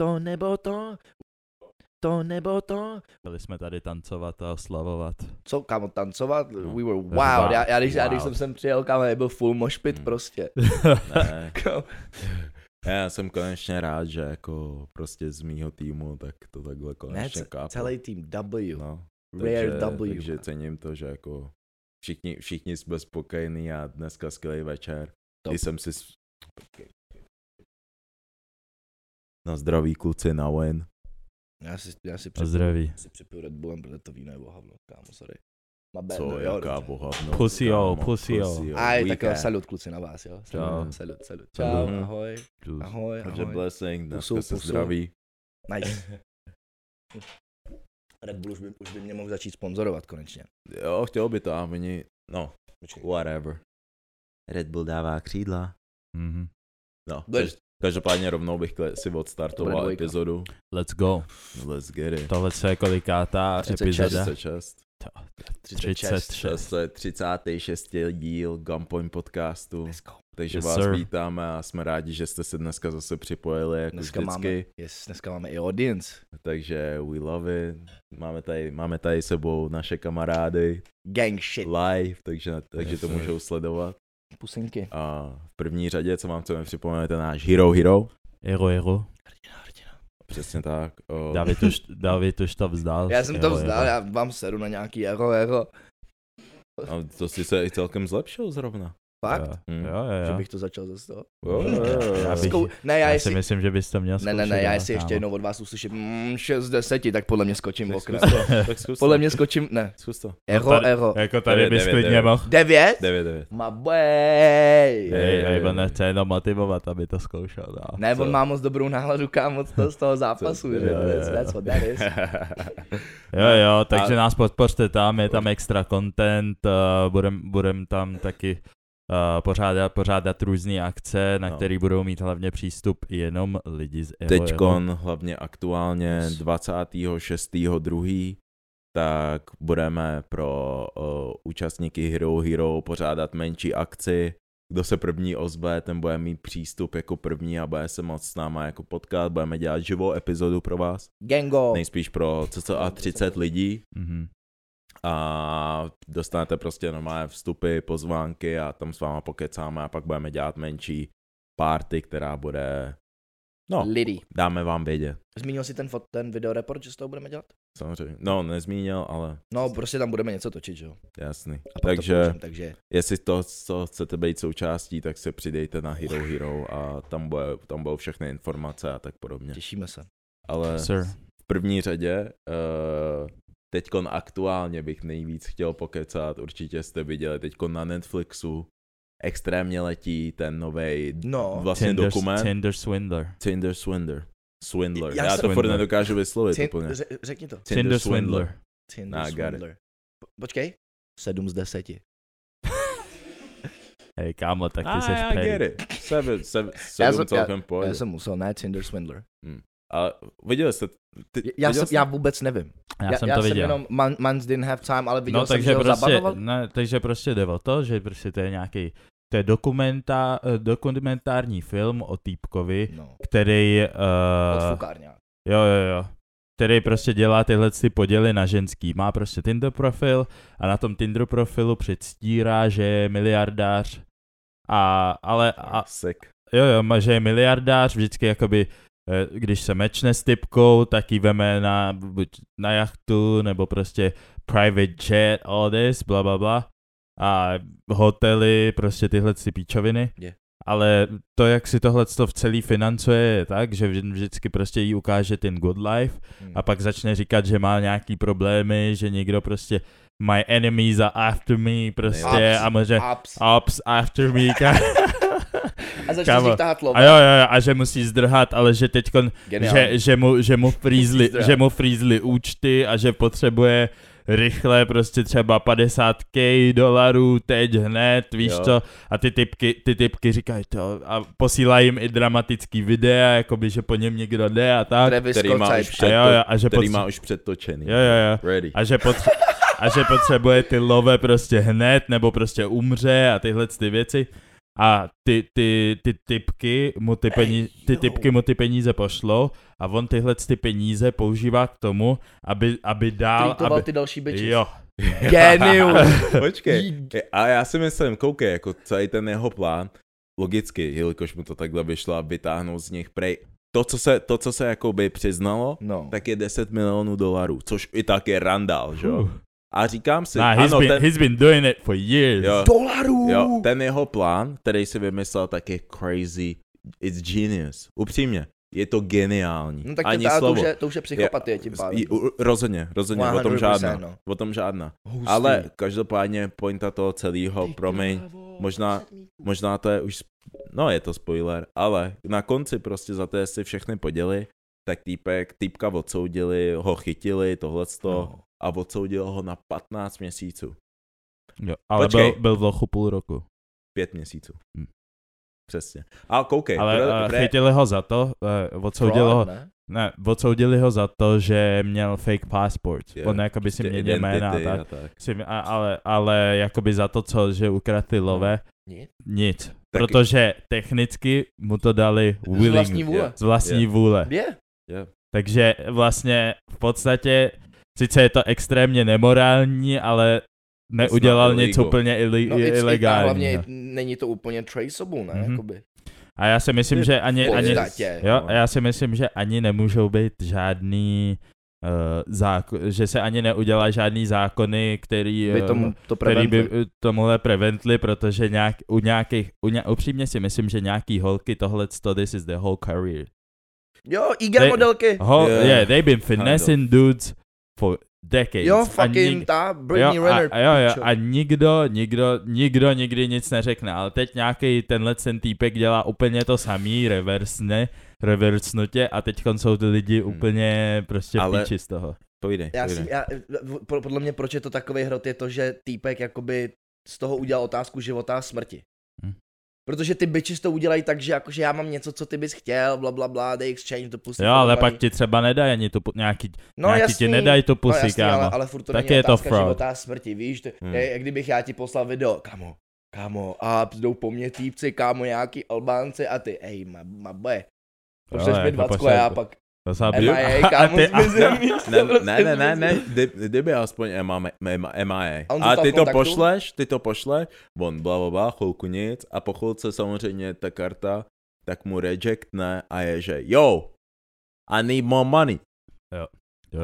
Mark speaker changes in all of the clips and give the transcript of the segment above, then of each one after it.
Speaker 1: To nebo to, to nebo to.
Speaker 2: Byli jsme tady tancovat a oslavovat.
Speaker 1: Co, kámo, tancovat?
Speaker 2: No.
Speaker 1: We were wow.
Speaker 2: Wow.
Speaker 1: Já, já, když, já když
Speaker 2: Wow.
Speaker 1: jsem sem přijel, kámo, je byl full moshpit
Speaker 2: Hmm.
Speaker 1: prostě.
Speaker 3: Ne.
Speaker 1: Kámo.
Speaker 3: Já jsem konečně rád, že jako prostě z mýho týmu, tak to takhle
Speaker 1: Ne,
Speaker 3: konečně
Speaker 1: ce-
Speaker 3: káplo.
Speaker 1: celý tým W.
Speaker 3: No,
Speaker 1: Rare
Speaker 3: takže,
Speaker 1: W.
Speaker 3: takže cením to, že jako všichni, všichni jsme spokojení a dneska skvělý večer.
Speaker 1: Top.
Speaker 3: Když jsem si... s- Na zdraví kluci na win.
Speaker 1: Já si, já si
Speaker 2: A
Speaker 1: připiju,
Speaker 2: zdraví.
Speaker 1: si připiju Red Bullem, protože to víno je bohavno, kámo, sorry. My bad,
Speaker 3: Co,
Speaker 1: no, jo,
Speaker 3: jaká
Speaker 1: dobře.
Speaker 3: bohavnost.
Speaker 2: Pussy jo, pussy jo.
Speaker 1: Aj, tak jo, salut kluci na vás, jo.
Speaker 2: Čau.
Speaker 1: Salut, salut, salut. Čau,
Speaker 3: Mhm.
Speaker 1: ahoj, ahoj,
Speaker 3: Takže
Speaker 1: ahoj.
Speaker 3: blessing, dneska
Speaker 1: Pusu,
Speaker 3: se
Speaker 1: pusu.
Speaker 3: zdraví.
Speaker 1: Nice. Red Bull už by, už by mě mohl začít sponzorovat konečně.
Speaker 3: Jo, chtěl by to a oni, no,
Speaker 1: Počkej.
Speaker 3: whatever. Red Bull dává křídla.
Speaker 2: Mhm.
Speaker 3: No,
Speaker 1: Bude-
Speaker 3: kaž- každopádně rovnou bych kle- si
Speaker 1: To bude
Speaker 3: odstartoval
Speaker 1: dvojka.
Speaker 3: epizodu.
Speaker 2: Let's go.
Speaker 3: No, Let's get it.
Speaker 2: Tohle se je kolikátá
Speaker 1: 36.
Speaker 2: epizoda?
Speaker 3: 36.
Speaker 2: To-
Speaker 1: 36.
Speaker 2: 36.
Speaker 3: To je 36. díl Gunpoint podcastu.
Speaker 1: Let's go.
Speaker 3: Takže
Speaker 2: Yes,
Speaker 3: vás
Speaker 2: sir.
Speaker 3: vítáme a jsme rádi, že jste se dneska zase připojili, jako
Speaker 1: Dneska máme,
Speaker 3: vždycky.
Speaker 1: yes, dneska máme i audience.
Speaker 3: Takže we love it. Máme tady, máme tady sebou naše kamarády
Speaker 1: Gang shit.
Speaker 3: live, takže, takže to
Speaker 2: sir.
Speaker 3: můžou sledovat.
Speaker 1: Pusinky.
Speaker 3: A v první řadě, co vám chceme připomenout, je náš Hero Hero.
Speaker 2: Ero, ero.
Speaker 1: Hrdina, hrdina.
Speaker 3: Přesně tak. O,
Speaker 2: David už, David už to vzdal.
Speaker 1: Já jsem to
Speaker 2: Ero,
Speaker 1: vzdal,
Speaker 2: ero.
Speaker 1: já vám sedu na nějaký ero, ero.
Speaker 3: a to si se i celkem zlepšil zrovna.
Speaker 1: Fakt?
Speaker 3: Hm.
Speaker 2: Jo, jo, jo.
Speaker 1: Že bych to začal ze toho.
Speaker 3: Jo, jo, jo.
Speaker 2: Já bych-
Speaker 1: Zkou... Ne, já,
Speaker 2: Já si
Speaker 1: jestli...
Speaker 2: myslím, že bys to měl
Speaker 1: Ne, ne,
Speaker 2: zkoušet,
Speaker 1: ne, já
Speaker 2: jo,
Speaker 1: jestli ještě
Speaker 2: kámo.
Speaker 1: jednou od vás uslyším mm, 6 z 10, tak podle mě skočím
Speaker 3: Tak
Speaker 1: oknem.
Speaker 3: zkus to, tak zkus to.
Speaker 1: Podle mě skočím, ne.
Speaker 3: Zkus to.
Speaker 1: Ero,
Speaker 2: tady-
Speaker 1: ero.
Speaker 2: Jako tady
Speaker 3: Devět,
Speaker 2: bys
Speaker 3: devět,
Speaker 2: klidně
Speaker 3: devět.
Speaker 2: mohl.
Speaker 1: 9?
Speaker 3: 9, 9.
Speaker 1: Ma bej.
Speaker 3: Ne.
Speaker 2: Hej,
Speaker 3: jo,
Speaker 2: hej,
Speaker 3: jo,
Speaker 2: on
Speaker 3: jo.
Speaker 2: nechce jenom motivovat, aby to zkoušel. No.
Speaker 1: Ne, on
Speaker 3: Co?
Speaker 1: má moc dobrou náladu, kámo, z toho, z toho zápasu,
Speaker 3: Co?
Speaker 1: že?
Speaker 3: Jo, jo,
Speaker 1: That's,
Speaker 3: jo.
Speaker 1: that's what that is.
Speaker 2: Jo, jo, takže
Speaker 3: A-
Speaker 2: nás podpořte tam, je tam extra content, uh, budem, budem tam taky uh, pořádat, pořádat různé akce, na
Speaker 3: No.
Speaker 2: no. které budou mít hlavně přístup jenom lidi z EVO.
Speaker 3: Teďkon hlavně aktuálně
Speaker 1: Yes.
Speaker 3: 26.2. tak budeme pro uh, účastníky Hero Hero pořádat menší akci. Kdo se první ozve, ten bude mít přístup jako první a bude se moc s náma jako potkat. Budeme dělat živou epizodu pro vás.
Speaker 1: Gengo.
Speaker 3: Nejspíš pro cca 30 lidí.
Speaker 2: Mhm.
Speaker 3: a dostanete prostě normálně vstupy, pozvánky a tam s váma pokecáme a pak budeme dělat menší party, která bude, no,
Speaker 1: Lidí.
Speaker 3: dáme vám vědět.
Speaker 1: Zmínil jsi ten, fot, ten videoreport, že z toho budeme dělat?
Speaker 3: Samozřejmě. No, nezmínil, ale
Speaker 1: No, prostě tam budeme něco točit, že jo?
Speaker 3: jasný.
Speaker 1: A pak to
Speaker 3: Takže
Speaker 1: použijem, takže
Speaker 3: jestli to, co chcete být součástí, tak se přidejte na Hero Hero a tam, bude, tam budou všechny informace a tak podobně.
Speaker 1: těšíme se.
Speaker 3: Ale
Speaker 2: Sir.
Speaker 3: v první řadě, uh, teďkon aktuálně bych nejvíc chtěl pokecat, určitě jste viděli teďkon na Netflixu, extrémně letí ten novej d-
Speaker 1: No.
Speaker 3: vlastně
Speaker 2: Tinder,
Speaker 3: dokument Tinder,
Speaker 2: Tinder Swindler.
Speaker 3: Swindler. Swindler. Já,
Speaker 1: Já
Speaker 3: já
Speaker 1: jsem-
Speaker 3: to furt nedokážu vyslovit
Speaker 1: Cin-
Speaker 3: úplně.
Speaker 1: ře- řekni to.
Speaker 2: Tinder Swindler.
Speaker 1: Tinder
Speaker 3: Nah, got it.
Speaker 1: Swindler. Po- Počkej. 7 z 10.
Speaker 2: Hej, kámo, tak ty
Speaker 3: Ah,
Speaker 2: seš
Speaker 3: já
Speaker 2: pej.
Speaker 3: get it. Seven, seven,
Speaker 1: Já
Speaker 3: sedm
Speaker 1: jsem-
Speaker 3: celkem
Speaker 1: Já
Speaker 3: pojde.
Speaker 1: jsem musel, ne Tinder Swindler.
Speaker 3: A viděl jste, ty,
Speaker 1: Já,
Speaker 3: viděl
Speaker 1: jsem,
Speaker 3: jste?
Speaker 1: já vůbec nevím.
Speaker 2: Já, jsem to
Speaker 1: jsem
Speaker 2: viděl.
Speaker 1: jenom man, Mans didn't have time, ale viděl
Speaker 2: no,
Speaker 1: jsem,
Speaker 2: takže
Speaker 1: že ho
Speaker 2: prostě,
Speaker 1: zabavoval.
Speaker 2: ne, takže prostě jde o to, že prostě to je nějaký to je dokumenta, eh, dokumentární film o týpkovi,
Speaker 1: No,
Speaker 2: který eh,
Speaker 1: od
Speaker 2: uh,
Speaker 1: fukárňa.
Speaker 2: Jo, jo, jo. Který prostě dělá tyhle ty poděly na ženský. Má prostě Tinder profil a na tom Tinder profilu předstírá, že je miliardář. A, ale, a,
Speaker 3: Ah, Sick.
Speaker 2: jo, jo, má- že je miliardář, vždycky jakoby, eh, když se mečne s typkou, tak ji veme na, buď na jachtu, nebo prostě private jet, all this, bla, bla, bla. A hotely, prostě tyhle si píčoviny.
Speaker 3: Je.
Speaker 2: Ale to, jak si tohle v celý financuje, je tak, že vždy- vždycky prostě jí ukáže ten good life
Speaker 1: Hmm.
Speaker 2: a pak začne říkat, že má nějaký problémy, že někdo prostě my enemies are after me, prostě
Speaker 1: Ups.
Speaker 2: a možná
Speaker 1: Ups.
Speaker 2: ups after me, ka-
Speaker 1: A začal
Speaker 2: kámo.
Speaker 1: si tahat
Speaker 2: a
Speaker 1: lova.
Speaker 2: jo, jo, jo, a že musí zdrhat, ale že teď že,
Speaker 1: Geniální.
Speaker 2: že, mu, že, mu frýzli,
Speaker 1: Zdrhat.
Speaker 2: že mu frýzli účty a že potřebuje rychle prostě třeba 50k dolarů teď hned, víš
Speaker 3: Jo.
Speaker 2: jo. co, a ty typky, ty typky říkají to a posílají jim i dramatický videa, jakoby, že po něm někdo jde a tak.
Speaker 1: Travis
Speaker 3: Který
Speaker 1: Scott
Speaker 3: má už
Speaker 1: type.
Speaker 2: A
Speaker 3: před-
Speaker 2: jo, jo, a že,
Speaker 3: Který
Speaker 2: potře-
Speaker 3: má už předtočený.
Speaker 2: Jo, jo, jo.
Speaker 3: Ready.
Speaker 2: a že, potře- a že potřebuje ty love prostě hned, nebo prostě umře a tyhle ty věci. a ty, ty, ty, typky, mu ty, peníze, ty
Speaker 4: jo.
Speaker 2: typky mu ty peníze pošlou a on tyhle ty peníze používá k tomu, aby, aby dál...
Speaker 1: Tweetoval
Speaker 2: Aby,
Speaker 1: ty další bitches.
Speaker 2: jo,
Speaker 1: Genius.
Speaker 3: Počkej, a já si myslím, koukej, jako celý ten jeho plán, logicky, jelikož mu to takhle vyšlo a vytáhnout z nich prej, to, co se, to, co se jakoby přiznalo,
Speaker 4: No.
Speaker 3: tak je 10 milionů dolarů, což i tak je randál, že jo?
Speaker 2: Uh.
Speaker 3: A říkám si,
Speaker 2: nah, he's,
Speaker 3: ano,
Speaker 2: been, Uh.
Speaker 3: ten,
Speaker 2: he's been doing it for years.
Speaker 3: Jo.
Speaker 4: Dolarů!
Speaker 3: jo, ten jeho plán, který si vymyslel, tak je crazy, it's genius, upřímně, je to geniální,
Speaker 1: No tak
Speaker 3: ani
Speaker 1: to, to,
Speaker 3: slovo.
Speaker 1: už je, to už je psychopatie tím pádem.
Speaker 3: I- u- Rozhodně, rozhodně, o tom
Speaker 1: 100%,
Speaker 3: žádná,
Speaker 1: no.
Speaker 3: o tom žádná.
Speaker 4: Hustý.
Speaker 3: Ale každopádně pointa toho celého, no, promiň, možná, možná to je už, sp- no je to spoiler, ale na konci prostě za to, jestli všechny poděli, tak týpek, týpka odsoudili, ho chytili, tohleto no.
Speaker 4: No.
Speaker 3: a odsoudil ho na 15 měsíců.
Speaker 2: Jo, ale
Speaker 3: Počkej.
Speaker 2: byl, byl v lochu půl roku.
Speaker 3: 5 měsíců.
Speaker 2: Hm.
Speaker 3: Přesně. A koukej,
Speaker 2: Ale
Speaker 3: pro-
Speaker 2: eh,
Speaker 3: pro-
Speaker 2: chytili ho za to, eh, odsoudili ho,
Speaker 1: ne?
Speaker 2: ne, odsoudili ho za to, že měl fake passport.
Speaker 3: Jo,
Speaker 2: On jakoby si
Speaker 3: prostě
Speaker 2: měnil jména a
Speaker 3: identity
Speaker 2: tak.
Speaker 3: tak.
Speaker 2: Si, mě- a, ale, ale jakoby za to, co, že ukradl
Speaker 1: No.
Speaker 2: ty love,
Speaker 1: Nic.
Speaker 2: nic.
Speaker 3: Tak-
Speaker 2: Protože technicky mu to dali
Speaker 1: Z vlastní
Speaker 2: willingly.
Speaker 1: vůle.
Speaker 2: Z vlastní vůle.
Speaker 1: Je.
Speaker 2: Takže vlastně v podstatě, sice je to extrémně nemorální, ale neudělal
Speaker 3: It's not
Speaker 2: něco
Speaker 3: illegal.
Speaker 2: úplně ili-
Speaker 1: No, it's, it, a
Speaker 2: ilegálního.
Speaker 1: hlavně není to úplně traceable, ne?
Speaker 2: Mhm.
Speaker 1: Mm-hmm. Jakoby.
Speaker 2: A já si myslím, že ani,
Speaker 1: v
Speaker 2: ani,
Speaker 1: podstatě,
Speaker 2: jo,
Speaker 3: no.
Speaker 2: a já si myslím, že ani nemůžou být žádný uh, zákon, že se ani neudělá žádný zákony, který
Speaker 1: By
Speaker 2: eh,
Speaker 1: tomu to
Speaker 2: který by
Speaker 1: preventli.
Speaker 2: eh, tomuhle preventli, protože nějak, u nějakých, u ně, upřímně si myslím, že nějaký holky tohle to this is the whole career.
Speaker 1: Jo, IG
Speaker 2: They-
Speaker 1: modelky.
Speaker 2: Ho,
Speaker 3: Yeah.
Speaker 2: yeah. yeah, they've been finessing dudes for decades.
Speaker 1: Jo,
Speaker 2: A
Speaker 1: fucking
Speaker 2: nik-
Speaker 1: ta Britney
Speaker 2: jo,
Speaker 1: Renner.
Speaker 2: a, a, jo, jo,
Speaker 1: pičo.
Speaker 2: a nikdo, nikdo, nikdo nikdy nic neřekne, ale teď nějaký tenhle ten týpek dělá úplně to samý, reversne, reversnutě a teď jsou ty lidi
Speaker 3: Hmm.
Speaker 2: úplně prostě
Speaker 3: Ale-
Speaker 2: ale... píči z toho.
Speaker 3: Povídej,
Speaker 1: Já
Speaker 3: povídej.
Speaker 1: si, já, v- pro- podle mě, proč je to takový hrot, je to, že týpek jakoby z toho udělal otázku života a smrti.
Speaker 2: Hm.
Speaker 1: Protože ty bitches to udělají tak, že jakože já mám něco, co ty bys chtěl, bla bla bla, dej exchange to pusy.
Speaker 2: Jo, ale
Speaker 1: for
Speaker 2: pak
Speaker 1: money.
Speaker 2: ti třeba nedají ani tu, pu- nějaký,
Speaker 1: no,
Speaker 2: nějaký ti nedají tu
Speaker 1: no,
Speaker 2: pusy,
Speaker 1: jasný,
Speaker 2: kámo.
Speaker 1: Ale, ale furt to
Speaker 2: Tak
Speaker 1: není
Speaker 2: je to
Speaker 1: otázka
Speaker 2: fraud.
Speaker 1: života a smrti, víš, to,
Speaker 3: Hm.
Speaker 1: to je, jak kdybych já ti poslal video, kamo, kamo, a jdou po mně týpci, kámo, nějaký Albánci a ty, ej, ma, ma boje. Pošleš
Speaker 2: Jo,
Speaker 1: mi
Speaker 2: jako
Speaker 1: 20 a
Speaker 2: pošleš-
Speaker 1: já pak,
Speaker 2: To se
Speaker 1: MIA, kámo, zmizím, víš, to
Speaker 3: Ne,
Speaker 1: prostě
Speaker 3: ne, ne, ne, ne,
Speaker 1: zmizím.
Speaker 3: kdy- kdyby aspoň Emma, Emma, Emma je.
Speaker 1: A on
Speaker 3: A,
Speaker 1: zůstal
Speaker 3: ty
Speaker 1: v
Speaker 3: to
Speaker 1: kontaktu?
Speaker 3: pošleš, ty to pošle, on bla, bla, bla, chvilku nic a po chvilce samozřejmě ta karta, tak mu rejectne a je, že yo, I need more money,
Speaker 2: Jo,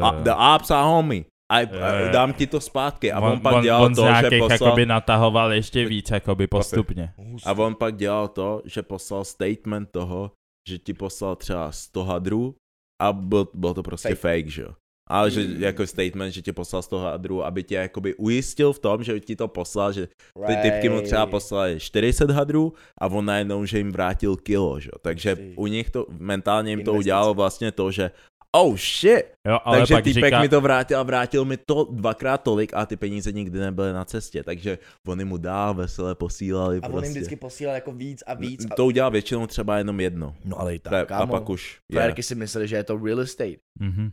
Speaker 3: a,
Speaker 2: jo.
Speaker 3: the apps are homie, I,
Speaker 2: Jo, jo, jo.
Speaker 3: dám ti to zpátky a on, pak
Speaker 2: Eh. on,
Speaker 3: dělal
Speaker 2: on z
Speaker 3: to, že
Speaker 2: nějakých
Speaker 3: poslal,
Speaker 2: jakoby natahoval ještě víc, jakoby postupně.
Speaker 3: a on pak dělal to, že poslal statement toho, že ti poslal třeba 100 hadrů a byl, byl to prostě
Speaker 1: Fake.
Speaker 3: fake, fake že jo. Ale že
Speaker 1: Mm.
Speaker 3: jako statement, že ti poslal 100 hadrů, aby tě jakoby ujistil v tom, že ti to poslal, že ty typky mu třeba
Speaker 1: Right.
Speaker 3: poslali 40 hadrů a on najednou, že jim vrátil kilo, že jo. Takže
Speaker 1: Ty.
Speaker 3: u nich to, mentálně jim to
Speaker 1: Investice.
Speaker 3: udělalo vlastně to, že oh shit,
Speaker 2: Jo, ale
Speaker 3: takže
Speaker 2: pak
Speaker 3: týpek
Speaker 2: říká,
Speaker 3: mi to vrátil a vrátil mi to dvakrát tolik a ty peníze nikdy nebyly na cestě, takže oni mu dál veselé posílali
Speaker 1: A
Speaker 3: prostě.
Speaker 1: on jim vždycky posílal jako víc a víc. A
Speaker 3: To udělal většinou třeba jenom jedno.
Speaker 4: No ale i tak.
Speaker 3: Tak, a
Speaker 1: kámo,
Speaker 3: pak už.
Speaker 1: frajerky si mysleli, že je to real estate.
Speaker 2: Mhm.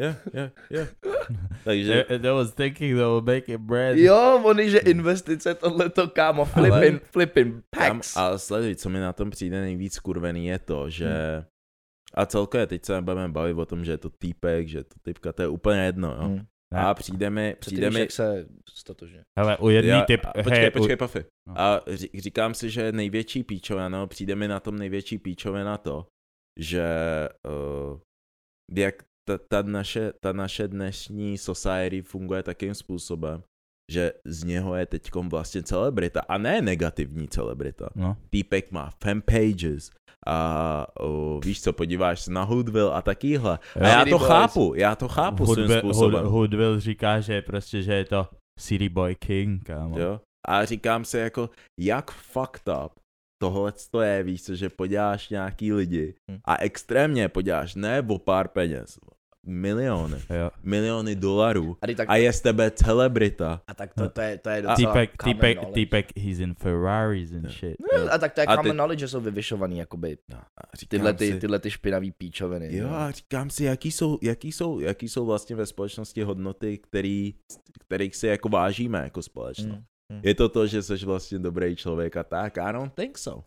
Speaker 3: je, je, je. Takže
Speaker 2: They, they was thinking they were making bread.
Speaker 1: Jo, oni, že investice, tohleto, kámo, flipping, flipping,
Speaker 3: tam,
Speaker 1: packs.
Speaker 3: ale sleduj, co mi na tom přijde nejvíc kurvený je to,
Speaker 1: Hm.
Speaker 3: že a celkově teď se nebudeme bavit o tom, že je to týpek, že je to typka, to je úplně jedno, jo.
Speaker 4: Hmm.
Speaker 1: Hm.
Speaker 2: Ne.
Speaker 3: A přijde mi, no. přijde mi,
Speaker 1: se stotožně.
Speaker 2: Hele, u jedný
Speaker 3: Já-
Speaker 2: typ...
Speaker 3: a- Počkej,
Speaker 2: hej,
Speaker 3: počkej,
Speaker 2: u,
Speaker 3: Pafy.
Speaker 2: No.
Speaker 3: A ří- říkám si, že největší píčovina, přijde mi na tom největší píčovina to, že uh, jak ta, ta, naše, ta naše dnešní society funguje takým způsobem, že z něho je teďkom vlastně celebrita. A ne negativní celebrita.
Speaker 2: no.
Speaker 3: Týpek má fanpages a uh, víš co, podíváš se na Hoodville a takýhle. A já
Speaker 1: City
Speaker 3: to
Speaker 1: Boys.
Speaker 3: chápu, já to chápu svým
Speaker 2: Hoodwill-
Speaker 3: způsobem.
Speaker 2: Hood- Hoodwill říká, že prostě, že je to City Boy King, kámo.
Speaker 3: Jo? A říkám si jako, jak fucked up tohle to je, víš co, že poděláš nějaký lidi
Speaker 4: Hm.
Speaker 3: a extrémně poděláš, ne o pár peněz, miliony,
Speaker 2: jo.
Speaker 3: miliony dolarů
Speaker 1: A, ty tak,
Speaker 3: a je z tebe celebrita.
Speaker 1: a tak to, to, je, to je
Speaker 3: A-
Speaker 1: docela
Speaker 2: Týpek,
Speaker 1: common
Speaker 2: týpek,
Speaker 1: knowledge.
Speaker 2: týpek, he's in Ferraris and
Speaker 3: Jo.
Speaker 2: shit.
Speaker 1: No, A tak to je
Speaker 3: A ty-
Speaker 1: common knowledge, že jsou vyvyšovaný, jakoby,
Speaker 2: No.
Speaker 3: A říkám
Speaker 1: tyhle ty,
Speaker 3: si,
Speaker 1: tyhle ty špinavý píčoviny.
Speaker 3: Jo, a říkám si, jaký jsou, jaký jsou, jaký jsou vlastně ve společnosti hodnoty, který, kterých si jako vážíme jako společnost.
Speaker 4: Hmm.
Speaker 2: Hm.
Speaker 3: Je to to, že jsi vlastně dobrý člověk a tak? I don't think so.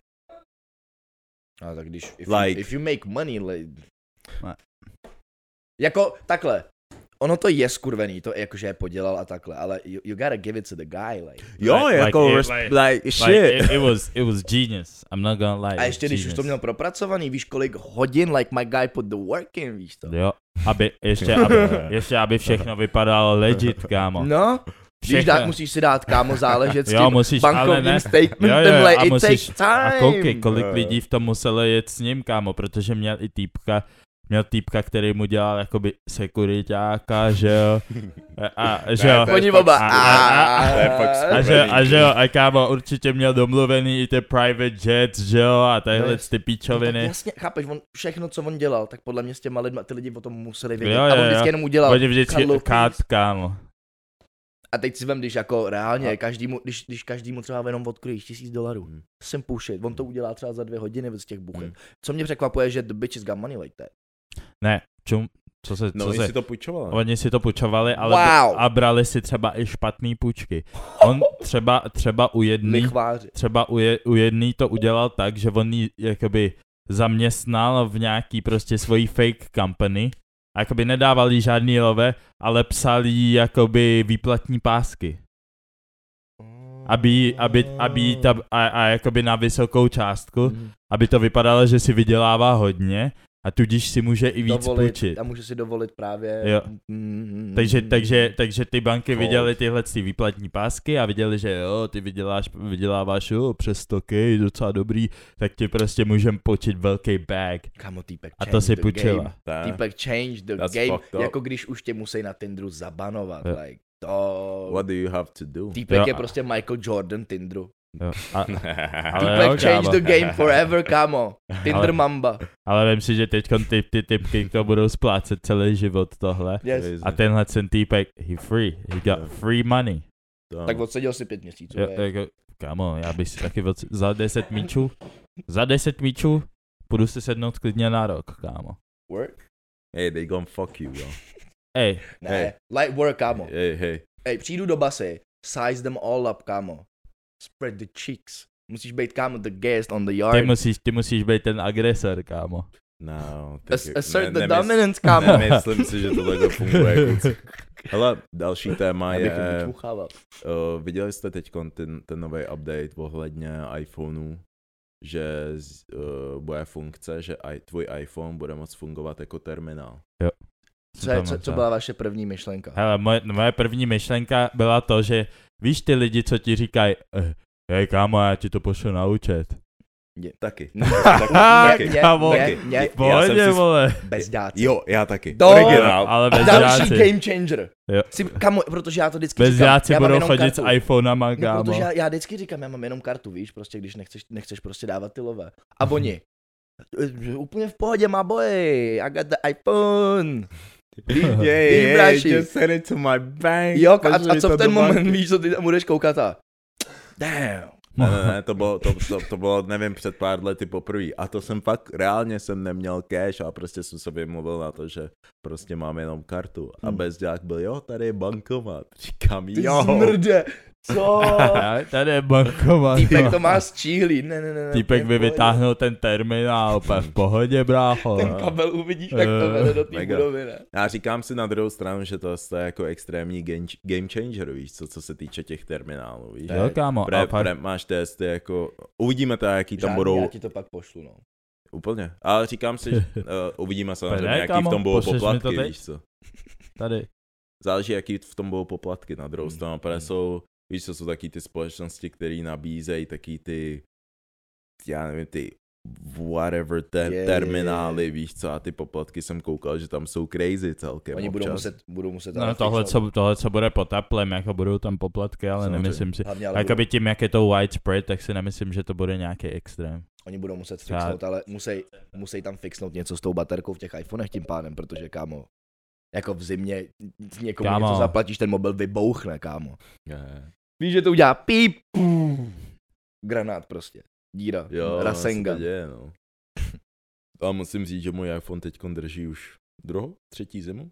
Speaker 1: A tak když, if, like.
Speaker 3: Like.
Speaker 1: you, if you make money, like...
Speaker 2: Ne.
Speaker 1: Jako, takhle. Ono to je skurvený, to jakože je podělal a takhle, ale you, you gotta give it to the guy, like.
Speaker 3: Jo,
Speaker 2: Like- like
Speaker 3: like, jako,
Speaker 2: it-
Speaker 3: like,
Speaker 2: like-
Speaker 3: like, like shit.
Speaker 2: Like, it, it was it was genius. I'm not gonna lie.
Speaker 1: A
Speaker 2: it
Speaker 1: ještě
Speaker 2: was
Speaker 1: když už to měl
Speaker 2: genius.
Speaker 1: propracovaný, víš kolik hodin, like my guy put the work in, víš to.
Speaker 2: Jo, aby, ještě, aby, ještě aby všechno vypadalo legit, kámo.
Speaker 1: No, když
Speaker 2: Všechno.
Speaker 1: dát, musíš si dát kámo záležet s tím
Speaker 2: Jo, musíš, ale
Speaker 1: bankovním
Speaker 2: ne.
Speaker 1: statementem, like, it takes time.
Speaker 2: a koukej, kolik
Speaker 3: Jo, jo.
Speaker 2: lidí v tom muselo jet s ním, kámo, protože měl i týpka, měl týpka, který mu dělal jakoby sekuritáka, že jo, a, a že jo,
Speaker 1: Oni oba.
Speaker 2: A-
Speaker 1: A,
Speaker 2: a-
Speaker 3: to je fakt
Speaker 2: a že, a že jo, a kámo, určitě měl domluvený i ty private jets, že jo, a
Speaker 1: No
Speaker 2: tadyhle
Speaker 1: jasně.
Speaker 2: ty
Speaker 1: No, tak
Speaker 2: píčoviny.
Speaker 1: jasně, chápeš, on, všechno, co on dělal, tak podle mě s těma lidma, ty lidi o tom museli vědět.
Speaker 2: Jo,
Speaker 1: a
Speaker 2: jo,
Speaker 1: on
Speaker 2: jo.
Speaker 1: vždycky jenom udělal
Speaker 2: Oni vždycky
Speaker 1: Karlov-
Speaker 2: kát, kámo.
Speaker 1: A teď si vem, když jako reálně,
Speaker 2: A-
Speaker 1: a... každému, když, když každému třeba jenom odkryjíš tisíc dolarů,
Speaker 3: Hmm.
Speaker 1: jsem pušit,
Speaker 2: Hm.
Speaker 1: on to udělá třeba za dvě hodiny z těch buchet.
Speaker 3: Hmm.
Speaker 1: Hmm. Co mě překvapuje, že the bitches got money like that.
Speaker 2: Ne, čum, co se,
Speaker 3: No,
Speaker 2: co
Speaker 3: jsi
Speaker 2: se,
Speaker 3: to půjčoval.
Speaker 2: Oni si to půjčovali, ale
Speaker 1: Wow.
Speaker 2: a brali si třeba i špatný půjčky. On třeba, třeba u jedný,
Speaker 1: Lichváři.
Speaker 2: třeba u, je, u jedný to udělal tak, že on jí jakoby zaměstnal v nějaký prostě svojí fake company. A jakoby nedával jí žádný love, ale psal jí jakoby výplatní pásky. Aby, jí- aby, aby jí ta, a, a jakoby na vysokou částku, aby to vypadalo, že si vydělává hodně a tudíž si může i víc
Speaker 1: dovolit,
Speaker 2: půjčit.
Speaker 1: A může si dovolit právě...
Speaker 2: Jo.
Speaker 1: Mm,
Speaker 2: Takže, takže, takže ty banky
Speaker 1: To-
Speaker 2: viděly tyhle ty výplatní pásky a viděli, že jo, ty vyděláš, vyděláváš jo, přes 100 k, docela dobrý, tak ti prostě můžem počít velký bag.
Speaker 1: Kamo, týpek
Speaker 2: A to
Speaker 1: change
Speaker 2: si
Speaker 1: the game.
Speaker 2: půjčila.
Speaker 1: Týpek change the
Speaker 3: That's
Speaker 1: game,
Speaker 3: fucked up.
Speaker 1: jako když už tě musí na Tinderu zabanovat,
Speaker 2: Jo.
Speaker 1: like to...
Speaker 3: What do you have to do?
Speaker 1: Týpek
Speaker 2: Jo,
Speaker 1: je
Speaker 2: a-
Speaker 1: prostě Michael Jordan Tinderu.
Speaker 2: Jo. A, Ale
Speaker 1: Týpek
Speaker 2: jo,
Speaker 1: change
Speaker 2: kámo.
Speaker 1: the game forever, kámo. Tinder
Speaker 2: Ale-
Speaker 1: mamba.
Speaker 2: ale vím si, že teď ty, ty typky to budou splácet celý život tohle.
Speaker 1: Yes.
Speaker 3: Crazy.
Speaker 2: A tenhle ten týpek, he free, he
Speaker 3: Jo.
Speaker 2: got free money.
Speaker 3: To-
Speaker 1: Tak odseděl si pět měsíců.
Speaker 2: Jo,
Speaker 1: vej.
Speaker 2: jako, kámo, já bych si taky od, za 10 míčů, za 10 míčů půjdu si sednout klidně na rok, kámo.
Speaker 1: Work?
Speaker 3: Hey, they gonna fuck you, jo.
Speaker 2: Ej,
Speaker 1: Ne, light work, kámo.
Speaker 3: Hey, hey.
Speaker 1: Ej, přijdu do basy, size them all up, kámo. Spread the cheeks. Musíš být, kámo, the guest on the
Speaker 2: ty
Speaker 1: yard.
Speaker 2: musíš, ty musíš být ten agresor, kámo.
Speaker 3: No, tak
Speaker 1: As-
Speaker 3: jak-
Speaker 1: Assert
Speaker 3: ne-
Speaker 1: the
Speaker 3: nemysl-
Speaker 1: dominance, kámo.
Speaker 3: Nemyslím si, že to takhle funguje, kluci. Hele, další téma
Speaker 1: Já bych jim
Speaker 3: je,
Speaker 1: vyčmuchával.
Speaker 3: uh, viděli jste teď ten, ten nový update ohledně iPhoneu, že z, uh, bude funkce, že i, tvůj iPhone bude moc fungovat jako terminál.
Speaker 1: Co, je,
Speaker 2: tam
Speaker 1: co,
Speaker 2: mám
Speaker 1: co
Speaker 2: za-
Speaker 1: byla vaše první myšlenka?
Speaker 2: Hele, moje, moje první myšlenka byla to, že víš ty lidi, co ti říkají, eh, hej kámo, já ti to pošlu na účet.
Speaker 3: Taky.
Speaker 2: Taky,
Speaker 1: ne,
Speaker 2: kámo,
Speaker 1: ne, ne,
Speaker 3: Já jsem
Speaker 2: Pohodě,
Speaker 3: si-
Speaker 2: vole.
Speaker 1: bezdáci.
Speaker 3: Jo, já taky.
Speaker 1: To-
Speaker 3: Originál.
Speaker 2: Ale bez
Speaker 1: Další
Speaker 2: žáci.
Speaker 1: game changer.
Speaker 2: Jo.
Speaker 1: Si, kamo, protože já to vždycky
Speaker 2: Bez
Speaker 1: říkám.
Speaker 2: žáci
Speaker 1: já mám
Speaker 2: budou
Speaker 1: jenom
Speaker 2: chodit
Speaker 1: kartu.
Speaker 2: s iPhonama,
Speaker 1: No,
Speaker 2: kámo.
Speaker 1: protože já, já vždycky říkám, já mám jenom kartu, víš, prostě když nechceš, nechceš prostě dávat ty lové. A oni, "Eh, úplně v pohodě, má boy, I got the iPhone.
Speaker 3: Yeah,
Speaker 1: Ty bráši.
Speaker 3: send it to my bank.
Speaker 1: Jo, a,
Speaker 3: pošli
Speaker 1: a co
Speaker 3: to
Speaker 1: v ten
Speaker 3: do banky.
Speaker 1: moment, víš, co ty tam budeš koukat a damn.
Speaker 3: Ne, ne, ne, to bylo, to, to, to bylo, nevím, před pár lety poprvé. A to jsem fakt, reálně jsem neměl cash a prostě jsem se vymluvil na to, že prostě mám jenom kartu. A
Speaker 1: Hmm.
Speaker 3: bezďák byl, jo, tady je bankomat. Říkám,
Speaker 1: Ty
Speaker 3: jo.
Speaker 1: smrde, co?
Speaker 2: Já- Tady je bankomat.
Speaker 1: Týpek
Speaker 2: jo.
Speaker 1: to má sčíhlý, ne, ne, ne. ne
Speaker 2: Týpek
Speaker 1: úplně
Speaker 2: by
Speaker 1: v pohodě.
Speaker 2: vytáhnul ten terminál, úplně v pohodě, brácho.
Speaker 1: Ten kabel uvidíš, jak to
Speaker 2: Eh,
Speaker 1: vede do té
Speaker 3: mega.
Speaker 1: budovy, ne?
Speaker 3: Já říkám si na druhou stranu, že to je jako extrémní game, game changer, víš, co, co se týče těch terminálů, víš.
Speaker 2: Jo, kámo,
Speaker 3: Pre,
Speaker 2: a pak
Speaker 3: pre, máš testy jako, uvidíme to, jaký tam
Speaker 1: Žádný,
Speaker 3: budou,
Speaker 1: Já ti to pak pošlu, no.
Speaker 3: úplně, ale říkám si, že, uh, uvidíme samozřejmě,
Speaker 2: Ne,
Speaker 3: jaký
Speaker 2: kámo,
Speaker 3: v tom budou
Speaker 2: pošleš mi to
Speaker 3: poplatky,
Speaker 2: teď?
Speaker 3: víš co.
Speaker 2: tady.
Speaker 3: záleží, jaký v tom budou poplatky na druhou
Speaker 1: Mm,
Speaker 3: stranu, protože
Speaker 1: mm.
Speaker 3: jsou, víš, co jsou taky ty společnosti, které nabízejí taky ty, já nevím, ty whatever te-
Speaker 1: Je, je,
Speaker 3: yeah,
Speaker 1: je,
Speaker 3: terminály,
Speaker 1: je.
Speaker 3: víš co, a ty poplatky jsem koukal, že tam jsou crazy celkem
Speaker 1: Oni budou
Speaker 3: občas.
Speaker 1: muset, budou muset... ale
Speaker 2: No tohle,
Speaker 1: fixovat.
Speaker 2: co, tohle, co bude pod Applem, jako budou tam poplatky, ale
Speaker 3: Samozřejmě.
Speaker 2: nemyslím si.
Speaker 1: Hlavně, ale budou-
Speaker 2: Jakoby tím, jak je to widespread, tak si nemyslím, že to bude nějaký extrém.
Speaker 1: Oni budou muset
Speaker 2: Třeba-
Speaker 1: fixnout, ale musí, musí tam fixnout něco s tou baterkou v těch iPhonech tím pádem, protože kámo, jako v zimě někomu
Speaker 2: Kámo.
Speaker 1: kámo. něco zaplatíš, ten mobil vybouchne, kámo.
Speaker 3: Je.
Speaker 1: Víš, že to udělá píp, pum, granát prostě, díra,
Speaker 3: Jo,
Speaker 1: jo, rasenga.
Speaker 3: se to děje, no. A musím říct, že můj iPhone teď drží už druhou, třetí zimu.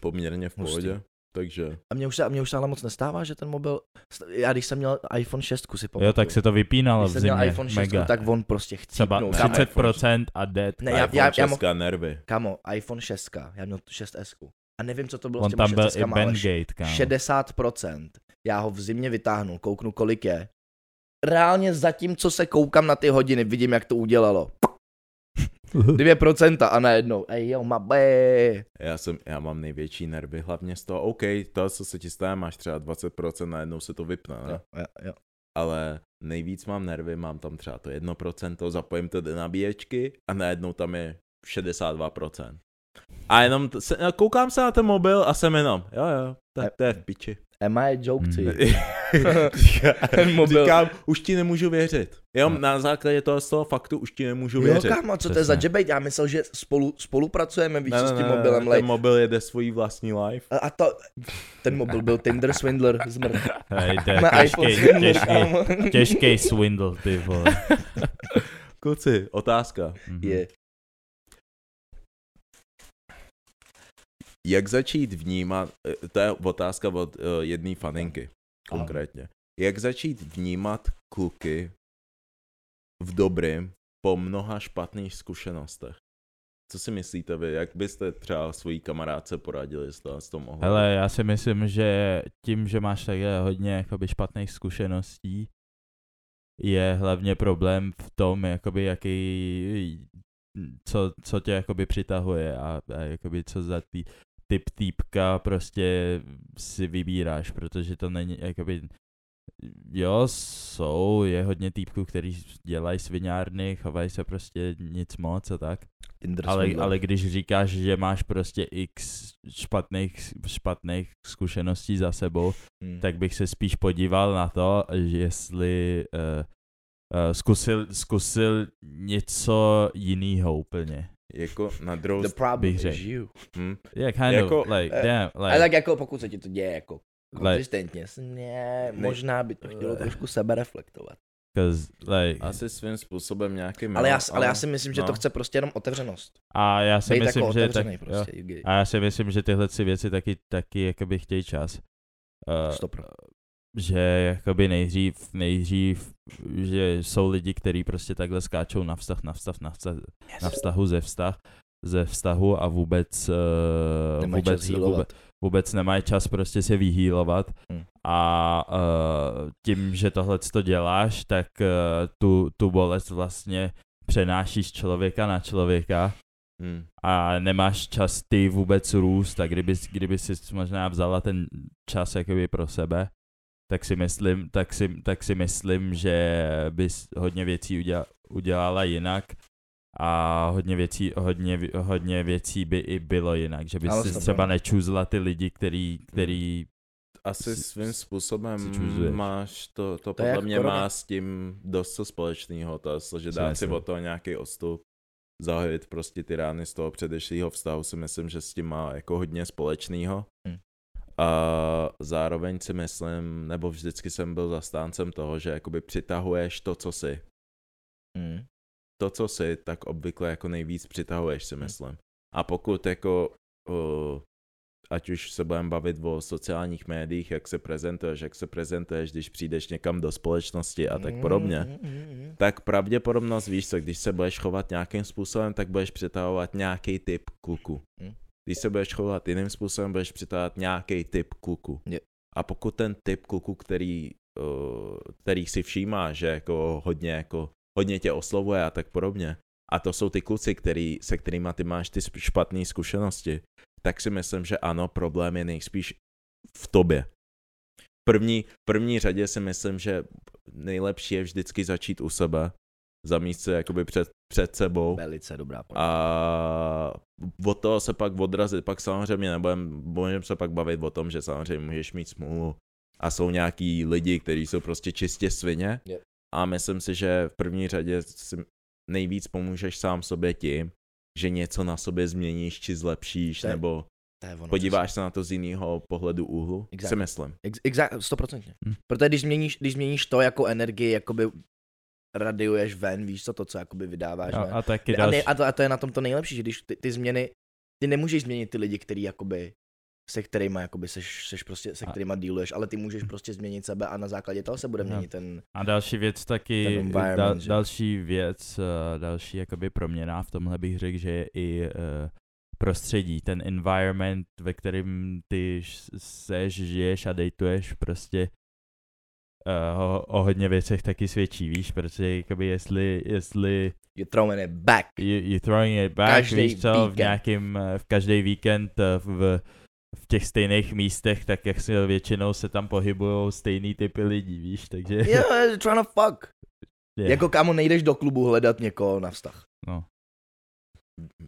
Speaker 3: Poměrně v
Speaker 1: Hustý.
Speaker 3: pohodě. takže
Speaker 1: A mě už, se- mě už se ale moc nestává, že ten mobil... Já když jsem měl iPhone 6, si pamatuju.
Speaker 2: Jo, tak se to vypínalo
Speaker 1: Když
Speaker 2: v
Speaker 1: jsem měl
Speaker 2: zimě.
Speaker 1: iPhone 6,
Speaker 2: Mega.
Speaker 1: tak on prostě
Speaker 2: Třeba
Speaker 1: chcípnul. Kámo,
Speaker 2: 30% a dead.
Speaker 1: Ne,
Speaker 3: já,
Speaker 1: já,
Speaker 3: iPhone
Speaker 1: já, já, mo-
Speaker 3: 6 nervy.
Speaker 1: Kamo, iPhone 6, já měl 6S. A nevím, co to bylo
Speaker 2: On
Speaker 1: s těma
Speaker 2: tam byl i
Speaker 1: 6S, ale
Speaker 2: Ben Gate, kámo.
Speaker 1: 60%. Já ho v zimě vytáhnu, kouknu, kolik je. Reálně zatím, co se koukám na ty hodiny, vidím, jak to udělalo. 2% a najednou, ej jo, ma be.
Speaker 3: Já, jsem, já mám největší nervy hlavně z toho, OK, to, co se ti stane, máš třeba 20%, najednou se to vypne,
Speaker 2: No.
Speaker 3: ne?
Speaker 1: Jo, jo, jo.
Speaker 3: ale nejvíc mám nervy, mám tam třeba to 1%, zapojím to do nabíječky a najednou tam je 62%. A jenom t- se, no, koukám se na ten mobil a jsem jenom, jo jo, to,
Speaker 1: Eh.
Speaker 3: to je v piči.
Speaker 1: Am I a joke,
Speaker 2: Hmm.
Speaker 1: ty?
Speaker 3: Ten
Speaker 1: mobil. No.
Speaker 3: Říkám, už ti nemůžu věřit. Jo, na základě toho, z toho faktu už ti nemůžu
Speaker 1: Jo,
Speaker 3: věřit.
Speaker 1: kámo, co to je za
Speaker 2: Přesně.
Speaker 1: debate? Já myslel, že spolu, spolupracujeme víc s tím mobilem.
Speaker 3: ten
Speaker 1: like.
Speaker 3: mobil jede svojí vlastní life.
Speaker 1: A- A to, ten mobil byl Tinder Swindler, zmrt.
Speaker 2: Hej, to je
Speaker 1: Na iPhone
Speaker 2: těžký,
Speaker 1: Swindler,
Speaker 2: těžký,
Speaker 1: kámo.
Speaker 2: těžký swindle, ty vole.
Speaker 3: Kluci, otázka.
Speaker 2: Mhm.
Speaker 1: Je.
Speaker 3: Jak začít vnímat, eh, to je otázka od eh, jedné faninky konkrétně. Jak začít vnímat kluky v dobrým po mnoha špatných zkušenostech? Co si myslíte vy? Jak byste třeba svojí kamarádce poradili, jestli vás to mohlo?
Speaker 2: Hele, já si myslím, že tím, že máš takhle hodně jakoby špatných zkušeností, je hlavně problém v tom, jakoby jaký, co, co tě jakoby přitahuje a, a jakoby co za tý, typ týpka prostě si vybíráš, protože to není jakoby, jo, jsou, je hodně týpků, kteří dělají sviňárny, chovají se prostě nic moc a tak,
Speaker 1: Tinder
Speaker 2: ale,
Speaker 1: Swindler.
Speaker 2: ale když říkáš, že máš prostě x špatných, špatných zkušeností za sebou,
Speaker 1: Hmm.
Speaker 2: tak bych se spíš podíval na to, že jestli uh, uh, zkusil, zkusil něco jiného úplně.
Speaker 3: Jako na druhou
Speaker 1: The problem
Speaker 2: bych
Speaker 1: is
Speaker 2: řekl.
Speaker 1: you.
Speaker 3: hm?
Speaker 2: Yeah, kind
Speaker 3: Jako,
Speaker 2: of, like,
Speaker 1: eh,
Speaker 2: damn,
Speaker 1: Ale
Speaker 2: like,
Speaker 1: tak jako pokud se ti to děje jako konzistentně, ne, možná by to chtělo
Speaker 3: Eh.
Speaker 1: trošku sebe reflektovat.
Speaker 2: cause, like,
Speaker 3: Asi svým způsobem
Speaker 2: No,
Speaker 3: nějakým.
Speaker 1: ale,
Speaker 3: jo,
Speaker 1: já, s- ale já si myslím, že to
Speaker 3: no.
Speaker 1: chce prostě jenom otevřenost.
Speaker 2: a já si
Speaker 1: Bejt
Speaker 2: myslím,
Speaker 1: jako
Speaker 2: že tak,
Speaker 1: otevřený
Speaker 2: jo,
Speaker 1: prostě. Jugi.
Speaker 2: a já si myslím, že tyhle si věci taky, taky jakoby chtějí čas. Uh,
Speaker 1: Stopro.
Speaker 2: že jakoby nejdřív, nejdřív, že jsou lidi, kteří prostě takhle skáčou na vztah, na vztah, na vztah, yes. na vztahu, ze vztah, ze vztahu a vůbec, eh,
Speaker 1: Nemají čas
Speaker 2: vůbec,
Speaker 1: healovat.
Speaker 2: vůbec, vůbec nemají čas prostě se vyhýlovat
Speaker 1: Hmm.
Speaker 2: a eh, tím, že tohle to děláš, tak eh, tu, tu bolest vlastně přenášíš člověka na člověka
Speaker 3: Hm.
Speaker 2: a nemáš čas ty vůbec růst, tak kdyby, kdyby si možná vzala ten čas jakoby pro sebe, tak si myslím, tak si, tak si myslím že bys hodně věcí uděla, udělala jinak a hodně věcí, hodně, vě- hodně věcí by i bylo jinak, že bys
Speaker 1: Ano,
Speaker 2: si
Speaker 1: to
Speaker 2: třeba
Speaker 1: pravda.
Speaker 2: nečůzla ty lidi, který, který
Speaker 3: Asi
Speaker 2: si-
Speaker 3: svým způsobem
Speaker 2: si čuzuješ.
Speaker 3: máš to, to, to
Speaker 1: je
Speaker 3: podle
Speaker 1: jak
Speaker 3: mě
Speaker 1: korona.
Speaker 3: má s tím dost co společného, to, s- že
Speaker 2: Si
Speaker 3: dát si
Speaker 2: myslím.
Speaker 3: od toho nějaký odstup, zahojit prostě ty rány z toho předešlého vztahu si myslím, že s tím má jako hodně společného.
Speaker 1: Hmm.
Speaker 3: A zároveň si myslím, nebo vždycky jsem byl zastáncem toho, že jakoby přitahuješ to, co jsi.
Speaker 1: Mm.
Speaker 2: Hmm.
Speaker 3: To, co jsi, tak obvykle jako nejvíc přitahuješ, si myslím. A pokud jako uh, ať už se budeme bavit o sociálních médiích, jak se prezentuješ, jak se prezentuješ, když přijdeš někam do společnosti a tak podobně,
Speaker 1: Mm, mm, mm, mm.
Speaker 3: tak pravděpodobnost víš co, když se budeš chovat nějakým způsobem, tak budeš přitahovat nějaký typ kluku.
Speaker 1: Hm.
Speaker 3: Když se budeš chovat jiným způsobem, budeš přitahovat nějaký typ kluku.
Speaker 1: Je.
Speaker 3: A pokud ten typ kluku, který, uh, který si všímá, že jako hodně, jako hodně tě oslovuje a tak podobně, a to jsou ty kluci, který, se kterými ty máš ty špatné zkušenosti, tak si myslím, že ano, problém je nejspíš v tobě. První, první řadě si myslím, že nejlepší je vždycky začít u sebe, zamíst se jakoby před, před sebou
Speaker 1: Velice dobrá pojď.
Speaker 3: a od toho se pak odrazit, pak samozřejmě nebudem, můžeme se pak bavit o tom, že samozřejmě můžeš mít smůlu a jsou nějaký lidi, kteří jsou prostě čistě svině
Speaker 1: Yep.
Speaker 3: a myslím si, že v první řadě si nejvíc pomůžeš sám sobě tím, že něco na sobě změníš či zlepšíš,
Speaker 1: To je- no,
Speaker 3: nebo
Speaker 1: To je ono,
Speaker 3: podíváš se na to z jiného pohledu úhlu,
Speaker 1: Exactly.
Speaker 3: si myslím.
Speaker 1: Ex- Exa- stoprocentně.
Speaker 2: Hm.
Speaker 1: Protože když změníš, když změníš to jako energii, jakoby radiuješ ven, víš co, to, co jakoby vydáváš, ne?
Speaker 2: a, a taky
Speaker 1: A,
Speaker 2: další.
Speaker 1: ne, a, to, a to je na tom to nejlepší, že když ty, ty změny, ty nemůžeš změnit ty lidi, který jakoby se kterýma jakoby seš, seš prostě, se
Speaker 2: A- Mhm. No.
Speaker 1: kterýma dealuješ, ale ty můžeš prostě změnit sebe a na základě toho se bude
Speaker 2: Jo.
Speaker 1: měnit ten,
Speaker 2: A další věc
Speaker 1: Ten
Speaker 2: taky,
Speaker 1: environment,
Speaker 2: da,
Speaker 1: že?
Speaker 2: další věc, eh, další jakoby proměna v tomhle bych řekl, že je i eh, prostředí, ten environment, ve kterém ty š- seš, žiješ a dejtuješ, prostě eh, o, o hodně věcech taky svědčí, víš, protože jakoby jestli, jestli
Speaker 1: you're throwing it back.
Speaker 2: you, you throwing it back,
Speaker 1: Každý
Speaker 2: víš co, v
Speaker 1: víkend.
Speaker 2: nějakým, eh, v každý víkend eh, v, v těch stejných místech, tak jak si většinou se tam pohybujou stejný typy lidí, víš, takže...
Speaker 1: Yeah, you're trying to fuck.
Speaker 2: je.
Speaker 1: Yeah. Jako kámo, nejdeš do klubu hledat někoho na vztah.
Speaker 2: No.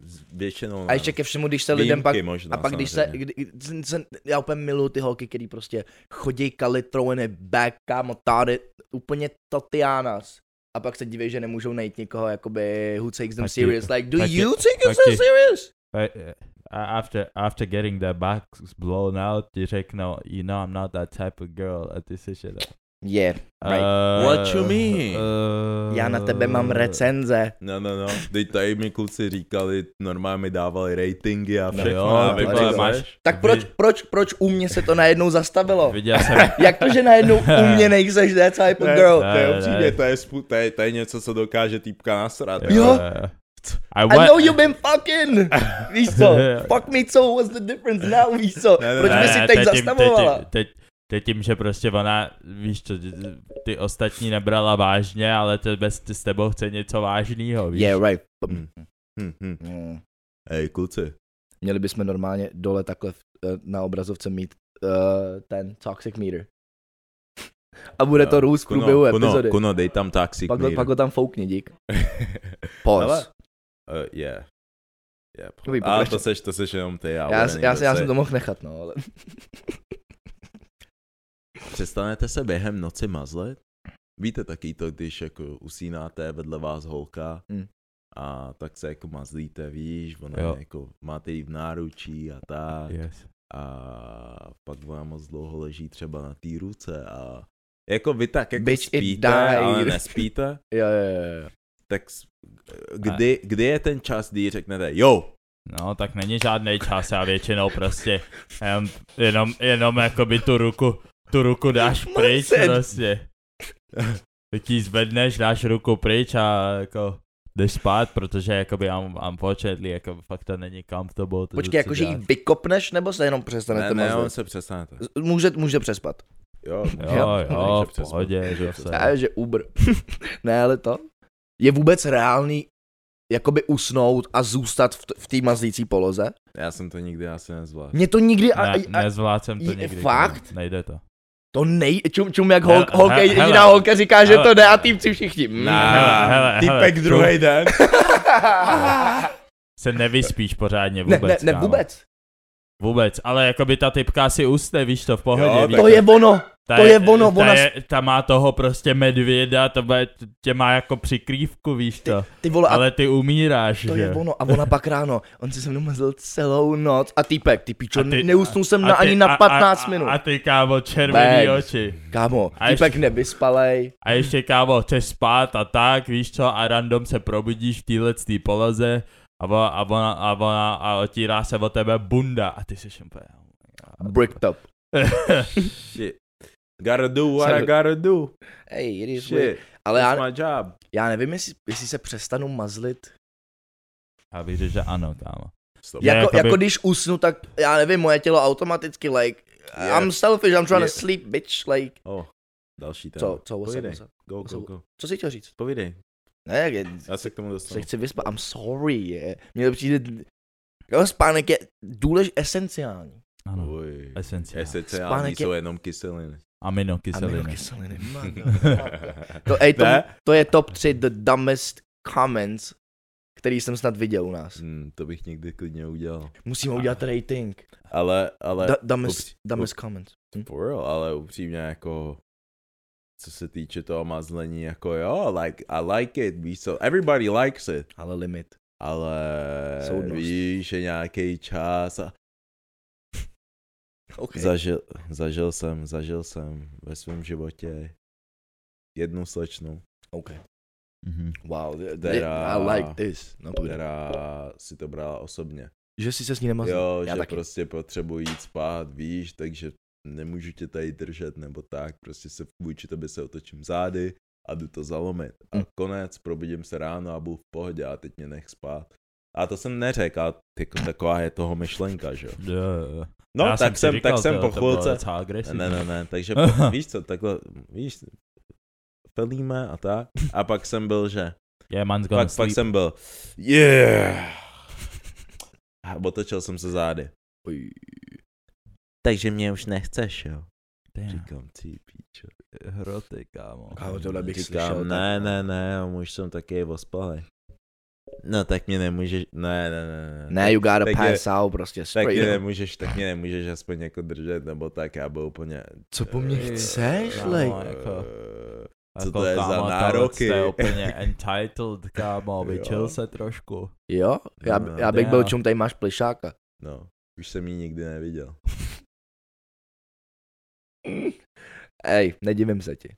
Speaker 3: Z- Většinou
Speaker 1: A
Speaker 3: ne.
Speaker 1: ještě ke všemu, když se lidem pak,
Speaker 3: Výjimky možná,
Speaker 1: a pak když se,
Speaker 3: No, samozřejmě.
Speaker 1: kdy, kdy- se, já úplně miluju ty holky, který prostě chodí kali, throwing it back, kámo, tady, úplně Tatianas. A pak se diví, že nemůžou najít někoho, jakoby, who takes them
Speaker 2: Taky-
Speaker 1: serious. Like, do
Speaker 2: taky-
Speaker 1: you take them
Speaker 2: taky-
Speaker 1: so serious?
Speaker 2: But uh, after after getting their backs blown out, you check no, you know I'm not that type of girl a ty si šedá.
Speaker 1: Yeah, Right.
Speaker 2: Uh,
Speaker 3: What you mean?
Speaker 2: Uh,
Speaker 1: já na tebe mám recenze.
Speaker 3: No, no, no. Teď tady mi kluci říkali, normálně mi dávali ratingy a
Speaker 2: No
Speaker 3: všechno.
Speaker 2: jo,
Speaker 3: a
Speaker 1: ale
Speaker 3: vy vole,
Speaker 1: ty
Speaker 3: máš...
Speaker 1: Tak proč, proč, proč u mě se to najednou zastavilo?
Speaker 2: Viděl jsem,
Speaker 1: Jak to, že najednou u mě nejseš that type of girl?
Speaker 2: Ne,
Speaker 3: to je
Speaker 2: ne, ne.
Speaker 3: upřímně, to je, spu- to, je, to je něco, co dokáže týpka nasrat.
Speaker 1: Jo. no,
Speaker 2: uh, I
Speaker 1: I know
Speaker 2: want,
Speaker 1: you been fucking! Víš co? Fuck me, co? What's the difference now? Víš co?
Speaker 3: Ne, ne,
Speaker 1: Proč
Speaker 3: ne,
Speaker 1: by
Speaker 2: Ne,
Speaker 1: si
Speaker 2: ne,
Speaker 1: teď
Speaker 2: teď jim-
Speaker 1: zastavovala?
Speaker 2: Teď, teď, teď tím, že prostě ona, víš co, ty ostatní nebrala vážně, ale tebe, s tebou chce něco vážného, víš.
Speaker 1: Yeah, right.
Speaker 3: Hm. Hm, hm.
Speaker 1: Mm.
Speaker 3: Hej, kluci.
Speaker 1: Měli bychom normálně dole takhle eh, na obrazovce mít uh, ten toxic meter. A bude to
Speaker 3: Jo,
Speaker 1: růst v průběhu
Speaker 3: Eh, Kuno, Kuno,
Speaker 1: epizody.
Speaker 3: Kuno, dej tam toxic
Speaker 1: Pak, ho,
Speaker 3: Mír.
Speaker 1: pak ho tam foukni, dík. Pause.
Speaker 3: Hele, Uh, yeah. Yep.
Speaker 1: To vy
Speaker 3: A to
Speaker 1: pokračujte.
Speaker 3: seš, to seš jenom ty. Já,
Speaker 1: Já,
Speaker 3: bude
Speaker 1: já, já,
Speaker 3: někdo
Speaker 1: já
Speaker 3: se-
Speaker 1: jsem to mohl nechat, no, ale...
Speaker 3: Přestanete se během noci mazlet? Víte taky to, když jako usínáte vedle vás holka
Speaker 1: Mm.
Speaker 3: a tak se jako mazlíte, víš, ona
Speaker 2: Jo.
Speaker 3: jo. jako máte ji v náručí a tak
Speaker 2: Yes.
Speaker 3: a pak vám moc dlouho leží třeba na té ruce a jako vy tak jako
Speaker 1: Bitch, it
Speaker 3: spíte,
Speaker 1: died.
Speaker 3: ale nespíte,
Speaker 1: Jo, jo, jo, jo.
Speaker 3: tak s- kdy, kdy je ten čas, kdy jí řeknete jo,
Speaker 2: No, tak není žádný čas, já většinou prostě jenom, jenom, jenom jakoby tu ruku, tu ruku dáš pryč
Speaker 1: Marcel.
Speaker 2: prostě. Tak ji zvedneš, dáš ruku pryč a jako jdeš spát, protože jakoby I'm, unfortunately, jako fakt to není comfortable. To
Speaker 1: Počkej,
Speaker 2: co
Speaker 1: jakože ji
Speaker 2: dělat.
Speaker 1: vykopneš, nebo se jenom
Speaker 3: ne,
Speaker 1: přestanete
Speaker 3: ne, on
Speaker 1: mazlit?
Speaker 3: se přestanete.
Speaker 1: Z- Může, může přespat.
Speaker 3: Jo,
Speaker 2: Jo, jo,
Speaker 3: Takže
Speaker 2: v
Speaker 3: přes-
Speaker 2: pohodě, že
Speaker 3: přes-
Speaker 2: se...
Speaker 1: Já, že Uber. ne, ale to. Je vůbec reálný jakoby usnout a zůstat v, t- v té mazlící poloze?
Speaker 3: Já jsem to nikdy asi nezvládl.
Speaker 1: Mě to nikdy... A,
Speaker 2: Ne,
Speaker 1: a,
Speaker 2: nezvládl jsem to
Speaker 1: je-
Speaker 2: nikdy. jako,
Speaker 1: fakt?
Speaker 2: Nejde to.
Speaker 1: To nej... Čum, čum jak
Speaker 2: Hele,
Speaker 1: holk, holka,
Speaker 2: hele,
Speaker 1: jediná
Speaker 2: hele.
Speaker 1: holka říká, že
Speaker 2: Hele.
Speaker 1: to jde a týpci všichni. Mm.
Speaker 2: Hele, hele, hele,
Speaker 3: Týpek
Speaker 2: čum.
Speaker 3: druhý den.
Speaker 2: Se nevyspíš pořádně
Speaker 1: ne,
Speaker 2: vůbec,
Speaker 1: ne, ne,
Speaker 2: kámo.
Speaker 1: vůbec.
Speaker 2: Vůbec, ale jakoby ta typka si usne, víš to, v pohodě.
Speaker 3: Jo,
Speaker 2: víš
Speaker 3: tak-
Speaker 1: To je ono.
Speaker 2: Ta
Speaker 1: To je ono,
Speaker 2: ta,
Speaker 1: ona s-
Speaker 2: je, ta má toho prostě medvěda, to bude, tě má jako přikrývku, víš to.
Speaker 1: Ty vole, a
Speaker 2: Ale ty umíráš,
Speaker 1: to
Speaker 2: že?
Speaker 1: je ono. A ona pak ráno. On si se mnou mazlil celou noc. A týpek, ty pičo,
Speaker 2: A ty-
Speaker 1: neusnul jsem
Speaker 2: A
Speaker 1: na,
Speaker 2: ty-
Speaker 1: ani na 15
Speaker 2: a,
Speaker 1: minut.
Speaker 2: A, a ty kámo, červený
Speaker 1: Bang.
Speaker 2: oči.
Speaker 1: Kámo,
Speaker 2: a
Speaker 1: týpek
Speaker 2: ještě-
Speaker 1: nevyspalej.
Speaker 2: A ještě kámo, chceš spát a tak, víš co, a random se probudíš v téhle tý poloze a, ona, a, ona, a, ona, a otírá se o tebe bunda a ty jsi úplně... oh
Speaker 1: Bricked up.
Speaker 3: Shit. Gotta do what I
Speaker 1: Jsem-
Speaker 3: gotta do.
Speaker 1: Hey, it is weird.
Speaker 3: Shit.
Speaker 1: Ale
Speaker 3: That's
Speaker 1: já,
Speaker 3: my job.
Speaker 1: já nevím, jestli, jestli se přestanu mazlit.
Speaker 2: a víš, že ano, kámo.
Speaker 3: Stop.
Speaker 2: Já-
Speaker 1: Jako,
Speaker 2: jakoby-
Speaker 1: jako když usnu, tak já nevím, moje tělo automaticky, like,
Speaker 3: Yeah.
Speaker 1: I'm selfish, I'm trying
Speaker 3: Yeah.
Speaker 1: to sleep, bitch, like,
Speaker 3: Oh, další téma.
Speaker 1: co, co, what's up,
Speaker 3: Povídej.
Speaker 1: what's up?
Speaker 3: Go, go, go.
Speaker 1: Co jsi chtěl říct?
Speaker 3: Povídej.
Speaker 1: Ne, jak je,
Speaker 3: Já se k tomu
Speaker 1: se
Speaker 3: dostanu.
Speaker 1: chci vyspat, I'm sorry, je. Mně to přijde, jo, spánek je důlež esenciální.
Speaker 2: Ano,
Speaker 3: Uj. E
Speaker 2: esenciál.
Speaker 3: Esenciální
Speaker 1: Spánek je-
Speaker 3: jsou jenom kyseliny.
Speaker 2: Aminokyseliny.
Speaker 1: Aminokyseliny, motherfucker. no, To, ej, to,
Speaker 3: Ne?
Speaker 1: to je top 3 the dumbest comments, který jsem snad viděl u nás.
Speaker 3: Hmm, to bych nikdy klidně udělal.
Speaker 1: Musíme udělat
Speaker 3: Ah.
Speaker 1: rating.
Speaker 3: Ale, ale,
Speaker 1: Da, dumbest,
Speaker 3: upří-
Speaker 1: dumbest comments. Hm?
Speaker 3: for real, ale upřímně jako, co se týče toho mazlení, jako jo, like, I like it, víš co, everybody likes it.
Speaker 1: Ale limit.
Speaker 3: ale
Speaker 1: Soudnost.
Speaker 3: víš, že nějaký čas a
Speaker 1: Okay.
Speaker 3: zažil, zažil jsem, zažil jsem ve svém životě jednu slečnu,
Speaker 1: okay.
Speaker 2: Mhm.
Speaker 1: Wow, th- th-
Speaker 3: Která-
Speaker 1: I like this. No, povídej.
Speaker 3: která si to brala osobně.
Speaker 1: Že si se s ní nemazal.
Speaker 3: Jo,
Speaker 1: Já
Speaker 3: že
Speaker 1: taky.
Speaker 3: prostě potřebuji jít spát, víš, takže nemůžu tě tady držet nebo tak, prostě se vůči tebe se otočím zády a jdu to zalomit. A
Speaker 4: Hm.
Speaker 3: konec, probudím se ráno a budu v pohodě a teď mě nech spát. A to jsem neřekl, a jako taková je toho myšlenka, že jo.
Speaker 2: Jo, jo.
Speaker 3: No,
Speaker 2: Já
Speaker 3: tak
Speaker 2: jsem
Speaker 3: jsem,
Speaker 2: si
Speaker 3: jsem
Speaker 2: říkal,
Speaker 3: tak jsem
Speaker 2: to-
Speaker 3: po
Speaker 2: to bylo
Speaker 3: chvilce,
Speaker 2: docela agresivní.
Speaker 3: ne, ne, ne, takže po, víš co, takhle, víš, pelíme a tak. A pak jsem byl, že,
Speaker 2: Yeah, man's gonna
Speaker 3: pak, pak
Speaker 2: sleep.
Speaker 3: jsem byl, yeah. A otočil jsem se zády.
Speaker 1: Oj.
Speaker 3: Takže mě už nechceš, jo.
Speaker 2: Damn.
Speaker 3: Říkám, ty píčo, hroty, kámo.
Speaker 1: Kámo, tohle bych
Speaker 3: Říkám,
Speaker 1: slyšel,
Speaker 3: ne,
Speaker 1: tak-
Speaker 3: ne, ne, já už jsem taky ospalý. No tak mě nemůžeš, ne, ne, ne, ne.
Speaker 1: Ne, you gotta
Speaker 3: tak je-
Speaker 1: pass out prostě.
Speaker 3: tak mě
Speaker 1: Straight up.
Speaker 3: nemůžeš, tak mě nemůžeš aspoň jako držet, nebo tak, já byl úplně...
Speaker 1: Co po mně
Speaker 3: eh,
Speaker 1: chceš,
Speaker 3: eh,
Speaker 1: lej?
Speaker 2: No, jako-
Speaker 3: eh,
Speaker 2: Jako,
Speaker 3: to je za
Speaker 2: tohle
Speaker 3: nároky?
Speaker 2: jste úplně entitled, kámo, vyčil
Speaker 3: Jo.
Speaker 2: se trošku.
Speaker 1: Jo, já,
Speaker 3: No,
Speaker 1: já bych
Speaker 2: jo.
Speaker 1: byl čum, tady máš plišáka.
Speaker 3: No, už jsem ji nikdy neviděl.
Speaker 1: Ej, nedivím se ti.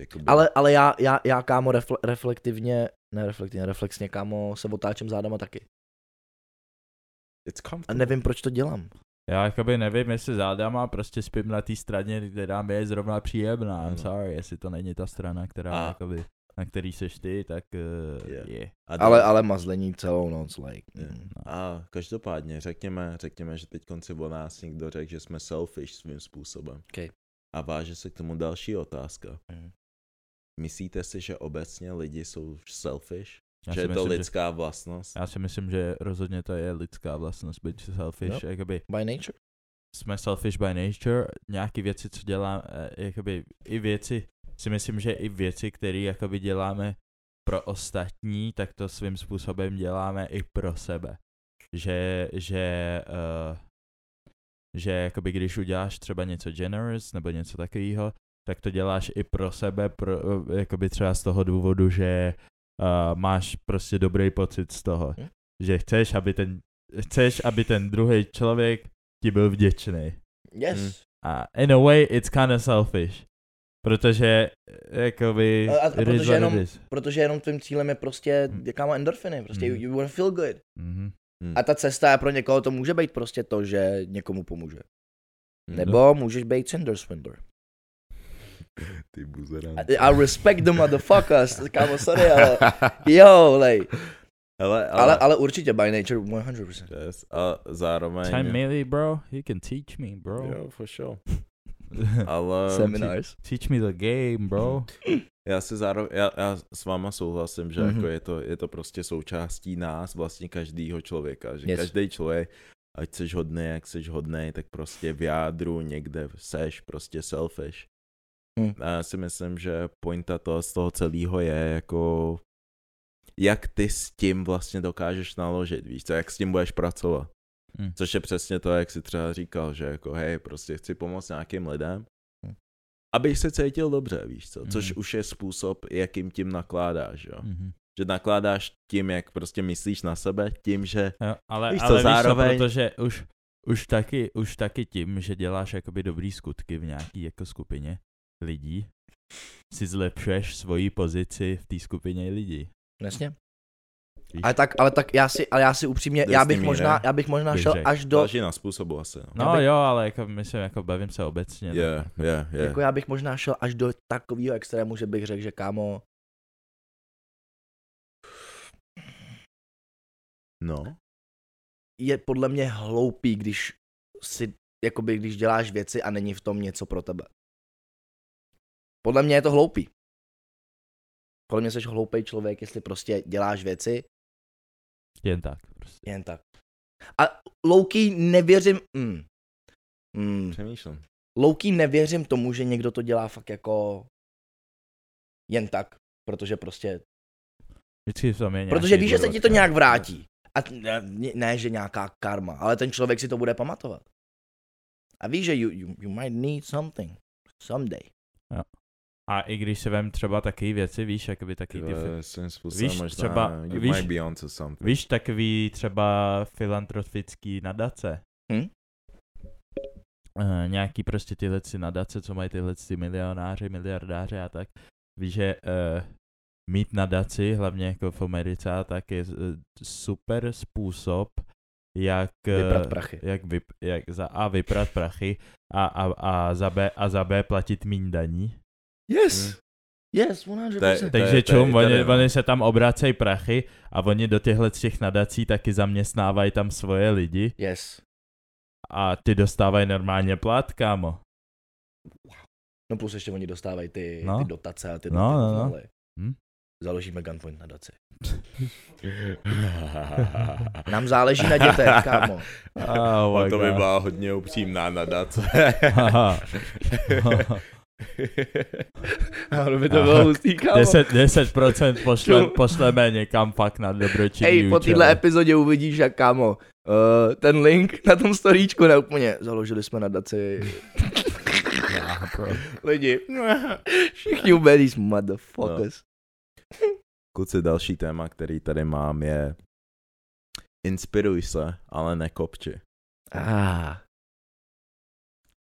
Speaker 3: Jakoby,
Speaker 1: Ale, ale já, já, já kámo refle, reflektivně, ne reflektivně, reflexně kámo se otáčím zádama taky.
Speaker 3: It's
Speaker 1: A
Speaker 3: comfortable.
Speaker 1: nevím, proč to dělám.
Speaker 2: Já jakoby nevím, jestli zádama, prostě spím na té straně, která mi je zrovna příjemná. I'm
Speaker 3: Ano.
Speaker 2: sorry, jestli to není ta strana, která
Speaker 3: Hmm. A-
Speaker 2: jakoby, na který seš ty, tak uh,
Speaker 3: Yeah.
Speaker 2: je.
Speaker 3: A Hmm.
Speaker 1: Ale,
Speaker 3: dal-
Speaker 1: ale mazlení celou noc, like.
Speaker 3: Je.
Speaker 1: mm.
Speaker 3: A každopádně, řekněme, řekněme, že teď konci o nás někdo řekl, že jsme selfish svým způsobem.
Speaker 1: Okej.
Speaker 3: A váže se k tomu další otázka.
Speaker 1: Mhm.
Speaker 3: Myslíte si, že obecně lidi jsou selfish?
Speaker 2: Já
Speaker 3: že
Speaker 2: si
Speaker 3: je to
Speaker 2: myslím, že-
Speaker 3: lidská vlastnost?
Speaker 2: Já si myslím, že rozhodně to je lidská vlastnost být selfish, no. jakoby
Speaker 1: By nature.
Speaker 2: jsme selfish by nature, nějaký věci, co děláme, jakoby i věci, si myslím, že i věci, které jakoby děláme pro ostatní, tak to svým způsobem děláme i pro sebe. Že, že, uh, že jakoby když uděláš třeba něco generous nebo něco takového, tak to děláš i pro sebe, pro, eh, jakoby třeba z toho důvodu, že uh, máš prostě dobrý pocit z toho.
Speaker 1: Hm.
Speaker 2: Že chceš, aby ten, chceš, aby ten druhý člověk ti byl vděčný.
Speaker 1: Yes.
Speaker 3: Mm.
Speaker 2: A in a way it's kinda selfish. Protože eh, jakoby...
Speaker 1: A- a- a
Speaker 2: it is
Speaker 1: protože
Speaker 2: what
Speaker 1: jenom-
Speaker 2: it is.
Speaker 1: Protože jenom tvým cílem je prostě,
Speaker 3: Hmm.
Speaker 2: Mm.
Speaker 1: jaká má endorfiny, prostě you,
Speaker 2: Mhm.
Speaker 1: you wanna feel good.
Speaker 2: Mhm.
Speaker 3: Hm,
Speaker 1: A ta cesta pro někoho to může být prostě to, že někomu pomůže.
Speaker 3: hm.
Speaker 1: Nebo můžeš být Cinder Swindler.
Speaker 3: Ty buzerán.
Speaker 1: I, I respect the motherfuckers, kámo, sorry, ale jo, lej.
Speaker 3: Hele, ale,
Speaker 1: Ale, ale určitě by nature 100%.
Speaker 3: Yes, a zároveň...
Speaker 2: Time Millie, bro. You can teach me, bro.
Speaker 3: Jo, for sure. Ale...
Speaker 1: Seminars.
Speaker 2: teach me the game, bro.
Speaker 3: Já si zároveň, já, já s váma souhlasím, že
Speaker 1: Mhm.
Speaker 3: mm-hmm. jako je, to, je to prostě součástí nás, vlastně každýho člověka, že
Speaker 1: Yes.
Speaker 3: yes. každý člověk, ať seš hodný, jak seš hodný, tak prostě v jádru někde seš prostě selfish.
Speaker 1: Hm.
Speaker 3: A já si myslím, že pointa toho z toho celého je jako jak ty s tím vlastně dokážeš naložit, víš co, jak s tím budeš pracovat.
Speaker 2: Hm.
Speaker 3: Což je přesně to, jak jsi třeba říkal, že jako hej, prostě chci pomoct nějakým lidem,
Speaker 1: Hm.
Speaker 3: abych se cítil dobře, víš co, což
Speaker 2: Mhm.
Speaker 3: už je způsob, jakým tím nakládáš, jo.
Speaker 2: Mhm.
Speaker 3: Že nakládáš tím, jak prostě myslíš na sebe, tím, že
Speaker 2: Jo, ale,
Speaker 3: Víš co,
Speaker 2: ale víš
Speaker 3: zároveň-
Speaker 2: co, protože už, už, taky, už taky tím, že děláš jakoby dobrý skutky v nějaký jako skupině lidí, si zlepšuješ svoji pozici v té skupině lidí.
Speaker 1: Jasně.
Speaker 2: Víš?
Speaker 1: Ale tak, ale tak já si, ale já si upřímně,
Speaker 3: Do
Speaker 1: já
Speaker 3: jistý
Speaker 1: bych,
Speaker 3: míry.
Speaker 1: možná, já bych možná
Speaker 2: Bych
Speaker 1: šel
Speaker 2: řekl.
Speaker 1: až do,
Speaker 3: záleží na způsobu asi, no.
Speaker 2: No
Speaker 1: bych-
Speaker 2: jo, ale jako myslím, jako bavím se obecně. no.
Speaker 3: Je, je, je.
Speaker 1: jako já bych možná šel až do takového extrému, že bych řekl, že kámo,
Speaker 3: No.
Speaker 1: je podle mě hloupý, když si, jakoby, když děláš věci a není v tom něco pro tebe. Podle mě je to hloupý. Podle mě jsi hloupý člověk, jestli prostě děláš věci
Speaker 2: Jen tak prostě.
Speaker 1: jen tak. A louký nevěřím, mm, mm,
Speaker 3: Přemýšlím.
Speaker 1: louký nevěřím tomu, že někdo to dělá fakt jako jen tak, protože prostě,
Speaker 2: Vždycky v tom je
Speaker 1: protože
Speaker 2: nějaký
Speaker 1: víš, že se ti
Speaker 2: důvod,
Speaker 1: to
Speaker 2: jo.
Speaker 1: nějak vrátí. A t- ne, ne, že nějaká karma, ale ten člověk si to bude pamatovat. A víš, že you, you, you might need something someday.
Speaker 2: A i když se vem třeba taky věci, víš, jakoby taky ty... fi-
Speaker 3: Svým způsobem
Speaker 2: víš,
Speaker 3: možná,
Speaker 2: třeba-
Speaker 3: you
Speaker 2: víš-
Speaker 3: might be onto something.
Speaker 2: Víš, takový třeba filantrofický nadace.
Speaker 1: Hm?
Speaker 2: Eh, nějaký prostě tyhle si nadace, co mají tyhle si milionáři, miliardáři a tak. Víš, že eh, mít nadaci, hlavně jako v Americe a tak, je eh, super způsob, jak, eh,
Speaker 1: Vyprat prachy.
Speaker 2: jak, vyp, jak za A vyprat prachy a, a, a, za B, a za B platit míň daní.
Speaker 1: Yes.
Speaker 2: Hmm.
Speaker 1: Yes, 100%.
Speaker 3: To je-
Speaker 2: Takže
Speaker 3: to je
Speaker 2: čum, oni,
Speaker 3: Italina.
Speaker 2: oni se tam obracejí prachy a oni do těchhle těch nadací taky zaměstnávají tam svoje lidi
Speaker 1: Yes.
Speaker 2: a ty dostávají normálně plat, kámo.
Speaker 1: No plus ještě oni dostávají ty,
Speaker 2: No.
Speaker 1: no. ty dotace a ty
Speaker 2: No, no, no.
Speaker 1: Ale
Speaker 2: Hm?
Speaker 1: Založíme Gunpoint nadaci. Nám záleží na dětech, kámo.
Speaker 2: Oh my
Speaker 3: No, to by
Speaker 2: God.
Speaker 3: byla hodně upřímná nadace.
Speaker 2: Haha.
Speaker 1: Ano, by to bylo hustý, kámo.
Speaker 2: 10, 10% pošle,
Speaker 1: Čum.
Speaker 2: pošleme někam fakt na dobročinný
Speaker 1: Hej, po
Speaker 2: účely.
Speaker 1: téhle epizodě uvidíš, jak kámo, uh, ten link na tom storíčku ne úplně. Založili jsme nadaci
Speaker 2: Ah, bro.
Speaker 1: lidi. Všichni ubedí motherfuckers.
Speaker 3: Kluci, další téma, který tady mám je inspiruj se, ale nekopči.
Speaker 1: No. Ah.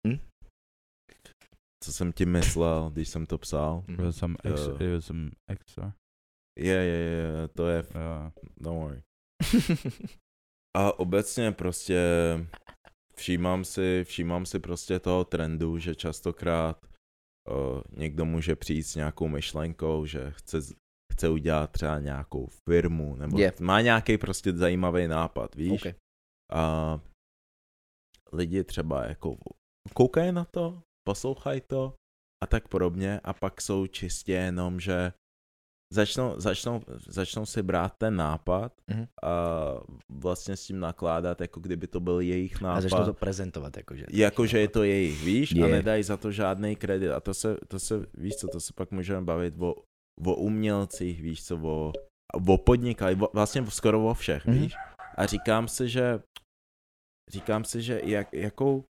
Speaker 1: Hm?
Speaker 3: Co jsem ti myslel, když jsem to psal?
Speaker 2: Byl jsem ex,
Speaker 3: Jo.
Speaker 2: byl jsem extra.
Speaker 3: Je, je, je, to je,
Speaker 2: Jo.
Speaker 3: don't worry. A obecně prostě všímám si, všímám si prostě toho trendu, že častokrát uh, někdo může přijít s nějakou myšlenkou, že chce, z- chce udělat třeba nějakou firmu, nebo
Speaker 1: Je.
Speaker 3: má nějaký prostě zajímavý nápad, víš?
Speaker 1: okay.
Speaker 3: A lidi třeba jako koukají na to, poslouchají to a tak podobně a pak jsou čistě jenom, že začnou, začnou, začnou si brát ten nápad
Speaker 1: Mhm.
Speaker 3: a vlastně s tím nakládat, jako kdyby to byl jejich
Speaker 1: A začnu
Speaker 3: nápad.
Speaker 1: to prezentovat, jakože.
Speaker 3: Jakože je to jejich, víš, a
Speaker 1: Je.
Speaker 3: nedají za to žádný kredit. A to se, to se, víš co, to se pak můžeme bavit o, o umělcích, víš co, o, o podnikali, o, vlastně skoro o všech,
Speaker 1: Mhm.
Speaker 3: mm-hmm. víš. A říkám si, že, říkám si, že jak, jakou,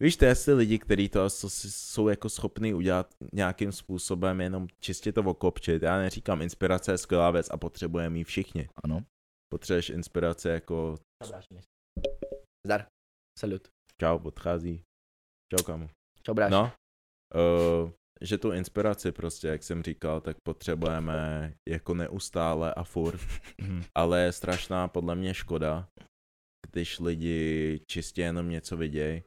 Speaker 3: víš, to je asi lidi, kteří to asi s- jsou jako schopní udělat nějakým způsobem, jenom čistě to okopčit. Já neříkám, inspirace je skvělá věc a potřebujeme ji všichni.
Speaker 1: Ano.
Speaker 3: Potřebuješ inspirace jako,
Speaker 1: Zdar. Salut.
Speaker 3: čau, odchází, čau kamu.
Speaker 1: Čau, bráš.
Speaker 3: No, uh, že tu inspiraci prostě, jak jsem říkal, tak potřebujeme jako neustále a furt,
Speaker 2: Mhm.
Speaker 3: ale je strašná podle mě škoda, když lidi čistě jenom něco vidějí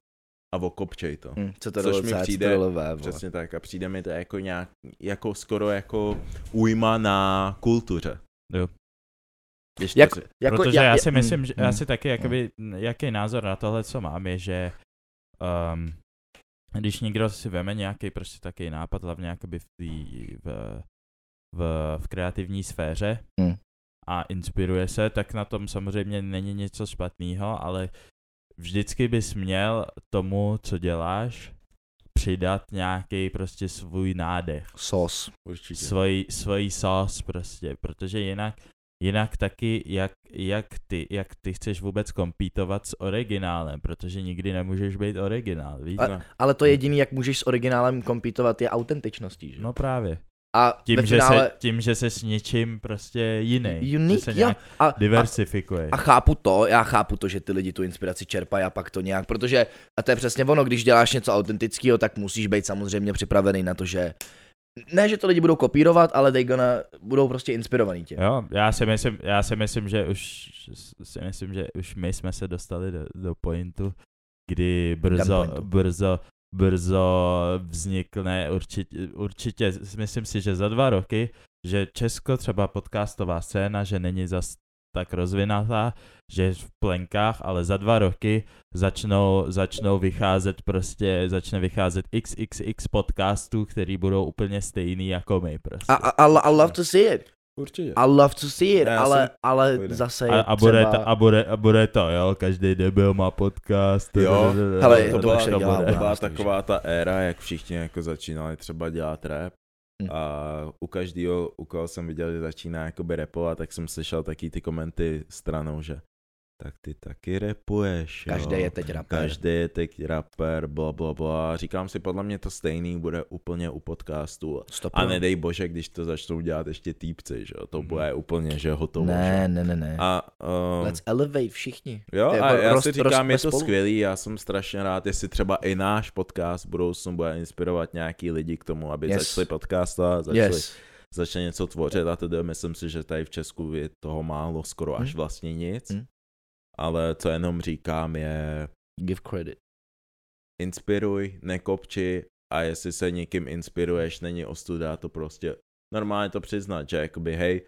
Speaker 3: a okopčej to.
Speaker 2: Mhm.
Speaker 1: Hm, co to
Speaker 3: Což
Speaker 1: dalo
Speaker 3: mi
Speaker 1: cát, co
Speaker 3: přijde
Speaker 1: to dalo vé, vole.
Speaker 3: Přesně tak a přijde mi to jako nějak, jako skoro jako újma na kultuře.
Speaker 2: Jo.
Speaker 3: Když to
Speaker 1: Jak,
Speaker 3: ři-
Speaker 1: jako,
Speaker 2: Protože já, mm, já si myslím,
Speaker 1: hm,
Speaker 2: že
Speaker 1: hm.
Speaker 2: já si taky, jakoby, jaký názor na tohle, co mám, je, že um, když někdo si veme nějaký prostě takový nápad, hlavně jakoby v, tý, v, v, v kreativní sféře
Speaker 1: Hm.
Speaker 2: a inspiruje se, tak na tom samozřejmě není něco špatného, ale vždycky bys měl tomu, co děláš, přidat nějaký prostě svůj nádech
Speaker 1: Sos.
Speaker 3: určitě.
Speaker 2: svoji, svoji sós prostě, protože jinak, jinak taky, jak, jak, ty, jak ty chceš vůbec kompítovat s originálem, protože nikdy nemůžeš být originál, víš?
Speaker 1: A-
Speaker 3: No,
Speaker 1: Ale to jediný, jak můžeš s originálem kompítovat, je autentičností, že?
Speaker 2: No právě.
Speaker 1: a
Speaker 2: Tím,
Speaker 1: ve
Speaker 2: že
Speaker 1: finále...
Speaker 2: se, tím, že se s něčím prostě jiný. že
Speaker 1: Unique,
Speaker 2: se
Speaker 1: jo.
Speaker 2: nějak
Speaker 1: A, a,
Speaker 2: diversifikuješ.
Speaker 1: a chápu to, já chápu to, že ty lidi tu inspiraci čerpají a pak to nějak, protože, a to je přesně ono, když děláš něco autentického, tak musíš být samozřejmě připravený na to, že ne, že to lidi budou kopírovat, ale they gonna, budou prostě inspirovaný tě.
Speaker 2: Jo, já si, myslím, já si myslím, že už si myslím, že už my jsme se dostali do, do pointu, kdy brzo,
Speaker 1: pointu.
Speaker 2: brzo, brzo vznikne určitě, určitě, myslím si, že za dva roky, že Česko třeba podcastová scéna, že není zas tak rozvinutá, že je v plenkách, ale za dva roky začnou, začnou vycházet prostě, začne vycházet XXX podcastů, který budou úplně stejný jako my prostě.
Speaker 1: A, a, a, I love to see it,
Speaker 3: určitě.
Speaker 1: I love to see it,
Speaker 3: Ne, já
Speaker 1: ale,
Speaker 3: jsem-
Speaker 1: ale
Speaker 3: Pojde.
Speaker 1: zase
Speaker 2: A,
Speaker 1: je
Speaker 2: a, bude
Speaker 1: třeba...
Speaker 2: to, a, bude, a bude to, jo, každý debil má podcast.
Speaker 3: Jo,
Speaker 1: Hele, to
Speaker 2: to,
Speaker 3: to,
Speaker 2: to,
Speaker 3: no. byla,
Speaker 1: už
Speaker 2: to,
Speaker 1: se
Speaker 3: to,
Speaker 1: dělá u
Speaker 3: byla, to
Speaker 2: bude.
Speaker 1: nás,
Speaker 3: byla
Speaker 1: takže.
Speaker 3: taková ta éra, jak všichni jako začínali třeba dělat rap.
Speaker 1: Hm.
Speaker 3: A u každého, u koho jsem viděl, že začíná jakoby repovat, tak jsem slyšel taky ty komenty stranou, že tak ty taky repuješ, jo.
Speaker 1: Každý je teď rapper.
Speaker 3: Každý je teď rapper, bla, bla, bla. Říkám si, podle mě to stejný bude úplně u podcastu.
Speaker 1: Stop.
Speaker 3: A nedej bože, když to začnou dělat ještě týpci, že jo. To
Speaker 2: Mhm.
Speaker 3: bude úplně, že hotovo.
Speaker 1: Ne,
Speaker 3: Že?
Speaker 1: ne, ne, ne.
Speaker 3: A, um,
Speaker 1: Let's elevate všichni.
Speaker 3: Jo,
Speaker 1: Jako
Speaker 3: a já
Speaker 1: roz-
Speaker 3: si říkám,
Speaker 1: rostme
Speaker 3: je to
Speaker 1: spolu.
Speaker 3: prostě skvělý, já jsem strašně rád, jestli třeba i náš podcast v budoucnu bude inspirovat nějaký lidi k tomu, aby
Speaker 1: Yes.
Speaker 3: yes. začali podcastovat, začali, yes.
Speaker 1: Yes.
Speaker 3: začali něco tvořit a tedy myslím si, že tady v Česku je toho málo, skoro až
Speaker 1: Hmm.
Speaker 3: vlastně nic.
Speaker 1: Hmm.
Speaker 3: ale co jenom říkám je
Speaker 1: Give credit.
Speaker 3: inspiruj, nekopči a jestli se někým inspiruješ, není ostuda to prostě normálně to přiznat, že jakoby hej,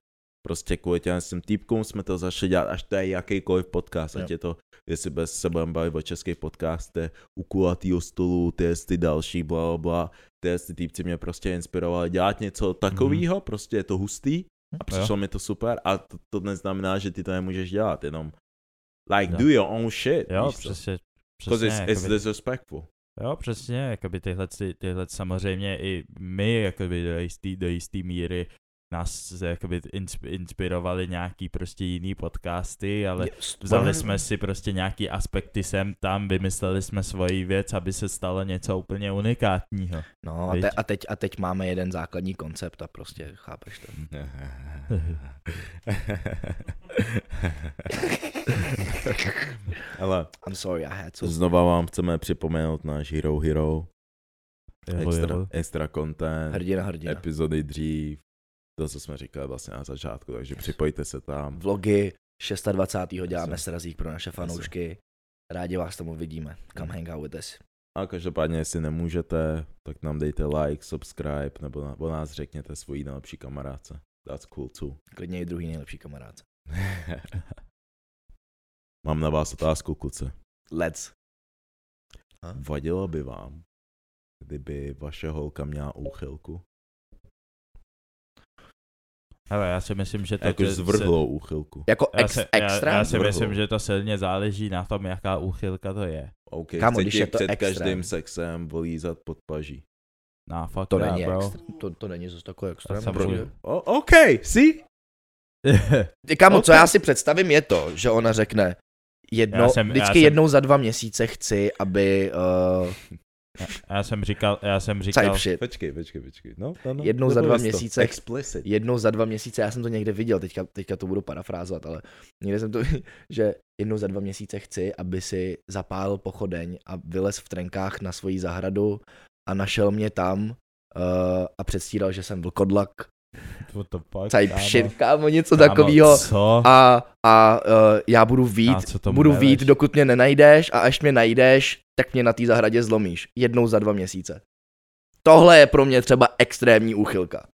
Speaker 3: prostě kvůli těm s tím týpkům jsme to začali dělat, až to je jakýkoliv podcast,
Speaker 4: Jo.
Speaker 3: ať je to, jestli bez se budeme bavit o českých podcastech, u kulatýho stolu, ty jestli další, bla, bla, bla, ty jestli týpci mě prostě inspirovali dělat
Speaker 2: Mhm.
Speaker 3: něco takového, mm-hmm. prostě je to hustý a přišlo mi to super a to, to neznamená, že ty to nemůžeš dělat, jenom like
Speaker 2: Jo.
Speaker 3: do your own shit,
Speaker 2: Jo,
Speaker 3: víš co? Jako
Speaker 2: přesně.
Speaker 3: Because
Speaker 2: přesně
Speaker 3: it's, it's
Speaker 2: jakoby,
Speaker 3: disrespectful.
Speaker 2: jo, přesně, jakoby tyhle, ty- tyhle samozřejmě i my jakoby do jistý, do jistý míry nás jakoby insp- inspirovali nějaký prostě jiný podcasty, ale Vzali jsme si prostě nějaký aspekty sem tam, vymysleli jsme svoji věc, aby se stalo něco úplně unikátního.
Speaker 1: No a,
Speaker 2: Viď?
Speaker 1: te, a, teď, a teď máme jeden základní koncept a prostě chápeš to.
Speaker 3: Ale
Speaker 1: I'm sorry, I had to.
Speaker 3: znova vám chceme připomenout náš Hero Hero,
Speaker 2: Jo,
Speaker 3: extra,
Speaker 2: jo.
Speaker 3: extra content,
Speaker 1: Hrdina, hrdina.
Speaker 3: epizody dřív, to, co jsme říkali vlastně na začátku, takže připojte se tam.
Speaker 1: Vlogy 26. děláme
Speaker 3: Jasně.
Speaker 1: srazík pro naše fanoušky. Rádi vás tam uvidíme.
Speaker 2: Mm.
Speaker 1: Come hang out with us.
Speaker 3: A každopádně, jestli nemůžete, tak nám dejte like, subscribe, nebo na, o nás řekněte svojí nejlepší kamarádce. That's cool too.
Speaker 1: Klidně i druhý nejlepší kamarád.
Speaker 3: Mám na vás otázku, kluce.
Speaker 1: Let's.
Speaker 3: Vadilo by vám, kdyby vaše holka měla úchylku?
Speaker 2: Hele, já si myslím, že to...
Speaker 3: Jakož
Speaker 2: že-
Speaker 3: Jako zvrhlou úchylku.
Speaker 1: Jako
Speaker 2: Já,
Speaker 1: ex,
Speaker 2: si,
Speaker 1: extra?
Speaker 2: já, já si
Speaker 3: Zvrhlou.
Speaker 2: myslím, že to silně záleží na tom, jaká úchylka to je.
Speaker 3: OK,
Speaker 1: Kámo,
Speaker 3: chce
Speaker 1: když
Speaker 3: ti
Speaker 1: je to
Speaker 3: před
Speaker 1: extrém.
Speaker 3: každým sexem volízat pod paží.
Speaker 2: Na fuck
Speaker 1: To
Speaker 2: that,
Speaker 1: není
Speaker 2: bro.
Speaker 1: extra. To, to není zase takové extra.
Speaker 2: jsem proti.
Speaker 3: O, OK, see?
Speaker 1: Kámo, co
Speaker 3: Ok.
Speaker 1: já si představím je to, že ona řekne, jedno,
Speaker 2: Já
Speaker 1: jsem,
Speaker 2: jsem- já
Speaker 1: vždycky
Speaker 2: jsem-
Speaker 1: jednou za dva měsíce chci, aby uh,
Speaker 2: já jsem říkal, já jsem
Speaker 1: type
Speaker 2: říkal,
Speaker 1: shit.
Speaker 3: Počkej, počkej, počkej. No, no, no.
Speaker 1: Jednou za dva
Speaker 3: Dopověz to.
Speaker 1: měsíce.
Speaker 3: Explicit.
Speaker 1: jednou za dva měsíce, já jsem to někde viděl, teďka, teďka to budu parafrázovat, ale někde jsem to, že jednou za dva měsíce chci, aby si zapálil pochodeň a vylez v trenkách na svoji zahradu a našel mě tam uh, a předstíral, že jsem vlkodlak,
Speaker 2: what the fuck,
Speaker 1: type
Speaker 2: kámo.
Speaker 1: shit, kámo, něco
Speaker 2: Kámo,
Speaker 1: takového.
Speaker 2: Co?
Speaker 1: A, a uh, já budu
Speaker 2: Na
Speaker 1: vít,
Speaker 2: co to
Speaker 1: budu
Speaker 2: meleš?
Speaker 1: vít, dokud mě nenajdeš a až mě najdeš, tak mě na té zahradě zlomíš. Jednou za dva měsíce. Tohle je pro mě třeba extrémní úchylka.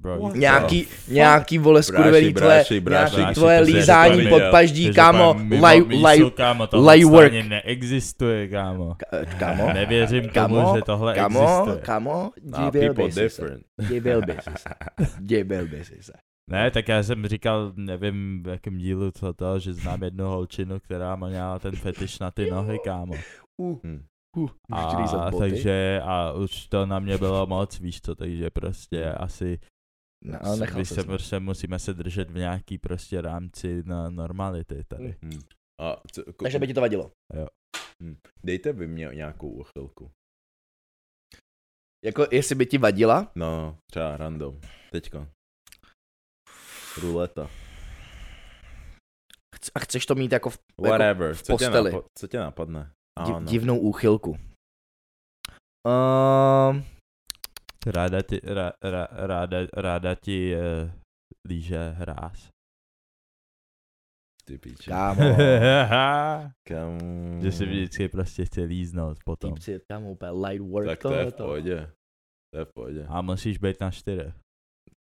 Speaker 2: Bro,
Speaker 3: What?
Speaker 1: Nějaký, nějaký vole skurvený tvoje,
Speaker 3: bráši, bráši,
Speaker 1: nějaký
Speaker 2: bráši,
Speaker 1: tvoje
Speaker 2: to se
Speaker 1: lízání
Speaker 2: říká
Speaker 1: pod
Speaker 2: video.
Speaker 1: paždí, kámo, laj, laj,
Speaker 2: kámo, to prostě
Speaker 1: lie work.
Speaker 2: ani neexistuje, kámo.
Speaker 1: Ka- kámo,
Speaker 2: Nevěřím
Speaker 1: Kámo,
Speaker 2: tomu, že tohle
Speaker 1: kámo,
Speaker 2: existuje.
Speaker 1: kámo,
Speaker 3: Nah,
Speaker 1: divil
Speaker 3: people
Speaker 1: by si se,
Speaker 3: different.
Speaker 1: divil by si se, divil by si se.
Speaker 2: Ne, tak já jsem říkal, nevím v jakém dílu to to, že znám jednu holčinu, která měla ten fetiš na ty nohy, kámo.
Speaker 1: Uh,
Speaker 3: Hm.
Speaker 1: uh, už když za
Speaker 2: A,
Speaker 1: boty.
Speaker 2: takže, a už to na mě bylo moc, víš co, takže prostě asi,
Speaker 1: No, ale Hmm. nechal
Speaker 2: když
Speaker 1: se
Speaker 2: se prostě musíme se držet v nějaký prostě rámci na normality
Speaker 1: Hmm.
Speaker 2: tady.
Speaker 3: Hm. A co, ko,
Speaker 1: Takže by ti to vadilo.
Speaker 3: dejte vy mě nějakou úchylku.
Speaker 1: Jako, jestli by ti vadila,
Speaker 3: No, třeba random. Teďko. Ruleta.
Speaker 1: chc- a chceš to mít jako v
Speaker 3: Whatever.
Speaker 1: v
Speaker 3: co, tě
Speaker 1: posteli.
Speaker 3: napo- co tě napadne?
Speaker 2: No,
Speaker 1: div-
Speaker 3: Ano.
Speaker 1: divnou úchylku. Ehm,
Speaker 2: Ráda ti, ra, ra, ráda, ráda ti uh, líže hráz.
Speaker 3: Ty píči.
Speaker 1: Kámo,
Speaker 3: Kam...
Speaker 2: že si
Speaker 1: Hmm.
Speaker 2: vždycky prostě chce líznout potom.
Speaker 1: týpci, kámo, úplně light work,
Speaker 3: Tak to
Speaker 1: tohle
Speaker 3: je v pohodě. To je v pohodě.
Speaker 2: A musíš být na čtyřech.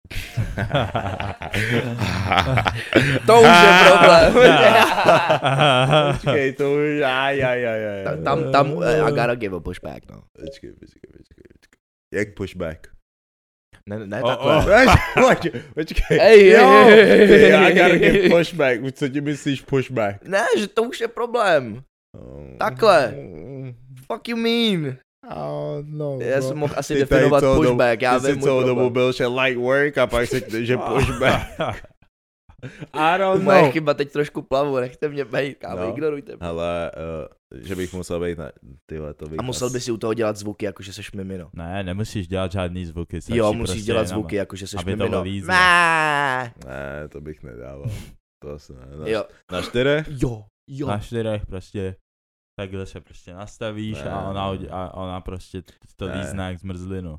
Speaker 1: To už je problém. No,
Speaker 3: Počkej, to už... Aj, aj, aj, aj.
Speaker 1: Tam, tam, tam eh, I gotta give a pushback, no.
Speaker 3: Počkej, počkej, počkej. počkej. Jak pushback?
Speaker 1: Ne, ne,
Speaker 2: O,
Speaker 1: takhle.
Speaker 2: o.
Speaker 3: Počkej, počkej.
Speaker 1: Ej,
Speaker 3: jo,
Speaker 1: ej, ej,
Speaker 3: ty,
Speaker 1: ej,
Speaker 3: I gotta
Speaker 1: ej.
Speaker 3: get pushback. Co ti myslíš pushback?
Speaker 1: Ne, že to už je problém.
Speaker 3: Oh.
Speaker 1: Takhle. Fuck you mean?
Speaker 3: Oh, Mm. no,
Speaker 1: Já
Speaker 3: bro.
Speaker 1: jsem mohl asi
Speaker 3: Ty tady
Speaker 1: definovat
Speaker 3: celou dobu-
Speaker 1: pushback, já
Speaker 3: Ty jsi
Speaker 1: vím můj
Speaker 3: celou dobu
Speaker 1: problém.
Speaker 3: byl, že light work a pak si, že pushback. I don't
Speaker 1: No, Moje
Speaker 3: know.
Speaker 1: chyba teď trošku plavu, nechte mě být, kámo,
Speaker 3: No.
Speaker 1: ignorujte mě.
Speaker 3: Ale, uh, že bych musel být na... Tyhle, to bych
Speaker 1: A musel
Speaker 3: asi-
Speaker 1: by si u toho dělat zvuky, jako že seš mimino.
Speaker 2: ne, nemusíš dělat žádný zvuky. stačí
Speaker 1: Jo, musíš
Speaker 2: prostě
Speaker 1: dělat
Speaker 2: jenom-
Speaker 1: zvuky, jako že seš
Speaker 2: aby to
Speaker 1: mimino.
Speaker 3: no.
Speaker 2: bylo easy.
Speaker 1: Má.
Speaker 3: Ne, to bych nedával. To asi ne. Na,
Speaker 1: Jo,
Speaker 3: na čtyřech?
Speaker 1: jo, jako. jo.
Speaker 2: Na čtyřech prostě takhle se prostě nastavíš
Speaker 3: Ne.
Speaker 2: a, ona, udě- a ona prostě t- to
Speaker 3: Ne.
Speaker 2: lízná jak zmrzlinu.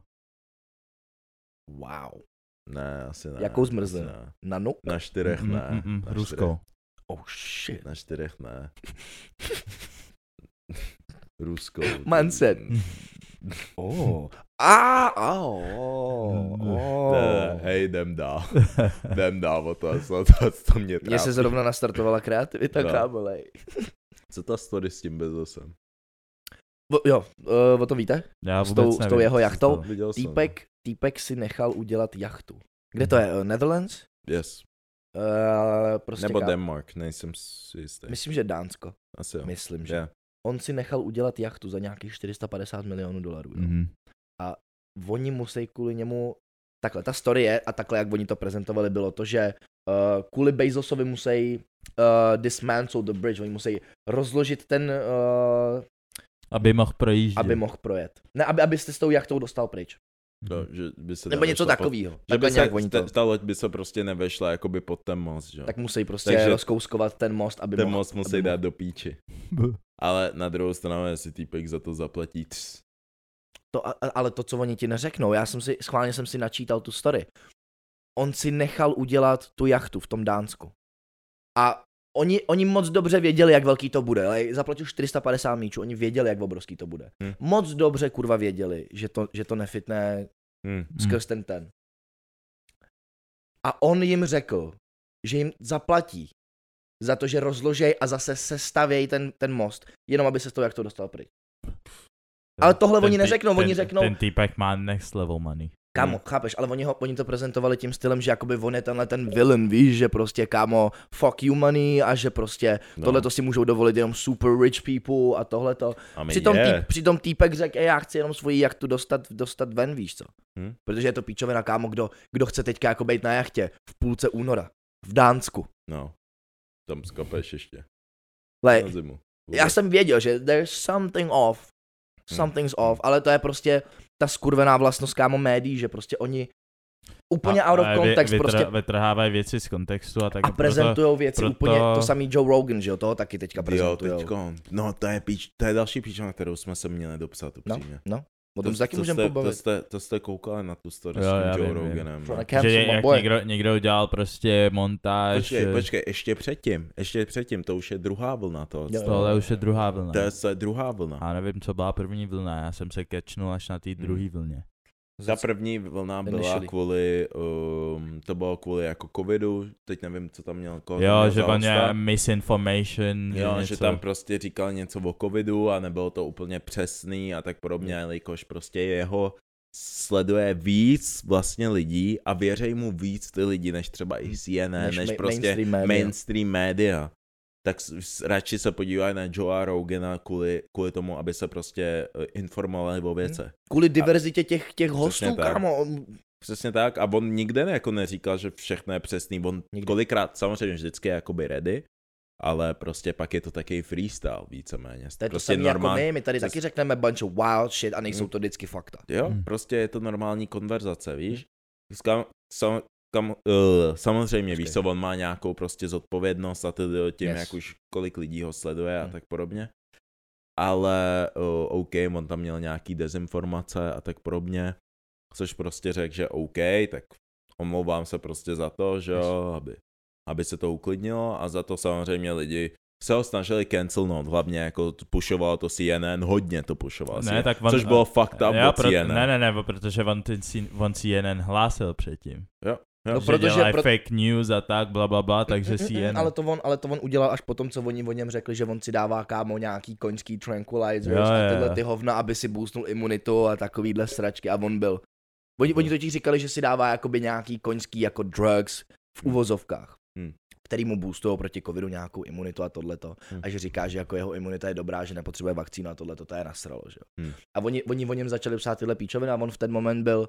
Speaker 1: Wow.
Speaker 3: Ne, asi ne.
Speaker 1: Jakou
Speaker 3: asi
Speaker 1: zmrzlinu?
Speaker 3: ne.
Speaker 1: Nanu?
Speaker 3: Na čtyřech
Speaker 2: Mm,
Speaker 3: ne.
Speaker 2: mm, mm,
Speaker 3: na
Speaker 2: Ruskou.
Speaker 1: no, Oh shit.
Speaker 3: Na čtyřech ne. Rusko.
Speaker 1: Manson. Oh. A, a, o, o.
Speaker 3: Ne, hej, jdem dál. Jdem dál o to, co, to, co mě
Speaker 1: Mně
Speaker 3: trápí.
Speaker 1: se zrovna nastartovala kreativita,
Speaker 3: No.
Speaker 1: kámolej.
Speaker 3: Co ta story s tím Bezosem?
Speaker 1: Jo, eh, o to víte?
Speaker 2: Já
Speaker 1: S
Speaker 2: vůbec
Speaker 1: tou- s
Speaker 2: nevím,
Speaker 1: tou jeho
Speaker 2: co se
Speaker 1: jachtou?
Speaker 2: stalo.
Speaker 3: Viděl jsem.
Speaker 1: Týpek, týpek si nechal udělat jachtu. Kde
Speaker 3: Mhm.
Speaker 1: to je? Eh, Netherlands?
Speaker 3: Yes.
Speaker 1: Uh, prostě
Speaker 3: Nebo
Speaker 1: ká-
Speaker 3: Denmark, nejsem si jistý.
Speaker 1: Myslím, že Dánsko.
Speaker 3: Asi jo.
Speaker 1: Myslím, že.
Speaker 3: Je.
Speaker 1: On si nechal udělat jachtu za nějakých 450 milionů dolarů. jo.
Speaker 2: Mhm.
Speaker 3: Mhm.
Speaker 1: Oni musí kvůli němu... Takhle, ta story je, a takhle, jak oni to prezentovali, bylo to, že uh, kvůli Bezosovi musí uh, dismantle the bridge, oni musí rozložit ten, uh,
Speaker 2: Aby mohl projíždět. Mhm.
Speaker 1: aby mohl projet. Ne, aby, abyste s tou jachtou dostal pryč.
Speaker 3: No, že by se
Speaker 1: Nebo něco
Speaker 3: nevešla pod-
Speaker 1: takového.
Speaker 3: Že by
Speaker 1: Takhle nějak
Speaker 3: se,
Speaker 1: oni
Speaker 3: ta,
Speaker 1: to...
Speaker 3: ta loď by se prostě nevešla jakoby pod ten most, že? jo?
Speaker 1: Tak musí prostě
Speaker 3: Takže-
Speaker 1: rozkouskovat ten most, aby
Speaker 3: ten
Speaker 1: mohl,
Speaker 3: most musí
Speaker 1: aby
Speaker 3: dát
Speaker 1: mohl.
Speaker 3: do píči.
Speaker 2: Mhm.
Speaker 3: Ale na druhou stranu, jestli týpek za to zaplatí, tř,
Speaker 1: To, a- a- ale to, co oni ti neřeknou, já jsem si, schválně jsem si načítal tu story. On si nechal udělat tu jachtu v tom Dánsku. A oni, oni moc dobře věděli, jak velký to bude. Ale zaplatil 450 míčů, oni věděli, jak obrovský to bude.
Speaker 3: Hm.
Speaker 1: Hmm. Moc dobře, kurva, věděli, že to, že to nefitne
Speaker 2: Hmm.
Speaker 3: hm,
Speaker 1: skrz ten ten. A on jim řekl, že jim zaplatí za to, že rozložej a zase sestavěj ten, ten most, jenom aby se z toho jak to dostal pryč. Ale tohle oni
Speaker 2: tý-
Speaker 1: neřeknou,
Speaker 2: ten,
Speaker 1: oni řeknou-
Speaker 2: Ten týpek má next level money.
Speaker 1: Kámo, hmm. chápeš, ale oni, ho, oni to prezentovali tím stylem, že jakoby on je tenhle ten villain, víš, že prostě kámo, fuck you money a že prostě
Speaker 3: no.
Speaker 1: no. tohle to si můžou dovolit jenom super rich people a tohle to.
Speaker 3: A my
Speaker 1: Přitom,
Speaker 3: je.
Speaker 1: týp, přitom týpek řekl, "Ej, já chci jenom svoji jachtu dostat, dostat ven, víš co.
Speaker 3: Hm.
Speaker 1: Hmm. Protože je to píčovina, kámo, kdo, kdo chce teďka jako být na jachtě v půlce února v Dánsku.
Speaker 3: No, tam skapeš ještě.
Speaker 1: Lej,
Speaker 3: Na zimu.
Speaker 1: E, já jsem věděl, že there's something off,
Speaker 3: Hm.
Speaker 1: something's off, ale to je prostě ta skurvená vlastnost, kámo, médií, že prostě oni úplně out of
Speaker 2: a vy-
Speaker 1: context,
Speaker 2: vytr-
Speaker 1: prostě
Speaker 2: Vytrhávají věci z kontextu a tak.
Speaker 1: A prezentujou věci
Speaker 2: proto-
Speaker 1: proto... úplně to samý Joe Rogan, že jo, toho taky teďka
Speaker 3: Jo,
Speaker 1: prezentujou.
Speaker 3: teďko, no to je, píč, to je další píč, na kterou jsme se měli dopsat upřímně.
Speaker 1: No, o
Speaker 3: To,
Speaker 1: tom se taky
Speaker 3: to,
Speaker 1: můžeme
Speaker 3: jste, to,
Speaker 1: pobavit.
Speaker 3: jste, to jste koukali na tu story
Speaker 2: Jo,
Speaker 3: s
Speaker 2: já
Speaker 3: tím Joe
Speaker 2: vím, vím.
Speaker 3: Roganem.
Speaker 1: Pro
Speaker 3: no.
Speaker 1: Nekem
Speaker 2: Že
Speaker 1: jsou
Speaker 2: jak
Speaker 1: oboje.
Speaker 2: někdo, někdo dělal prostě montáž.
Speaker 3: Počkej,
Speaker 2: eh,
Speaker 3: počkej, ještě předtím, ještě předtím, to už je druhá vlna toho.
Speaker 1: Jo,
Speaker 3: to,
Speaker 2: Tohle už je druhá vlna.
Speaker 3: to, je, to je druhá vlna.
Speaker 2: Já nevím, co byla první vlna, já jsem se kečnul až na té druhé vlně.
Speaker 3: Ta první vlna byla
Speaker 1: Initially.
Speaker 3: kvůli, um, to bylo kvůli jako covidu, teď nevím, co tam měl koho tam
Speaker 2: Jo,
Speaker 3: měl
Speaker 2: že
Speaker 3: za
Speaker 2: on je
Speaker 3: hosta.
Speaker 2: misinformation,
Speaker 3: Jo,
Speaker 2: něco.
Speaker 3: že tam prostě říkal něco o covidu a nebylo to úplně přesný a tak podobně, jelikož prostě jeho sleduje víc vlastně lidí a věřej mu víc ty lidi, než třeba i CNN, než, než
Speaker 1: ma-
Speaker 3: prostě
Speaker 1: mainstream média.
Speaker 3: mainstream média. Tak s- s- radši se podívají na Joea Rogana kvůli, kvůli tomu, aby se prostě eh, informovali o věcech.
Speaker 1: Kvůli diverzitě těch, těch hostů,
Speaker 3: tak.
Speaker 1: kámo. on-
Speaker 3: Přesně tak a on nikde ne, jako neříkal, že všechno je přesný, on
Speaker 1: Nikdy.
Speaker 3: Nikdy. kolikrát samozřejmě vždycky je jakoby ready, ale prostě pak je to taky freestyle víceméně.
Speaker 1: To je to
Speaker 3: prostě
Speaker 1: samý jako my, my tady
Speaker 3: přes-
Speaker 1: taky řekneme bunch of wild shit a
Speaker 3: Mm.
Speaker 1: nejsou to vždycky fakta.
Speaker 3: Jo,
Speaker 2: Hmm.
Speaker 3: hmm. prostě je to normální konverzace, víš? Kam, sam, kam, uh, samozřejmě, víš co, on má nějakou prostě zodpovědnost a tedy tím,
Speaker 1: Yes.
Speaker 3: yes. jak už kolik lidí ho sleduje a
Speaker 1: Hmm.
Speaker 3: tak podobně. Ale uh, OK, on tam měl nějaký dezinformace a tak podobně, což prostě řekl, že OK, tak omlouvám se prostě za to, že jo, aby, aby se to uklidnilo a za to samozřejmě lidi se ho snažili cancelnout, hlavně jako t- pušovalo to CNN, hodně to pušovalo
Speaker 2: Ne,
Speaker 3: CNN,
Speaker 2: tak on-
Speaker 3: což bylo fucked up
Speaker 2: Já
Speaker 3: od CNN.
Speaker 2: ne, ne, ne, protože on, ten, C- on CNN hlásil předtím.
Speaker 3: No,
Speaker 2: že
Speaker 1: protože
Speaker 2: dělají
Speaker 1: pro-
Speaker 2: fake news a tak, bla, bla, bla, takže
Speaker 1: Mm, mm, mm,
Speaker 2: CNN.
Speaker 1: Ale to, on, ale to on udělal až potom, co oni o něm řekli, že on si dává kámo nějaký koňský tranquilizers
Speaker 2: Jo, jo,
Speaker 1: a
Speaker 2: jo.
Speaker 1: tyhle ty hovna, aby si boostnul imunitu a takovýhle sračky a on byl.
Speaker 3: Mhm.
Speaker 1: Oni, oni totiž říkali, že si dává jakoby nějaký koňský jako drugs v
Speaker 3: Hmm.
Speaker 1: uvozovkách,
Speaker 3: Hmm.
Speaker 1: který mu boostují proti covidu nějakou imunitu a tohleto.
Speaker 3: Hmm.
Speaker 1: A že říká, že jako jeho imunita je dobrá, že nepotřebuje vakcínu a tohleto, to je nasralo, že jo.
Speaker 3: Hmm.
Speaker 1: A oni, oni o něm začali psát tyhle píčoviny a on v ten moment byl,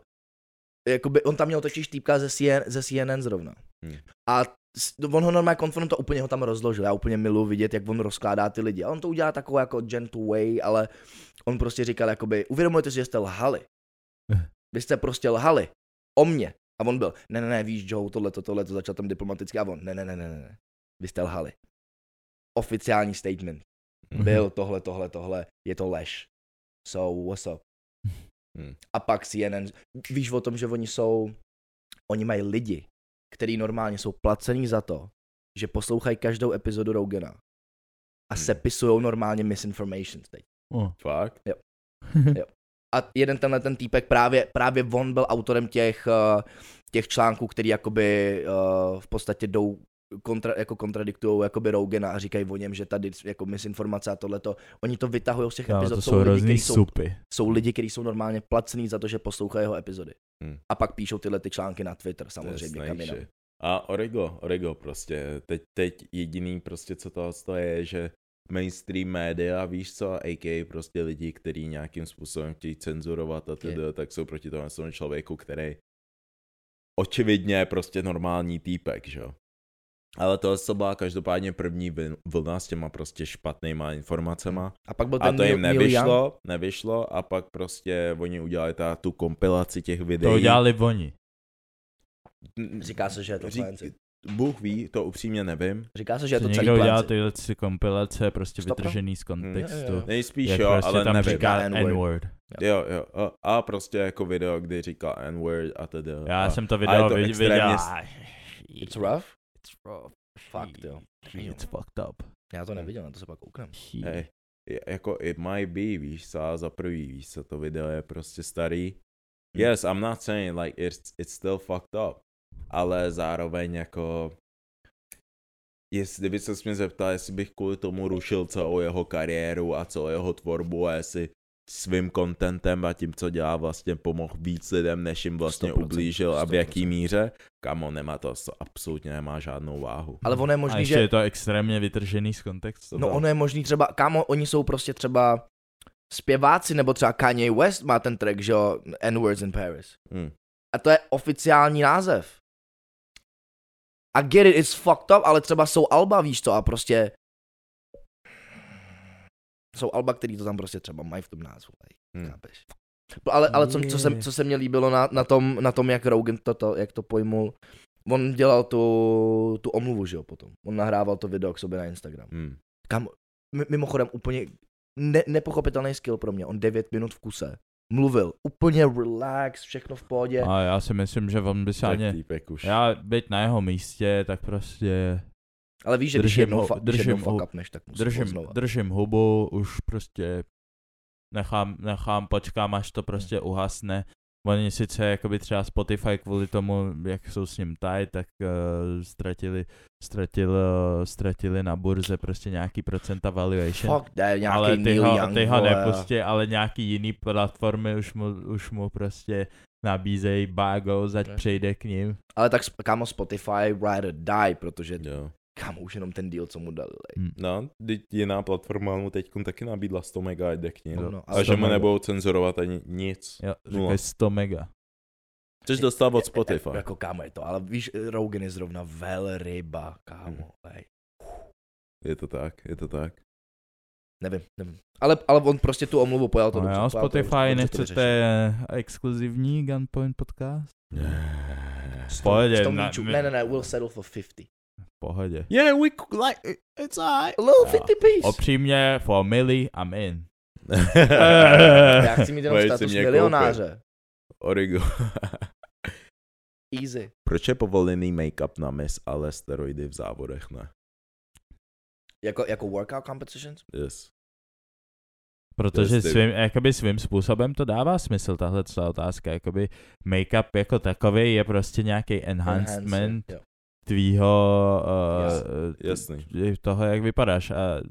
Speaker 1: jakoby, on tam měl totiž týpka ze, CN, ze CNN zrovna.
Speaker 3: Hmm.
Speaker 1: A s- on ho normálně konfrontoval, úplně ho tam rozložil. Já úplně miluji vidět, jak on rozkládá ty lidi. A on to udělá takovou jako gentle way, ale on prostě říkal, jakoby, uvědomujete si, že jste lhali. Vy jste prostě lhali o mě. A on byl, ne, ne, ne, víš, Joe, tohle, tohle, to začal tam diplomaticky. A on, ne, ne, ne, ne, ne, ne, vy jste lhali. Oficiální statement.
Speaker 2: Mhm.
Speaker 1: Byl tohle, tohle, tohle, je to lež. So, what's up?
Speaker 3: Hmm.
Speaker 1: A pak CNN, víš o tom, že oni jsou, oni mají lidi, který normálně jsou placený za to, že poslouchají každou epizodu Rogana a
Speaker 3: Hmm.
Speaker 1: sepisují normálně misinformations teď.
Speaker 2: Oh.
Speaker 3: Fakt?
Speaker 1: A jeden tenhle ten týpek, právě, právě on byl autorem těch, eh, těch článků, který jakoby eh, v podstatě jdou kontra, jako kontradiktují jakoby Rogana a říkají o něm, že tady jako misinformace a tohleto. Oni to vytahují z těch
Speaker 2: Kámo,
Speaker 1: epizod.
Speaker 2: to
Speaker 1: lidi,
Speaker 2: jsou hrozný
Speaker 1: kteří jsou
Speaker 2: supy.
Speaker 1: jsou lidi, kteří jsou normálně placený za to, že poslouchají jeho epizody.
Speaker 3: Hmm.
Speaker 1: Hmm. A pak píšou tyhle ty články na Twitter,
Speaker 3: To je
Speaker 1: samozřejmě,
Speaker 3: snake
Speaker 1: kam jinam.
Speaker 3: shit. A Orego, Orego prostě, teď, teď jediný prostě co toho stojí je, že mainstream média, víš co, a.k.a. prostě lidi, kteří nějakým způsobem chtějí cenzurovat a tedy, tak jsou proti tomu tomu člověku, který očividně je prostě normální týpek, že jo. Ale tohle to byla každopádně první vl- vlna s těma prostě špatnýma informacema.
Speaker 1: A pak byl
Speaker 3: A
Speaker 1: ten
Speaker 3: to jim
Speaker 1: Neil- Neil Young.
Speaker 3: nevyšlo, nevyšlo a pak prostě oni udělali ta, tu kompilaci těch videí.
Speaker 2: To udělali oni.
Speaker 1: Říká se, že je to
Speaker 3: Řík-
Speaker 1: Řík...
Speaker 3: Bůh ví, to upřímně nevím.
Speaker 1: Říká se, že
Speaker 2: Že
Speaker 1: je to celý
Speaker 2: někdo udělal
Speaker 1: pláci.
Speaker 2: tyhle tři kompilace, prostě
Speaker 1: Stopka?
Speaker 2: vytržený z
Speaker 1: Jo,
Speaker 2: kontextu.
Speaker 1: jo, jo.
Speaker 3: Nejspíš
Speaker 2: Jak
Speaker 3: jo,
Speaker 2: prostě
Speaker 3: ale
Speaker 2: tam
Speaker 3: nevím.
Speaker 2: říká
Speaker 1: Říká N-word.
Speaker 2: N-word.
Speaker 3: Jo, jo. A, a prostě jako video, kdy říká N-word a tedy.
Speaker 2: Já
Speaker 3: a,
Speaker 2: jsem to
Speaker 3: a je
Speaker 2: video
Speaker 3: to
Speaker 2: vid-
Speaker 3: extrémně
Speaker 2: viděl.
Speaker 3: s-
Speaker 2: Aj,
Speaker 1: It's rough?
Speaker 2: It's rough.
Speaker 1: Fakt jo.
Speaker 2: It's fucked up.
Speaker 1: Já
Speaker 3: Hmm.
Speaker 1: to neviděl, na to se pak kouknem.
Speaker 3: Hej, je- jako it might be, víš, co, a za prvý, víš, co to video je prostě starý.
Speaker 2: Hm.
Speaker 3: Yes, I'm not saying like it's, it's still fucked up, ale zároveň jako jestli kdyby se mě zeptal, jestli bych kvůli tomu rušil celou jeho kariéru a celou jeho tvorbu a jestli svým contentem a tím, co dělá, vlastně pomohl víc lidem, než jim vlastně
Speaker 1: 100%,
Speaker 3: ublížil a v jaký
Speaker 1: 100%.
Speaker 3: míře, kamo, nemá to, to absolutně nemá žádnou váhu.
Speaker 1: Ale ono je
Speaker 2: A
Speaker 1: možný,
Speaker 2: ještě je
Speaker 1: že...
Speaker 2: to extrémně vytržený z kontextu.
Speaker 1: No ono je možný třeba, kámo, oni jsou prostě třeba zpěváci, nebo třeba Kanye West má ten track, že jo, N-Words in Paris.
Speaker 3: Hmm.
Speaker 1: A to je oficiální název. A get it, it's fucked up, ale třeba jsou Alba, víš co, a prostě... Jsou Alba, který to tam prostě třeba mají v tom názvu,
Speaker 3: Hmm.
Speaker 1: hmm. chápeš? Ale, ale co, co, se, co se mě líbilo na, na, tom, na tom, jak Rogan to, to, jak to pojmul, on dělal tu, tu omluvu, že jo, potom. On nahrával to video k sobě na Instagram.
Speaker 3: Hmm.
Speaker 1: Kam, mi- mimochodem, úplně ne, nepochopitelný skill pro mě. On 9 minut v kuse mluvil, úplně relax, všechno v pohodě.
Speaker 2: A já si myslím, že on by se
Speaker 3: Tak
Speaker 2: ani...
Speaker 3: týpek už.
Speaker 2: Já být na jeho místě, tak prostě
Speaker 1: Ale víš, že když
Speaker 2: Držím
Speaker 1: jednou,
Speaker 2: ho-
Speaker 1: fa- když
Speaker 2: držím
Speaker 1: jednou
Speaker 2: ho-
Speaker 1: fuck upneš, tak musíš držím,
Speaker 2: držím,
Speaker 1: znova.
Speaker 2: držím hubu, už prostě nechám, nechám, počkám, až to prostě uhasne. Oni sice jakoby třeba Spotify kvůli tomu, jak jsou s ním taj, tak uh, ztratili, ztratil, eh, ztratili na burze prostě nějaký procenta valuation.
Speaker 1: Fuck, ne, nějaký
Speaker 2: ale ty
Speaker 1: Neil
Speaker 2: ho,
Speaker 1: Young,
Speaker 2: ty ho
Speaker 1: vole.
Speaker 2: nepustě, ale nějaký jiný platformy už mu, už mu prostě nabízejí bago, zať
Speaker 1: Ne.
Speaker 2: přejde k ním.
Speaker 1: Ale tak sp- kámo Spotify, ride or die, protože
Speaker 3: Jo.
Speaker 1: kámo už jenom ten deal, co mu dali. like.
Speaker 3: No, teď jiná platforma mu teď taky nabídla 100 mega jde k ní.
Speaker 1: No,
Speaker 3: No,
Speaker 1: no,
Speaker 3: a
Speaker 1: a
Speaker 3: že
Speaker 2: 100
Speaker 3: mu
Speaker 2: mega.
Speaker 3: nebudou cenzurovat ani nic.
Speaker 2: Jo,
Speaker 3: Nula.
Speaker 2: říkají 100 mega.
Speaker 3: Což dostal od Spotify.
Speaker 1: E, jako kámo je to, ale víš, Rogan je zrovna velryba, kámo.
Speaker 2: Hmm.
Speaker 1: Ej,
Speaker 3: Je to tak, je to tak.
Speaker 1: nevím, nevím. Ale, ale on prostě tu omluvu pojal to
Speaker 2: No
Speaker 1: dobře. pojal
Speaker 2: jo,
Speaker 1: to dobře,
Speaker 2: Spotify,
Speaker 1: dobře to
Speaker 2: nechcete exkluzivní Gunpoint podcast?
Speaker 1: vyřešil. V tom-
Speaker 2: Pohodě,
Speaker 1: v tom
Speaker 2: na-
Speaker 1: líču.
Speaker 2: my-
Speaker 1: Ne, ne, ne, No, we'll settle for 50.
Speaker 2: V pohodě.
Speaker 3: Yeah, we cook like, e, it's alright.
Speaker 1: A little
Speaker 2: Ah.
Speaker 3: Jo.
Speaker 1: 50 piece.
Speaker 2: Opřímně, for Millie, I'm in.
Speaker 1: Já chci mít jenom
Speaker 3: Budeš si
Speaker 1: status
Speaker 3: mě
Speaker 1: milionáře.
Speaker 3: Origo.
Speaker 1: Easy.
Speaker 3: Proč je povolený make-up na mis, ale steroidy v závodech ne?
Speaker 1: Jako, jako workout competitions?
Speaker 3: Yes.
Speaker 2: Protože
Speaker 3: Yes,
Speaker 2: svým, jakoby svým způsobem to dává smysl, tahle celá otázka. Jakoby make-up jako takový je prostě nějaký enhancement
Speaker 1: Enhance, jo.
Speaker 2: tvýho
Speaker 1: Jas-
Speaker 2: eh,
Speaker 3: jasný.
Speaker 2: t- toho, jak vypadáš. A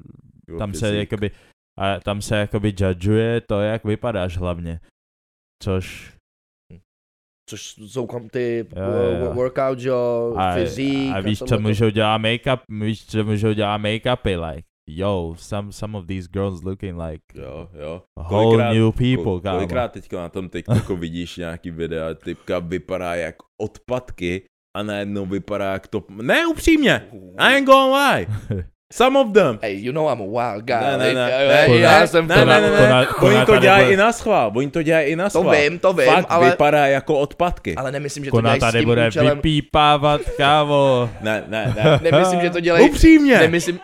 Speaker 3: Your
Speaker 2: tam se
Speaker 3: physique.
Speaker 2: jakoby, a tam se jakoby judgeuje to, jak vypadáš hlavně. Což
Speaker 1: Což jsou kom ty
Speaker 2: Jo, jo, jo.
Speaker 1: uh, workout, jo,
Speaker 2: A,
Speaker 1: fyzik.
Speaker 2: a víš, co
Speaker 1: tohle to.
Speaker 2: můžou dělat make-up, víš, co můžou dělat make-upy, like, yo, some, some of these girls looking like
Speaker 3: Jo, jo.
Speaker 2: a whole
Speaker 3: Kolikrát-
Speaker 2: new
Speaker 3: Kol-
Speaker 2: people, kámo.
Speaker 3: Kolikrát teďka na tom TikToku vidíš nějaký videa, typka vypadá jak odpadky a najednou vypadá jak to... Ne, upřímně! I ain't gonna lie! Some of them!
Speaker 1: Hey, you know I'm a wild guy.
Speaker 3: Ne, ne, ne,
Speaker 1: Hey,
Speaker 3: ne,
Speaker 1: hey,
Speaker 3: ne,
Speaker 1: já jsem
Speaker 3: ne,
Speaker 1: to
Speaker 3: ne, ne,
Speaker 1: na-
Speaker 3: ne,
Speaker 2: to na- to
Speaker 3: Oni
Speaker 2: na-
Speaker 3: to
Speaker 2: tady
Speaker 3: dělají
Speaker 2: bude-
Speaker 3: i na schvál, oni to dělají i na
Speaker 1: To
Speaker 3: schvál.
Speaker 1: vím, to vím,
Speaker 3: Fakt
Speaker 1: ale
Speaker 3: vypadá jako odpadky.
Speaker 1: ale nemyslím, že to
Speaker 2: Kona
Speaker 1: dělají s
Speaker 2: tady
Speaker 1: tím
Speaker 2: bude
Speaker 1: účelem.
Speaker 2: vypípávat, kámo.
Speaker 3: Ne, ne, ne.
Speaker 1: Nemyslím, že to dělají...
Speaker 3: Upřímně,
Speaker 1: Nemyslím,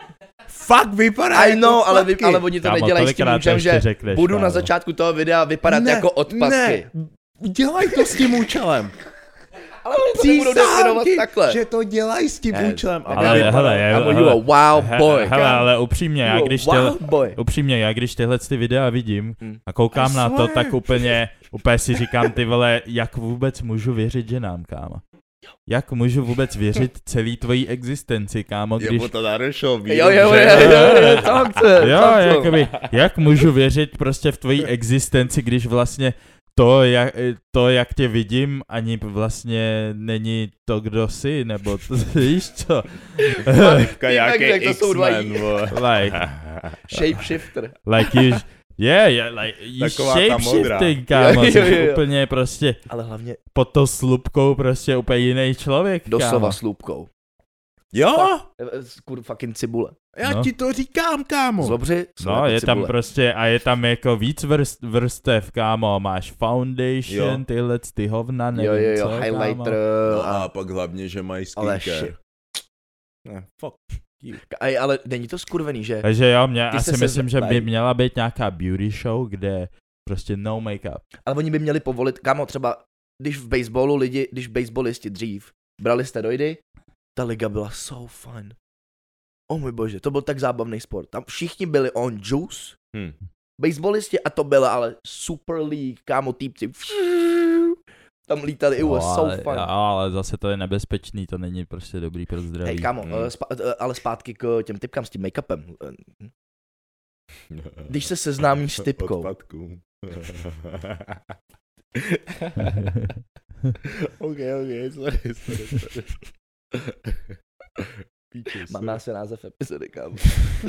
Speaker 3: fakt vypadá
Speaker 1: I
Speaker 3: jako
Speaker 1: know, ale, vy,
Speaker 3: odpadky.
Speaker 1: ale oni to
Speaker 2: Kámo,
Speaker 1: nedělají s tím
Speaker 2: tolikrát to
Speaker 1: účelem,
Speaker 2: ještě
Speaker 1: že
Speaker 2: řekneš,
Speaker 1: budu na
Speaker 2: kámo.
Speaker 1: začátku toho videa vypadat
Speaker 3: Ne,
Speaker 1: jako odpadky.
Speaker 3: Ne, dělají to s tím účelem.
Speaker 1: ale oni to nebudou definovat takhle.
Speaker 3: že to dělají s tím
Speaker 1: Ne,
Speaker 3: účelem. aby
Speaker 2: Ale
Speaker 3: vypadalo-
Speaker 2: hele, je-
Speaker 1: Kámo,
Speaker 2: hele,
Speaker 1: you a wow boy.
Speaker 2: hele,
Speaker 1: kámo.
Speaker 2: ale upřímně, já
Speaker 1: You a
Speaker 2: když, tyhle,
Speaker 1: wow boy.
Speaker 2: upřímně, já když tyhle ty videa vidím
Speaker 1: Hmm.
Speaker 2: a koukám
Speaker 3: I
Speaker 2: na to,
Speaker 3: swear.
Speaker 2: tak úplně, úplně si říkám, ty vole, jak vůbec můžu věřit ženám, kámo? Jak můžu vůbec věřit celý tvojí existenci, kámo, když...
Speaker 4: to narušil,
Speaker 1: Jo, jo, jo, jo, jo, to chce,
Speaker 2: Jo,
Speaker 1: to chce.
Speaker 2: jakoby, jak můžu věřit prostě v tvojí existenci, když vlastně to jak, to, jak tě vidím, ani vlastně není to, kdo jsi, nebo to, víš co?
Speaker 1: Ty
Speaker 3: jaký
Speaker 1: tak, to jsou dva
Speaker 3: X-Men, vole.
Speaker 2: like,
Speaker 1: Shapeshifter.
Speaker 2: like you, yeah, yeah, like you
Speaker 3: Taková ta
Speaker 2: shapeshifting, kámo,
Speaker 1: Jo,
Speaker 2: jsi
Speaker 1: jo, jo.
Speaker 2: úplně prostě
Speaker 1: Ale hlavně
Speaker 2: pod tou slupkou prostě úplně jiný člověk,
Speaker 1: doslova
Speaker 2: kámo.
Speaker 1: s lůpkou.
Speaker 3: Jo,
Speaker 1: Eh, s Kur fucking cibule.
Speaker 3: já
Speaker 2: No.
Speaker 3: ti to říkám, kámo.
Speaker 1: Zobři, jsou
Speaker 2: No,
Speaker 1: jako
Speaker 2: je tam
Speaker 1: cibule.
Speaker 2: prostě, a je tam jako víc vrst, vrstev, kámo, máš foundation,
Speaker 3: Jo.
Speaker 2: tyhle ty hovna, prostě nevím
Speaker 1: Jo, jo,
Speaker 2: co,
Speaker 1: jo,
Speaker 2: kámo.
Speaker 1: highlighter
Speaker 3: No
Speaker 1: a...
Speaker 3: a pak hlavně, že mají
Speaker 1: Ale
Speaker 3: skincare.
Speaker 1: shit.
Speaker 3: Ne, fuck.
Speaker 1: Aj, ale není to skurvený, že?
Speaker 2: Takže jo, mě,
Speaker 1: Ty
Speaker 2: asi
Speaker 1: se se
Speaker 2: myslím, že by
Speaker 1: zeptaj.
Speaker 2: měla být nějaká beauty show, kde prostě no make-up.
Speaker 1: Ale oni by měli povolit, kámo, třeba, když v baseballu lidi, když baseballisti dřív brali steroidy, ta liga byla so fun. O můj bože, to byl tak zábavný sport. Tam všichni byli on juice,
Speaker 3: Hm.
Speaker 1: baseballisti a to byla ale Super League, kámo, týpci. Tam lítali, it was so
Speaker 2: ale,
Speaker 1: fun.
Speaker 2: ale zase to je nebezpečný, to není prostě dobrý pro zdraví.
Speaker 1: Hej, kámo,
Speaker 3: Mm.
Speaker 1: eh, spa- eh, ale zpátky k těm typkám s tím make-upem. Eh, Když se seznámíš s typkou,
Speaker 3: Odpadků. ok, ok, sorry, sorry, sorry. Píče,
Speaker 1: Mám
Speaker 3: sorry.
Speaker 1: na se název epizody, kámo. uh,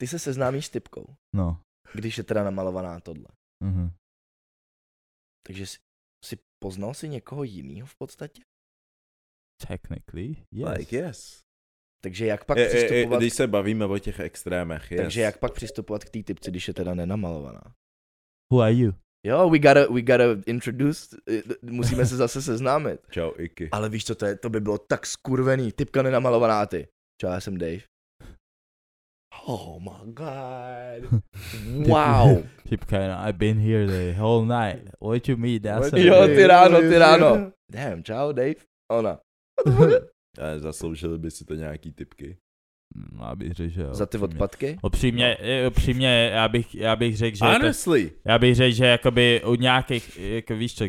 Speaker 1: ty se seznámíš s typkou,
Speaker 2: no.
Speaker 1: když je teda namalovaná tohle.
Speaker 2: Mhm.
Speaker 1: Takže si, si poznal si někoho jiného v podstatě?
Speaker 2: Technically, yes.
Speaker 3: Like, yes.
Speaker 1: Takže jak pak
Speaker 3: E, e, e,
Speaker 1: přistupovat,
Speaker 3: když se bavíme o těch extrémech, yes.
Speaker 1: takže jak pak přistupovat k té typce, když je teda nenamalovaná?
Speaker 2: Who are you?
Speaker 1: Jo, we gotta, we gotta introduce, eh, musíme se zase seznámit.
Speaker 3: Čau, Iky.
Speaker 1: Ale víš co, to, je, to by bylo tak skurvený, typka nenamalovaná a ty. Čau, já jsem Dave. Oh my god. Wow.
Speaker 2: Typka, you know, I've been here the whole night. Wait you meet, já jsem...
Speaker 1: Jo, ty ráno, ty ráno. Damn, čau Dave. Ona.
Speaker 3: Ale zasloužili by si to nějaký typky.
Speaker 2: Mm, Abych řekl, že jo,
Speaker 1: Za ty No.
Speaker 2: upřímně.
Speaker 1: odpadky?
Speaker 2: Upřímně, eh, upřímně, já bych, já bych řekl, že jako- je to
Speaker 3: Honestly.
Speaker 2: Já bych řekl, že jakoby u nějakých, jako víš co,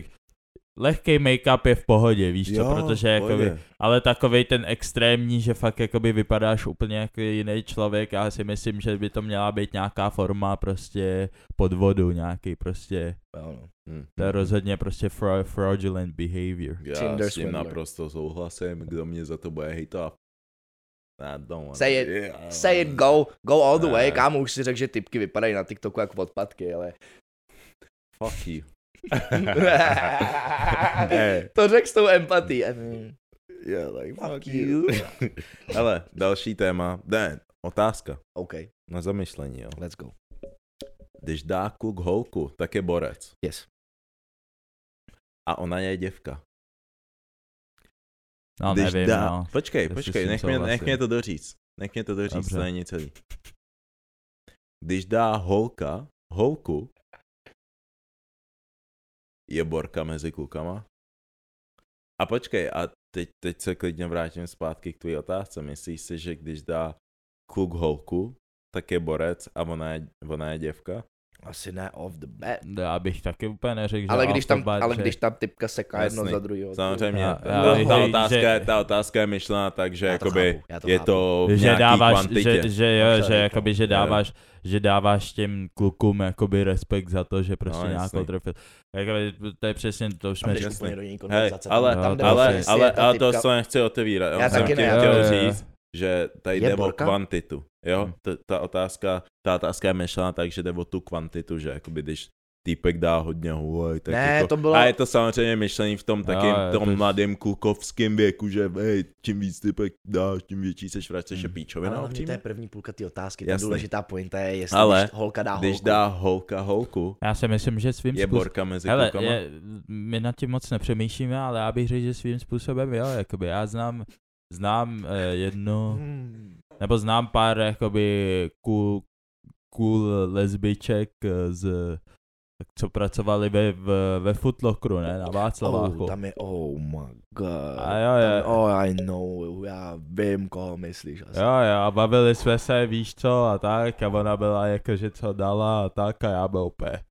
Speaker 2: lehký make-up je v pohodě, víš co, protože jako jakoby,
Speaker 3: pojde.
Speaker 2: ale takovej ten extrémní, že fakt jakoby vypadáš úplně jako jiný člověk, já si myslím, že by to měla být nějaká forma prostě podvodu, nějaký prostě,
Speaker 1: Jo, no.
Speaker 3: Hm.
Speaker 2: to je rozhodně prostě fra- fraudulent behavior.
Speaker 3: Já
Speaker 1: Tinder
Speaker 3: s tím
Speaker 1: swindler.
Speaker 3: naprosto souhlasím, kdo mě za to bude hejtovat. I don't wanna-
Speaker 1: Say it.
Speaker 3: Yeah.
Speaker 1: Say it, go, go all the way,
Speaker 3: Ne.
Speaker 1: kámo, už si řekl, že typky vypadají na TikToku jako odpadky, ale...
Speaker 3: Fuck you.
Speaker 1: to řekl s tou empatí. I mean,
Speaker 3: Yeah, like,
Speaker 1: fuck you.
Speaker 3: Ale další téma. Den, otázka
Speaker 1: OK,
Speaker 3: na zamyšlení, jo.
Speaker 1: let's go.
Speaker 3: Když dá kluk holku, tak je borec.
Speaker 1: Yes.
Speaker 3: A ona je děvka.
Speaker 2: No
Speaker 3: Když
Speaker 2: nevím,
Speaker 3: dá...
Speaker 2: no.
Speaker 3: Počkej,
Speaker 2: Jestli s
Speaker 3: počkej,
Speaker 2: tím
Speaker 3: nech mě, nech
Speaker 2: souhlasím.
Speaker 3: mě to doříct. Nech mě to doříct,
Speaker 2: Dobře.
Speaker 3: to není celý. Když dá holka, holku, je borka mezi klukama. A počkej, a teď, teď se klidně vrátím zpátky k tvojí otázce. Myslíš si, že když dá kluk holku, tak je borec a ona je, ona je děvka?
Speaker 1: Asi ne off the bat.
Speaker 2: Já bych taky úplně neřekl, že
Speaker 1: Ale když, tam,
Speaker 2: alfabet,
Speaker 1: ale
Speaker 2: že-
Speaker 1: když tam typka seká jedno
Speaker 3: Jasný.
Speaker 1: za druhého.
Speaker 3: Samozřejmě,
Speaker 2: Já-
Speaker 3: já,
Speaker 2: já
Speaker 3: ta,
Speaker 1: bych
Speaker 3: ta,
Speaker 1: řekl,
Speaker 3: otázka,
Speaker 2: že-
Speaker 3: je- ta otázka je myšlená tak, že
Speaker 1: Já to
Speaker 3: jakoby
Speaker 1: chápu, já to
Speaker 3: je
Speaker 1: chápu.
Speaker 3: to v
Speaker 2: že
Speaker 3: nějaký
Speaker 2: dáváš,
Speaker 3: kvantitě.
Speaker 2: že, že, jo, že,
Speaker 1: Kvantitě.
Speaker 2: jakoby, že dáváš, že dáváš těm klukům jakoby respekt za to, že prostě
Speaker 3: No,
Speaker 2: no, nějakou
Speaker 3: jasný.
Speaker 2: trofil. Jakoby, to je přesně, to už
Speaker 1: Tam
Speaker 2: jsme
Speaker 1: jdeš
Speaker 3: jasný.
Speaker 1: úplně do jiný
Speaker 3: Hej,
Speaker 1: konverzace.
Speaker 3: ale,
Speaker 2: No,
Speaker 1: tam, tam jde o
Speaker 3: ale,
Speaker 1: jestli
Speaker 3: ale,
Speaker 1: je ta
Speaker 3: ale to
Speaker 1: typka-
Speaker 3: se nechci otevírat.
Speaker 1: Já
Speaker 3: Já jsem
Speaker 1: taky
Speaker 3: tím
Speaker 1: ne,
Speaker 3: chtěl
Speaker 2: jo, jo, jo.
Speaker 3: říct, že tady
Speaker 1: Je
Speaker 3: jde o
Speaker 1: borka?
Speaker 3: kvantitu. Jo,
Speaker 2: Hm.
Speaker 3: T- ta otázka, ta otázka je myšlená tak, že jde o tu kvantitu, že jakoby když týpek dá hodně hůj, tak
Speaker 1: Ne,
Speaker 3: jako...
Speaker 1: to bylo-
Speaker 3: A je to samozřejmě myšlený v tom takým,
Speaker 2: Jo, jo,
Speaker 3: tom
Speaker 2: to-
Speaker 3: mladém klukovském věku, že hej, čím víc typek dáš, tím větší seš vrát, což
Speaker 2: Hm.
Speaker 3: je
Speaker 1: Ale
Speaker 3: píčovina.
Speaker 1: hlavně to
Speaker 3: upřímně.
Speaker 1: je první půlka ty otázky. Ta
Speaker 3: Jasný.
Speaker 1: důležitá pointa je, jestli
Speaker 3: Ale
Speaker 1: když holka dá
Speaker 3: Když
Speaker 1: holku.
Speaker 3: dá holka holku,
Speaker 2: Já si myslím, že svým
Speaker 3: je
Speaker 2: způsobem...
Speaker 3: borka mezi
Speaker 2: Hele,
Speaker 3: klukama.
Speaker 2: je, my nad tím moc nepřemýšlíme, ale já bych řekl, že svým způsobem, jo, jakoby já znám, znám eh, jednu,
Speaker 1: Hmm.
Speaker 2: nebo znám pár, jakoby, cool, cool lesbiček eh, z tak co pracovali ve, ve, ve Footlockeru, ne, na Václaváku.
Speaker 1: Oh, tam je, oh my god.
Speaker 2: A jo, jo.
Speaker 1: Tam, oh, I know, já vím, koho myslíš asi.
Speaker 2: Jo, jo, a bavili jsme se, víš co, a tak, a ona byla jako, že co dala a tak, a já byl úplně,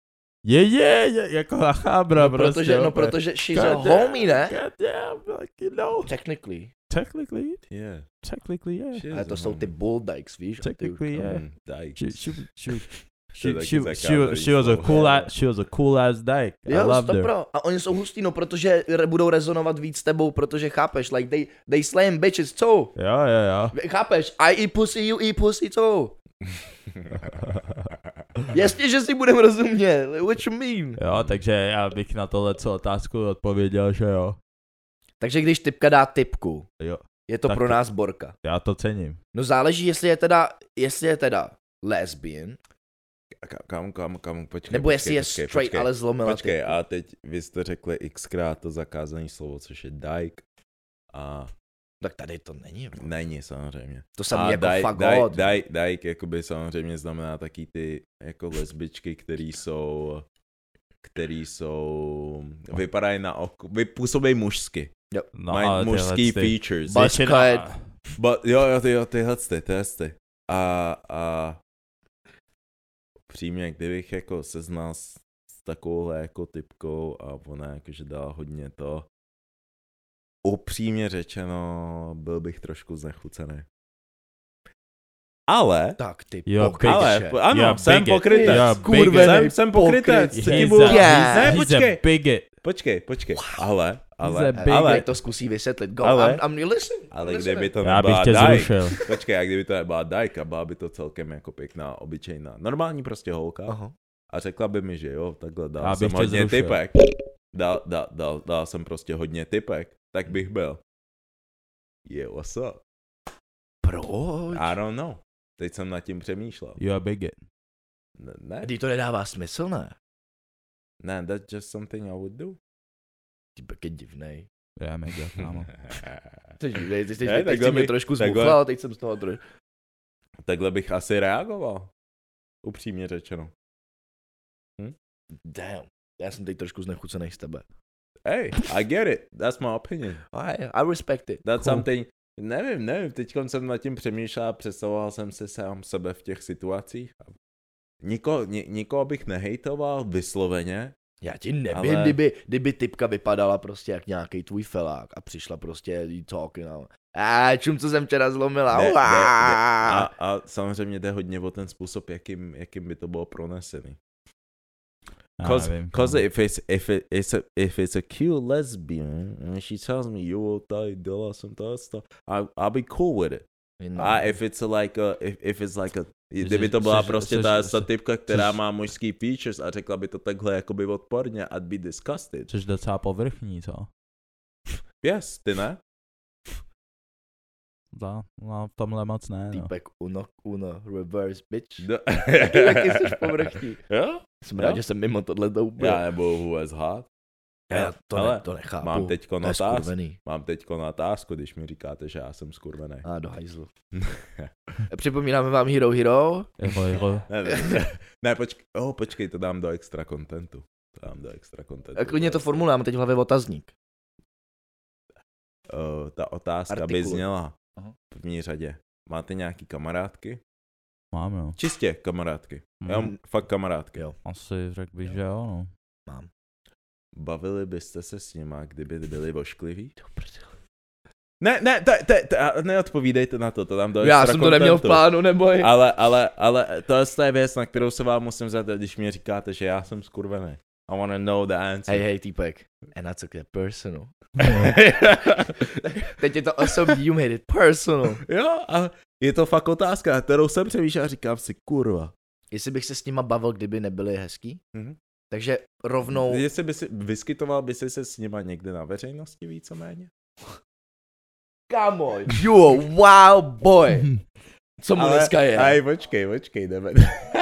Speaker 2: je, je, je jako na chábra,
Speaker 1: no,
Speaker 2: prostě.
Speaker 1: protože, no,
Speaker 2: úplně,
Speaker 1: protože she's
Speaker 2: God
Speaker 1: a
Speaker 2: damn,
Speaker 1: homie, ne?
Speaker 2: God damn, like, you know,
Speaker 1: Technically.
Speaker 2: technically,
Speaker 3: Yeah.
Speaker 2: technically, yeah,
Speaker 3: she
Speaker 1: Ale
Speaker 3: is
Speaker 1: to
Speaker 3: a
Speaker 1: jsou
Speaker 3: woman.
Speaker 1: ty bull dykes, víš? a ty už-
Speaker 2: technically, yeah.
Speaker 3: Mm, dykes.
Speaker 2: She, she, she,
Speaker 3: To je
Speaker 2: she,
Speaker 3: taky
Speaker 2: she, she,
Speaker 3: zakázaný
Speaker 2: she was a
Speaker 3: slovo.
Speaker 2: cool ass, she was a cool ass dyke. I
Speaker 1: Jo,
Speaker 2: loved
Speaker 1: to
Speaker 2: her.
Speaker 1: pro. A oni jsou hustí, no, protože re- budou rezonovat víc s tebou, protože chápeš, like they, they slaying bitches, co?
Speaker 2: Jo, jo, jo.
Speaker 1: Chápeš? I eat pussy, you eat pussy, co? Jasně, že si budeme rozumět, what you mean?
Speaker 2: Jo, takže já bych na tohle co otázku odpověděl, že jo.
Speaker 1: Takže když typka dá typku,
Speaker 2: Jo.
Speaker 1: je to
Speaker 2: Tak
Speaker 1: pro
Speaker 2: to-
Speaker 1: nás borka.
Speaker 2: Já to cením.
Speaker 1: No záleží, jestli je teda, jestli je teda lesbian,
Speaker 3: Ka- Kam, kam, kam, počkej,
Speaker 1: nebo jestli
Speaker 3: počkej,
Speaker 1: je
Speaker 3: počkej,
Speaker 1: straight, ale zlomila
Speaker 3: Počkej,
Speaker 1: typku.
Speaker 3: a teď vy jste řekli xkrát to zakázané slovo, což je dyke. A
Speaker 1: Tak tady to není, bro.
Speaker 3: není samozřejmě.
Speaker 1: To samý
Speaker 3: a
Speaker 1: jako
Speaker 3: dy-
Speaker 1: fagot.
Speaker 3: dy- dy- Dyke jakoby samozřejmě znamená taky ty jako lesbičky, které jsou který jsou, vypadají na oko, vypůsobí mužsky,
Speaker 2: No,
Speaker 3: no, mají
Speaker 2: ale tyhle
Speaker 3: mužský
Speaker 2: ty-
Speaker 3: features.
Speaker 1: But-
Speaker 2: Většina-
Speaker 1: Basket.
Speaker 3: But, jo, jo, ty, jo, tyhle ty, tyhle ty. A, a přímě, kdybych jako seznal s, s takovouhle jako typkou a ona jakože dala hodně to, upřímně řečeno, byl bych trošku znechucený. Ale,
Speaker 1: Tak ty
Speaker 2: Jo,
Speaker 1: pokrytče.
Speaker 3: ale, po- ano,
Speaker 2: Yeah,
Speaker 3: jsem
Speaker 2: bigot.
Speaker 3: pokrytec.
Speaker 2: Yeah,
Speaker 1: Kurvený
Speaker 3: jsem, jsem pokrytec.
Speaker 1: pokrytec.
Speaker 3: co ti
Speaker 2: He's
Speaker 3: budu-
Speaker 2: a,
Speaker 1: Yeah.
Speaker 2: he's,
Speaker 3: Ne,
Speaker 2: he's
Speaker 3: počkej,
Speaker 2: a bigot.
Speaker 3: počkej, počkej, ale, ale,
Speaker 2: a
Speaker 1: Big
Speaker 3: ale-
Speaker 1: Dick Eh, to zkusí vysvětlit. Go,
Speaker 3: ale-
Speaker 1: I'm, I'm listening.
Speaker 3: ale
Speaker 1: I'm
Speaker 3: kdyby
Speaker 1: listening.
Speaker 3: to
Speaker 2: Já bych
Speaker 3: nebyla
Speaker 2: tě
Speaker 3: Dyke,
Speaker 2: zrušil.
Speaker 3: Počkej, a kdyby to nebyla dajka, byla by to celkem jako pěkná, obyčejná, normální prostě holka.
Speaker 1: Aha.
Speaker 3: A řekla by mi, že jo, takhle
Speaker 2: Já
Speaker 3: dal
Speaker 2: bych
Speaker 3: jsem
Speaker 2: tě
Speaker 3: hodně
Speaker 2: zrušil.
Speaker 3: typek. Dal, dal, dal, dal jsem prostě hodně typek, tak bych byl. Je, what's up?
Speaker 1: Proč?
Speaker 3: I don't know. Teď jsem nad tím přemýšlel.
Speaker 2: You're a bigot.
Speaker 3: Ne, Ne,
Speaker 1: Když to nedává smysl, ne?
Speaker 3: ne, that's just something I would do.
Speaker 1: Ty bek je divnej.
Speaker 2: Já mega, kámo.
Speaker 1: Jsi divnej, ty jsi
Speaker 3: Ne,
Speaker 1: teď
Speaker 3: takhle
Speaker 1: jsi mě
Speaker 3: by-
Speaker 1: trošku
Speaker 3: takhle-
Speaker 1: zbuchl, teď jsem z toho trošku.
Speaker 3: Takhle bych asi reagoval. Upřímně řečeno.
Speaker 1: Damn. Já jsem teď trošku znechucený z tebe.
Speaker 3: Hey, I get it. That's my opinion.
Speaker 1: I, I respect it.
Speaker 3: That's
Speaker 2: Cool.
Speaker 3: something, nevím, nevím, teď jsem nad tím přemýšlel a představoval jsem si sám sebe v těch situacích. Niko, ni, nikoho bych nehejtoval vysloveně,
Speaker 1: Já ti nevím, Ale...
Speaker 3: Ale-
Speaker 1: kdyby, kdyby typka vypadala prostě jak nějaký tvůj felák a přišla prostě jí talking a a čum, co jsem včera zlomila.
Speaker 3: Ne, ne, ne. a,
Speaker 1: Uá.
Speaker 3: a samozřejmě jde hodně o ten způsob, jakým, jakým by to bylo pronesený.
Speaker 2: Já
Speaker 3: Cause,
Speaker 2: nevím, no.
Speaker 3: cause
Speaker 2: kámo.
Speaker 3: if, it's, if, it, it's a, if it's a cute lesbian and she tells me, jo, tady dělal jsem to a to, I- I'll be cool with it.
Speaker 1: Jinak.
Speaker 3: A if it's like a, if, if it's like a,
Speaker 2: Že-
Speaker 3: kdyby to byla
Speaker 2: že-
Speaker 3: prostě
Speaker 2: že-
Speaker 3: ta,
Speaker 2: že-
Speaker 3: ta typka, která
Speaker 2: že-
Speaker 3: má mužský features a řekla by to takhle jakoby odporně, I'd be disgusted.
Speaker 2: Což docela povrchní, co?
Speaker 3: Yes, ty ne?
Speaker 2: No, no v tomhle moc ne, no.
Speaker 1: Týpek uno, uno, reverse, bitch.
Speaker 3: Do...
Speaker 1: Jaký, jaký jsi povrchní.
Speaker 3: Jo?
Speaker 1: Jsem rád,
Speaker 3: Jo?
Speaker 1: že jsem mimo tohle to úplně.
Speaker 3: Já nebudu vůbec hát.
Speaker 1: Já to, ne,
Speaker 3: Hele,
Speaker 1: to nechápu.
Speaker 3: Mám teďko
Speaker 1: to je
Speaker 3: otázku,
Speaker 1: skurvený.
Speaker 3: mám teďko otázku, když mi říkáte, že já jsem skurvený.
Speaker 1: A do hajzlu. Připomínáme vám Hero Hero.
Speaker 2: Jako, jako,
Speaker 3: ne, ne, ne počkej, oh, počkej, to dám do extra kontentu. To dám do extra kontentu.
Speaker 1: A Klidně to formulujeme, teď v hlavě otazník.
Speaker 3: Uh, ta otázka by
Speaker 1: Artikuluj.
Speaker 3: zněla
Speaker 1: Aha.
Speaker 3: v první řadě. Máte nějaký kamarádky?
Speaker 2: mám, no. jo.
Speaker 3: Čistě kamarádky.
Speaker 2: Mám.
Speaker 3: Já mám
Speaker 1: Mm.
Speaker 3: fakt kamarádky.
Speaker 1: Jo.
Speaker 2: Asi řekl bych, že jo, no.
Speaker 3: Bavili byste se s nima, kdyby byli oškliví? Ne, ne, te, te, te, a neodpovídejte na to, to dám do
Speaker 1: Já
Speaker 3: extra
Speaker 1: jsem to neměl v
Speaker 3: kontentu.
Speaker 1: plánu, neboj.
Speaker 3: Ale, ale, ale to je to je věc, na kterou se vám musím zeptat, když mi říkáte, že já jsem skurvený. I wanna know the answer.
Speaker 1: Hej, hej, týpek. And I took it personal. Teď je to osobní, you made it personal.
Speaker 3: jo, a je to fakt otázka, na kterou jsem přemýšlel a říkám si, kurva.
Speaker 1: Jestli bych se s nima bavil, kdyby nebyly hezký,
Speaker 3: Mhm.
Speaker 1: takže rovnou...
Speaker 3: Jestli by si, vyskytoval by si se s nima někde na veřejnosti víceméně?
Speaker 1: Kámo, you a wow boy. Co mu
Speaker 3: Ale-
Speaker 1: dneska je?
Speaker 3: Aj, počkej, počkej, jdeme.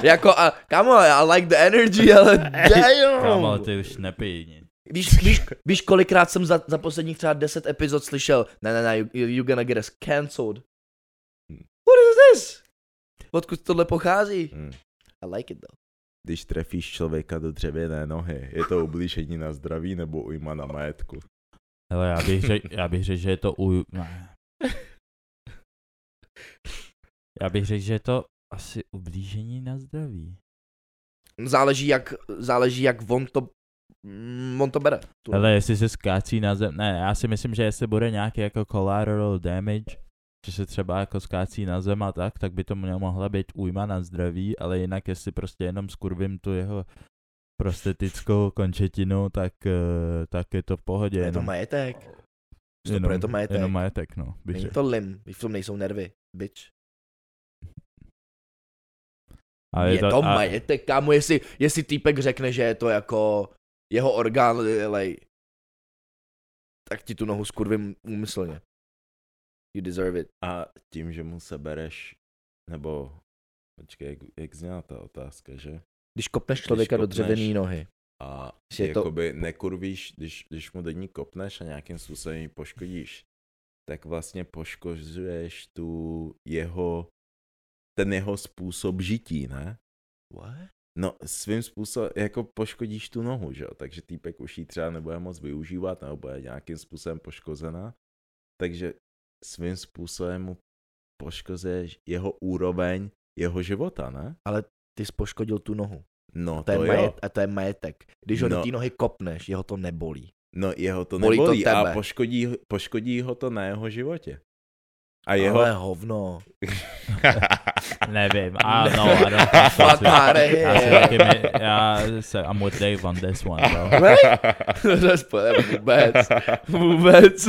Speaker 1: Jako, a, kámo, I like the energy, ale damn.
Speaker 2: Kámo, ale ty už nepij nic.
Speaker 1: Víš, víš, víš, kolikrát jsem za, za posledních třeba 10 epizod slyšel, ne, ne, ne, you, you gonna get us cancelled. Hmm. What is this? Odkud tohle pochází?
Speaker 3: Hmm.
Speaker 1: I like it though.
Speaker 3: když trefíš člověka do dřevěné nohy? Je to ublížení na zdraví nebo ujma na majetku?
Speaker 2: Hele, já bych řekl, já bych řekl že je to u... Ne. Já bych řekl, že je to asi ublížení na zdraví.
Speaker 1: Záleží jak, záleží jak on to, mm, on to bere. Tu-
Speaker 2: Ale jestli se skácí na zem, ne, já si myslím, že jestli bude nějaký jako collateral damage, že se třeba jako skácí na zem a tak, tak by to mě mohla být újma na zdraví, ale jinak jestli prostě jenom skurvím tu jeho prostetickou končetinu, tak, eh, tak je to v pohodě.
Speaker 1: Je to
Speaker 2: jenom,
Speaker 1: majetek.
Speaker 2: jenom,
Speaker 1: Jenom, je to majetek.
Speaker 2: Jenom majetek, no. Bych
Speaker 1: Není
Speaker 2: řekl.
Speaker 1: to lim, v tom nejsou nervy, bitch.
Speaker 2: Ale
Speaker 1: je, to,
Speaker 2: a-
Speaker 1: majetek, kámo, jestli, jestli týpek řekne, že je to jako jeho orgán, lej, tak ti tu nohu skurvím úmyslně. You deserve it.
Speaker 3: A tím, že mu sebereš, nebo počkej, jak, jak zněla ta otázka, že?
Speaker 1: Když kopneš člověka do
Speaker 3: kopneš-
Speaker 1: dřevěné nohy.
Speaker 3: A
Speaker 1: Že
Speaker 3: že
Speaker 1: je to-
Speaker 3: jakoby to... nekurvíš, když, když mu do ní kopneš a nějakým způsobem ji poškodíš, tak vlastně poškozuješ tu jeho, ten jeho způsob žití, ne?
Speaker 1: What?
Speaker 3: No, svým způsobem, jako poškodíš tu nohu, že jo? Takže týpek už ji třeba nebude moc využívat, nebo bude nějakým způsobem poškozená. Takže svým způsobem mu poškozuješ jeho úroveň jeho života, ne?
Speaker 1: Ty jsi poškodil tu nohu.
Speaker 3: No,
Speaker 1: To je
Speaker 3: to, jo.
Speaker 1: majet, a to je majetek. Když ho do
Speaker 3: No.
Speaker 1: té nohy kopneš, jeho to nebolí.
Speaker 3: No jeho to
Speaker 1: Bolí to
Speaker 3: nebolí to
Speaker 1: tebe.
Speaker 3: a poškodí, poškodí ho to na jeho životě. A jeho...
Speaker 1: Ale hovno.
Speaker 2: Nevím, I don't know, I don't think so.
Speaker 1: Fuck outta here.
Speaker 2: Já si taky my- já se, I'm with Dave on this one, bro.
Speaker 1: to je spojené vůbec. Vůbec.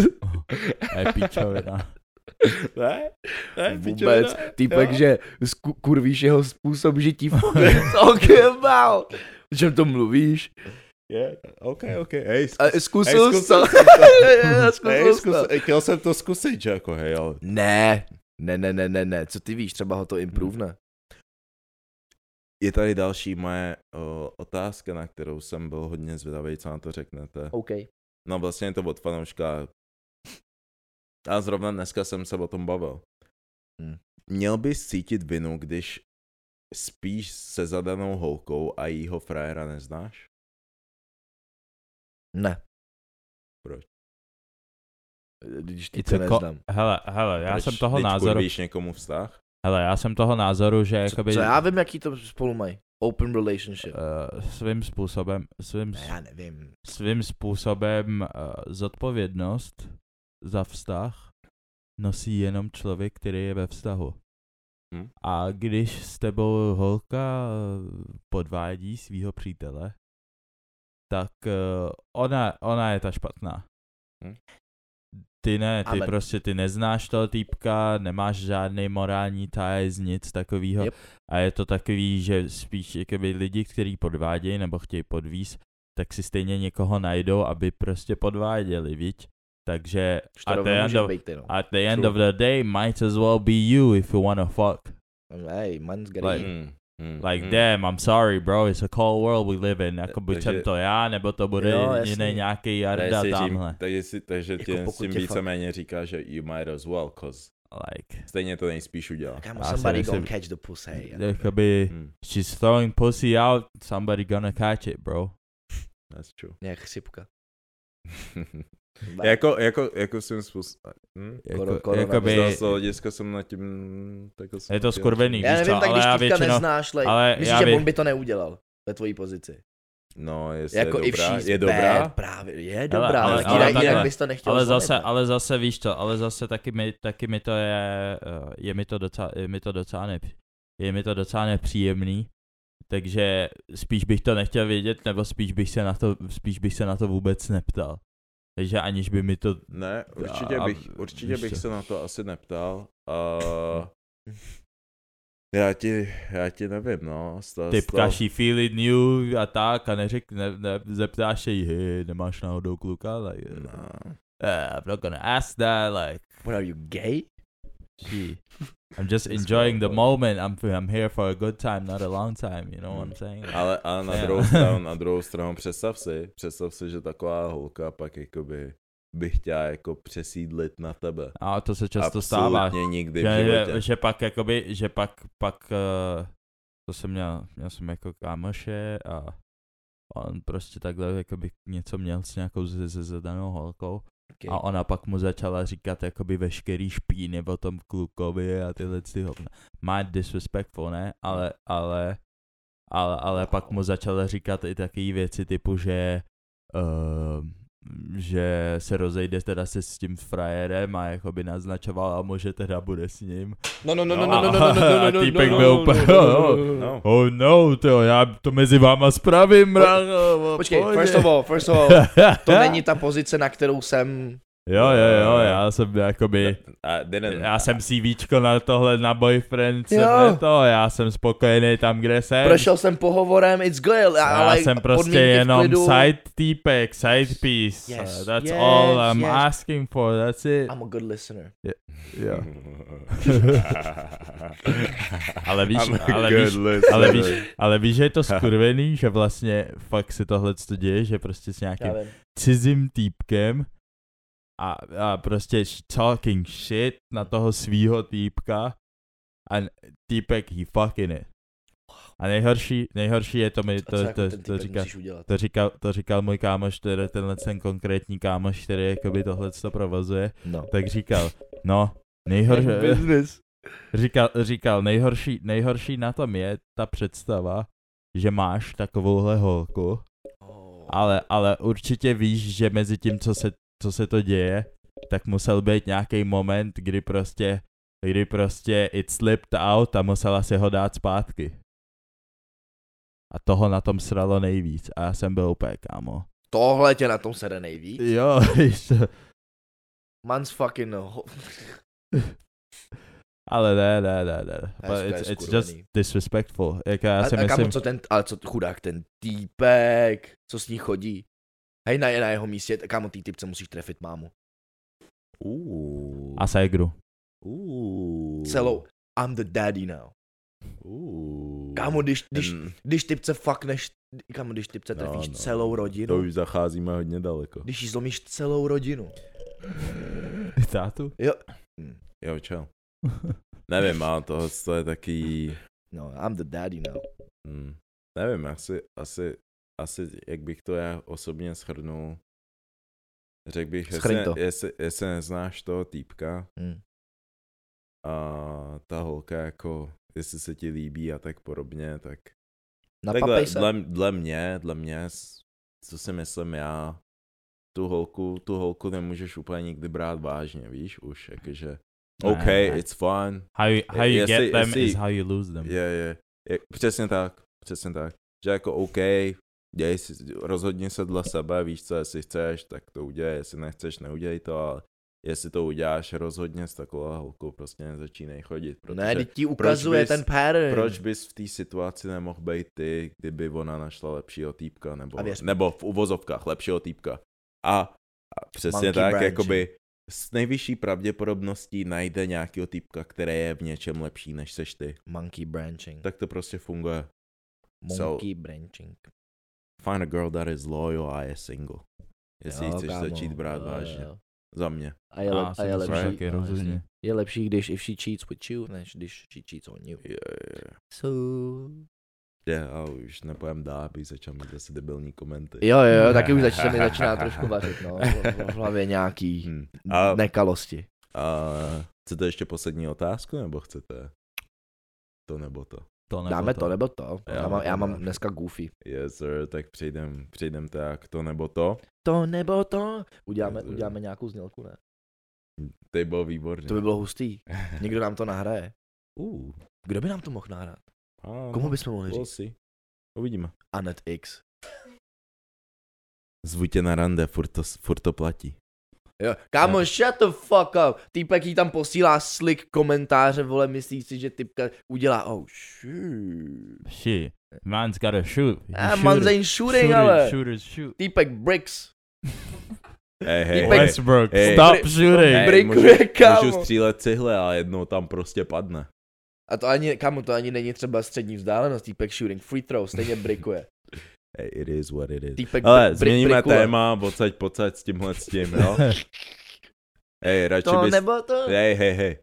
Speaker 2: Ej, pičovina.
Speaker 3: ne? Ne,
Speaker 1: Vůbec.
Speaker 3: pičovina.
Speaker 1: Týpek,
Speaker 3: Jo.
Speaker 1: že sku- kurvíš jeho způsob žití. Talk about. O čem to mluvíš?
Speaker 3: Je, OK, OK, hej, zkus,
Speaker 1: A zkusil
Speaker 3: Hej,
Speaker 1: jsi to.
Speaker 3: zkusil jsem
Speaker 1: Já Zkusil
Speaker 3: to. Hej,
Speaker 1: jsi
Speaker 3: zkus,
Speaker 1: to.
Speaker 3: chtěl jsem to zkusit, že jako hej, ale...
Speaker 1: Ne. Ne, ne, ne, ne, ne. Co ty víš, třeba ho to improvne.
Speaker 3: Je tady další moje o, otázka, na kterou jsem byl hodně zvědavý, co na to řeknete.
Speaker 1: OK.
Speaker 3: No vlastně je to od fanouška. A zrovna dneska jsem se o tom bavil.
Speaker 1: Hmm.
Speaker 3: Měl bys cítit vinu, když spíš se zadanou holkou a jeho frajera neznáš?
Speaker 1: Ne.
Speaker 3: Proč?
Speaker 1: Když ty
Speaker 2: It's a
Speaker 1: to
Speaker 2: co-
Speaker 1: neznám.
Speaker 2: Hele, hele, já
Speaker 3: Proč?
Speaker 2: jsem toho
Speaker 3: Vždyť
Speaker 2: názoru,
Speaker 3: kurvíš někomu vztah?
Speaker 2: hele, já jsem toho názoru, že
Speaker 1: Co,
Speaker 2: jakoby
Speaker 1: co já vím, jaký to spolu mají. Open relationship.
Speaker 2: eh, svým způsobem, svým,
Speaker 1: Ne, Já nevím.
Speaker 2: svým způsobem eh, zodpovědnost za vztah nosí jenom člověk, který je ve vztahu.
Speaker 3: Hm.
Speaker 2: A když s tebou holka eh, podvádí svého přítele, tak eh, ona, ona je ta špatná.
Speaker 3: Hm.
Speaker 2: Ty ne, ty
Speaker 1: Amen.
Speaker 2: prostě ty neznáš toho týpka, nemáš žádný morální tajez, nic takového.
Speaker 1: Yep.
Speaker 2: A je to takový, že spíš jakoby lidi, kteří podvádějí nebo chtějí podvíz, tak si stejně někoho najdou, aby prostě podváděli, viď? Takže
Speaker 1: Už
Speaker 2: at
Speaker 1: to
Speaker 2: the,
Speaker 1: rovnou
Speaker 2: end
Speaker 1: může
Speaker 2: of,
Speaker 1: být, ty, no.
Speaker 2: at the end
Speaker 3: True.
Speaker 2: of the day might as well be you if you wanna fuck.
Speaker 1: Mhm. Hej, man's got
Speaker 2: Like-
Speaker 1: like,
Speaker 3: Hmm, hmm,
Speaker 2: Like
Speaker 3: hmm.
Speaker 2: damn, I'm sorry bro, it's a cold world we live in. Jako buď
Speaker 3: Takže-
Speaker 2: jsem to já, nebo to bude
Speaker 1: Jo,
Speaker 2: jo,
Speaker 1: jasný.
Speaker 2: jiný nějaký
Speaker 3: Takže
Speaker 2: jarda
Speaker 3: si tím-
Speaker 2: tamhle.
Speaker 3: Takže, si, takže
Speaker 1: Jako
Speaker 3: jako tím,
Speaker 1: pokud
Speaker 3: s tím
Speaker 1: tě fakt-
Speaker 3: víceméně říká, že you might as well, cause
Speaker 2: Like,
Speaker 3: stejně to nejspíš udělá.
Speaker 1: Kámo,
Speaker 2: Já si
Speaker 1: somebody
Speaker 2: myslím-
Speaker 1: gonna catch the pussy. Mhm.
Speaker 2: jakoby,
Speaker 3: Hmm,
Speaker 2: she's throwing pussy out, somebody gonna catch it bro.
Speaker 3: that's true.
Speaker 1: Nějak chřipka.
Speaker 3: jako, jako, jako svým způsobem. Hm?
Speaker 1: Koro-
Speaker 2: Jako,
Speaker 1: korona
Speaker 2: jakoby,
Speaker 1: by-
Speaker 3: Z toho hlediska jsem nad tím... Tak jsem
Speaker 2: Je to
Speaker 3: chtěl
Speaker 2: skurvený,
Speaker 3: říct.
Speaker 1: Já
Speaker 2: víš
Speaker 1: nevím,
Speaker 2: co,
Speaker 1: tak
Speaker 2: ale
Speaker 1: když týpka
Speaker 2: já většinou-
Speaker 1: neznáš, like,
Speaker 2: ale
Speaker 1: myslíš,
Speaker 2: já
Speaker 1: že
Speaker 2: vě-
Speaker 1: on by to neudělal ve tvojí pozici.
Speaker 3: No, jestli
Speaker 1: jako
Speaker 3: jako je
Speaker 1: if
Speaker 3: dobrá.
Speaker 1: she's
Speaker 3: Je dobrá?
Speaker 1: Bad, právě, je dobrá,
Speaker 2: ale-
Speaker 1: ale,
Speaker 2: ale
Speaker 1: jinak, jinak
Speaker 2: takhle.
Speaker 1: bys to nechtěl
Speaker 2: Ale
Speaker 1: zvolit,
Speaker 2: zase,
Speaker 1: ne?
Speaker 2: ale zase víš to, ale zase taky mi, taky mi to je, eh, je mi to docela, je mi to docela, nep, je mi to docela nepříjemný, takže spíš bych to nechtěl vědět, nebo spíš bych se na to, spíš bych se na to vůbec neptal. Takže aniž by mi to,
Speaker 3: Ne, určitě
Speaker 2: A-
Speaker 3: bych, určitě
Speaker 2: víš
Speaker 3: bych
Speaker 2: co.
Speaker 3: se na to asi neptal. Uh, já ti, já ti nevím, no. Sta,
Speaker 2: ty ptaší feel it new a tak a neřek, ne, ne, zeptáš se jí, "Hey, nemáš náhodou kluka, like, eh,
Speaker 3: No.
Speaker 2: eh, I'm not gonna ask that, like,
Speaker 1: What are you, gay?
Speaker 2: gee, I'm just enjoying the moment, I'm, I'm here for a good time, not a long time, you know what I'm saying?
Speaker 3: Ale, ale na,
Speaker 2: Ne.
Speaker 3: druhou stranu, na druhou stranu, představ si, představ si, že taková holka pak jakoby by chtěla jako přesídlit na tebe.
Speaker 2: A to se často
Speaker 3: Absolutně
Speaker 2: stává.
Speaker 3: nikdy v
Speaker 2: Že, že,
Speaker 3: životě.
Speaker 2: že pak jakoby, že pak, pak, uh, to jsem měl, měl jsem jako kámoše a on prostě takhle jakoby něco měl s nějakou z, z, zadanou holkou
Speaker 1: Okay.
Speaker 2: a ona pak mu začala říkat jakoby veškerý špíny o tom klukovi a tyhle ty hovna. Má disrespectful, ne? Ale, ale, ale, ale wow. pak mu začala říkat i takové věci typu, že uh, že se rozejde teda se s tím frajerem a jakoby naznačovala mu, že teda bude s ním.
Speaker 1: No, no, no, no,
Speaker 3: No,
Speaker 1: no, no, no,
Speaker 2: a-
Speaker 1: no, no, no, no,
Speaker 2: týpek
Speaker 1: no,
Speaker 2: byl
Speaker 1: no,
Speaker 2: úplně-
Speaker 1: no, no, no, no.
Speaker 3: No.
Speaker 2: Oh no, to já to mezi váma spravím, ráno.
Speaker 1: Počkej, first of all, first of all, to není ta pozice, na kterou jsem...
Speaker 2: Jo, jo, jo, já jsem jakoby,
Speaker 3: I didn't.
Speaker 2: já jsem CVčko na tohle, na boyfriend, jsem
Speaker 1: Jo.
Speaker 2: ne to, já jsem spokojený tam, kde jsem.
Speaker 1: Prošel jsem pohovorem, it's good,
Speaker 2: Eh. já
Speaker 1: ale
Speaker 2: jsem prostě
Speaker 1: podmínky v
Speaker 2: jenom
Speaker 1: klidu.
Speaker 2: side týpek, side piece.
Speaker 1: Yes,
Speaker 2: Uh, that's
Speaker 1: yes,
Speaker 2: all I'm
Speaker 1: yes.
Speaker 2: asking for, that's it.
Speaker 1: I'm a good listener.
Speaker 2: Jo. Ale víš,
Speaker 3: I'm a
Speaker 2: ale
Speaker 3: good
Speaker 2: víš,
Speaker 3: listener.
Speaker 2: ale víš, ale víš, že je to skurvený, že vlastně fakt se tohle děje, že prostě s nějakým
Speaker 1: Já vím.
Speaker 2: cizím týpkem a, a prostě sh- talking shit na toho svýho týpka a n- týpek he fucking it. A nejhorší, nejhorší je to mi,
Speaker 1: A co
Speaker 2: to,
Speaker 1: jako ten
Speaker 2: to, to,
Speaker 1: týpek
Speaker 2: říká,
Speaker 1: musíš udělat?
Speaker 2: to, říkal, to říkal můj kámoš, tedy tenhle ten konkrétní kámoš, který jakoby tohle to provozuje,
Speaker 1: No.
Speaker 2: tak říkal, no, nejhorší,
Speaker 1: Business.
Speaker 2: říkal, říkal nejhorší, nejhorší na tom je ta představa, že máš takovouhle holku, ale, ale určitě víš, že mezi tím, co se, co se to děje, tak musel být nějaký moment, kdy prostě, kdy prostě it slipped out a musela si ho dát zpátky. A toho na tom sralo nejvíc. A já jsem byl úplně, kámo.
Speaker 1: Tohle tě na tom sere nejvíc.
Speaker 2: Jo, víš co?
Speaker 1: Man's fucking... ho-
Speaker 2: ale ne, ne, ne, ne.
Speaker 1: to
Speaker 2: But
Speaker 1: je
Speaker 2: it's, it's
Speaker 1: skurvený.
Speaker 2: just disrespectful. Jako já
Speaker 1: A,
Speaker 2: si
Speaker 1: a
Speaker 2: myslím,
Speaker 1: kámo, co ten, ale co chudák, ten týpek, co s ní chodí. Hej, na, na jeho místě, tak kámo, tý typce musíš trefit mámu.
Speaker 3: Uuu.
Speaker 2: a segru.
Speaker 3: Uuu.
Speaker 1: Celou. I'm the daddy now.
Speaker 3: Uuu. Hmm,
Speaker 1: Kámo, když, když,
Speaker 3: Ten-
Speaker 1: když typce fuckneš, kámo, když typce trefíš no, no. celou rodinu,
Speaker 3: To už zacházíme hodně daleko.
Speaker 1: když jí zlomíš celou rodinu.
Speaker 2: Tátu?
Speaker 3: Jo, čau. Nevím, ale tohle to je taký...
Speaker 1: No, I'm the daddy now.
Speaker 3: Hmm. Nevím, asi, asi, asi, jak bych to já osobně shrnul, řekl bych, jestli,
Speaker 1: Shrň to.
Speaker 3: jestli, jestli neznáš toho týpka
Speaker 1: Hmm.
Speaker 3: a ta holka jako, jestli se ti líbí a tak podobně, tak
Speaker 1: Napapej se.
Speaker 3: dle, dle mě, dle mě, s- co si myslím já, tu holku, tu holku nemůžeš úplně nikdy brát vážně, víš, už, jakože,
Speaker 2: Ne,
Speaker 3: OK,
Speaker 2: ne.
Speaker 3: it's fun,
Speaker 2: How you, how you
Speaker 3: Jestli-
Speaker 2: get them
Speaker 3: jestli-
Speaker 2: is how you lose them.
Speaker 3: Je, je, je, přesně tak, přesně tak. Že jako OK, děj si, rozhodni se dle sebe, víš co, jestli chceš, tak to udělej, jestli nechceš, neudělej to, ale jestli to uděláš rozhodně s takovou holkou, prostě nezačínej chodit, protože
Speaker 1: Ne, teď No, ti ukazuje
Speaker 3: bys-
Speaker 1: ten pattern.
Speaker 3: proč bys v té situaci nemohl být ty, kdyby ona našla lepšího týpka, nebo,
Speaker 1: A věř mi.
Speaker 3: nebo v uvozovkách lepšího týpka. A, a přesně
Speaker 1: Monkey
Speaker 3: tak,
Speaker 1: branch.
Speaker 3: jakoby s nejvyšší pravděpodobností najde nějakého týpka, který je v něčem lepší než seš ty.
Speaker 1: Monkey branching.
Speaker 3: Tak to prostě funguje. so-
Speaker 1: Monkey branching.
Speaker 3: Find a girl that is loyal a je single. Jestli ji
Speaker 1: Jo,
Speaker 3: chceš
Speaker 1: kámo,
Speaker 3: začít brát
Speaker 1: jo,
Speaker 3: vážně.
Speaker 1: jo.
Speaker 3: Za mě.
Speaker 1: A je,
Speaker 2: Já
Speaker 1: lep, a
Speaker 2: si
Speaker 1: je
Speaker 2: myslím,
Speaker 1: lepší.
Speaker 3: že
Speaker 2: taky,
Speaker 1: no, jasně.
Speaker 2: rozhodně.
Speaker 1: Je lepší, když if she cheats with you, než když she cheats on you.
Speaker 3: Je, je, je.
Speaker 1: So...
Speaker 3: Je, ale už nepojem dál, abych začal mít zase debilní komenty.
Speaker 1: Jo, jo, jo, taky už začíná, mi začíná trošku vařit, no. V v hlavě nějaký
Speaker 3: Hm. A,
Speaker 1: nekalosti.
Speaker 3: a chcete ještě poslední otázku, nebo chcete to nebo to?
Speaker 2: To nebo
Speaker 1: Dáme No, to nebo to.
Speaker 3: Já
Speaker 1: Já
Speaker 3: mám
Speaker 1: mám, já
Speaker 3: to
Speaker 1: mám
Speaker 3: rád.
Speaker 1: dneska goofy.
Speaker 3: Yes, sir, tak přejdem, přejdem tak to nebo to.
Speaker 1: To nebo to. Uděláme,
Speaker 3: Jezu.
Speaker 1: uděláme nějakou znělku, ne?
Speaker 3: To bylo výborné.
Speaker 1: To by bylo hustý. Někdo nám to nahraje.
Speaker 3: Uh,
Speaker 1: Kdo by nám to mohl nahrát?
Speaker 3: a
Speaker 1: Komu
Speaker 3: no,
Speaker 1: bychom mohli
Speaker 3: we'll
Speaker 1: říct?
Speaker 3: see. Uvidíme.
Speaker 1: Anet X.
Speaker 3: Zvu tě na rande, furt to, furt to platí.
Speaker 1: Jo. Kámo, shut the fuck up. Týpek jí tam posílá slick komentáře, vole, myslí si, že typka udělá, oh shoot.
Speaker 2: Shit. Man's gotta shoot. He's
Speaker 1: Ah,
Speaker 2: shooter.
Speaker 1: man shooting, shooting
Speaker 2: Shooters,
Speaker 1: ale.
Speaker 2: Shooters, shoot.
Speaker 1: Týpek bricks.
Speaker 3: Hej, hej,
Speaker 1: Týpek-
Speaker 3: hej.
Speaker 2: Westbrook,
Speaker 3: Hey.
Speaker 2: stop
Speaker 1: Bri-
Speaker 2: shooting.
Speaker 1: Hey.
Speaker 3: Hej,
Speaker 1: Brickuje,
Speaker 3: můžu,
Speaker 1: kámo.
Speaker 3: můžu střílet cihle, ale jednou tam prostě padne.
Speaker 1: A to ani, kámo, to ani není třeba střední vzdálenost, týpek shooting free throw, stejně brikuje.
Speaker 3: Hey, it is what it is.
Speaker 1: Týpek
Speaker 3: Ale
Speaker 1: bri- bri-
Speaker 3: změníme
Speaker 1: brikuje.
Speaker 3: téma, odsaď pocať s tímhle s tím, jo? Hej, radši
Speaker 1: To
Speaker 3: bys...
Speaker 1: nebo to?
Speaker 3: Hej, hej, hej.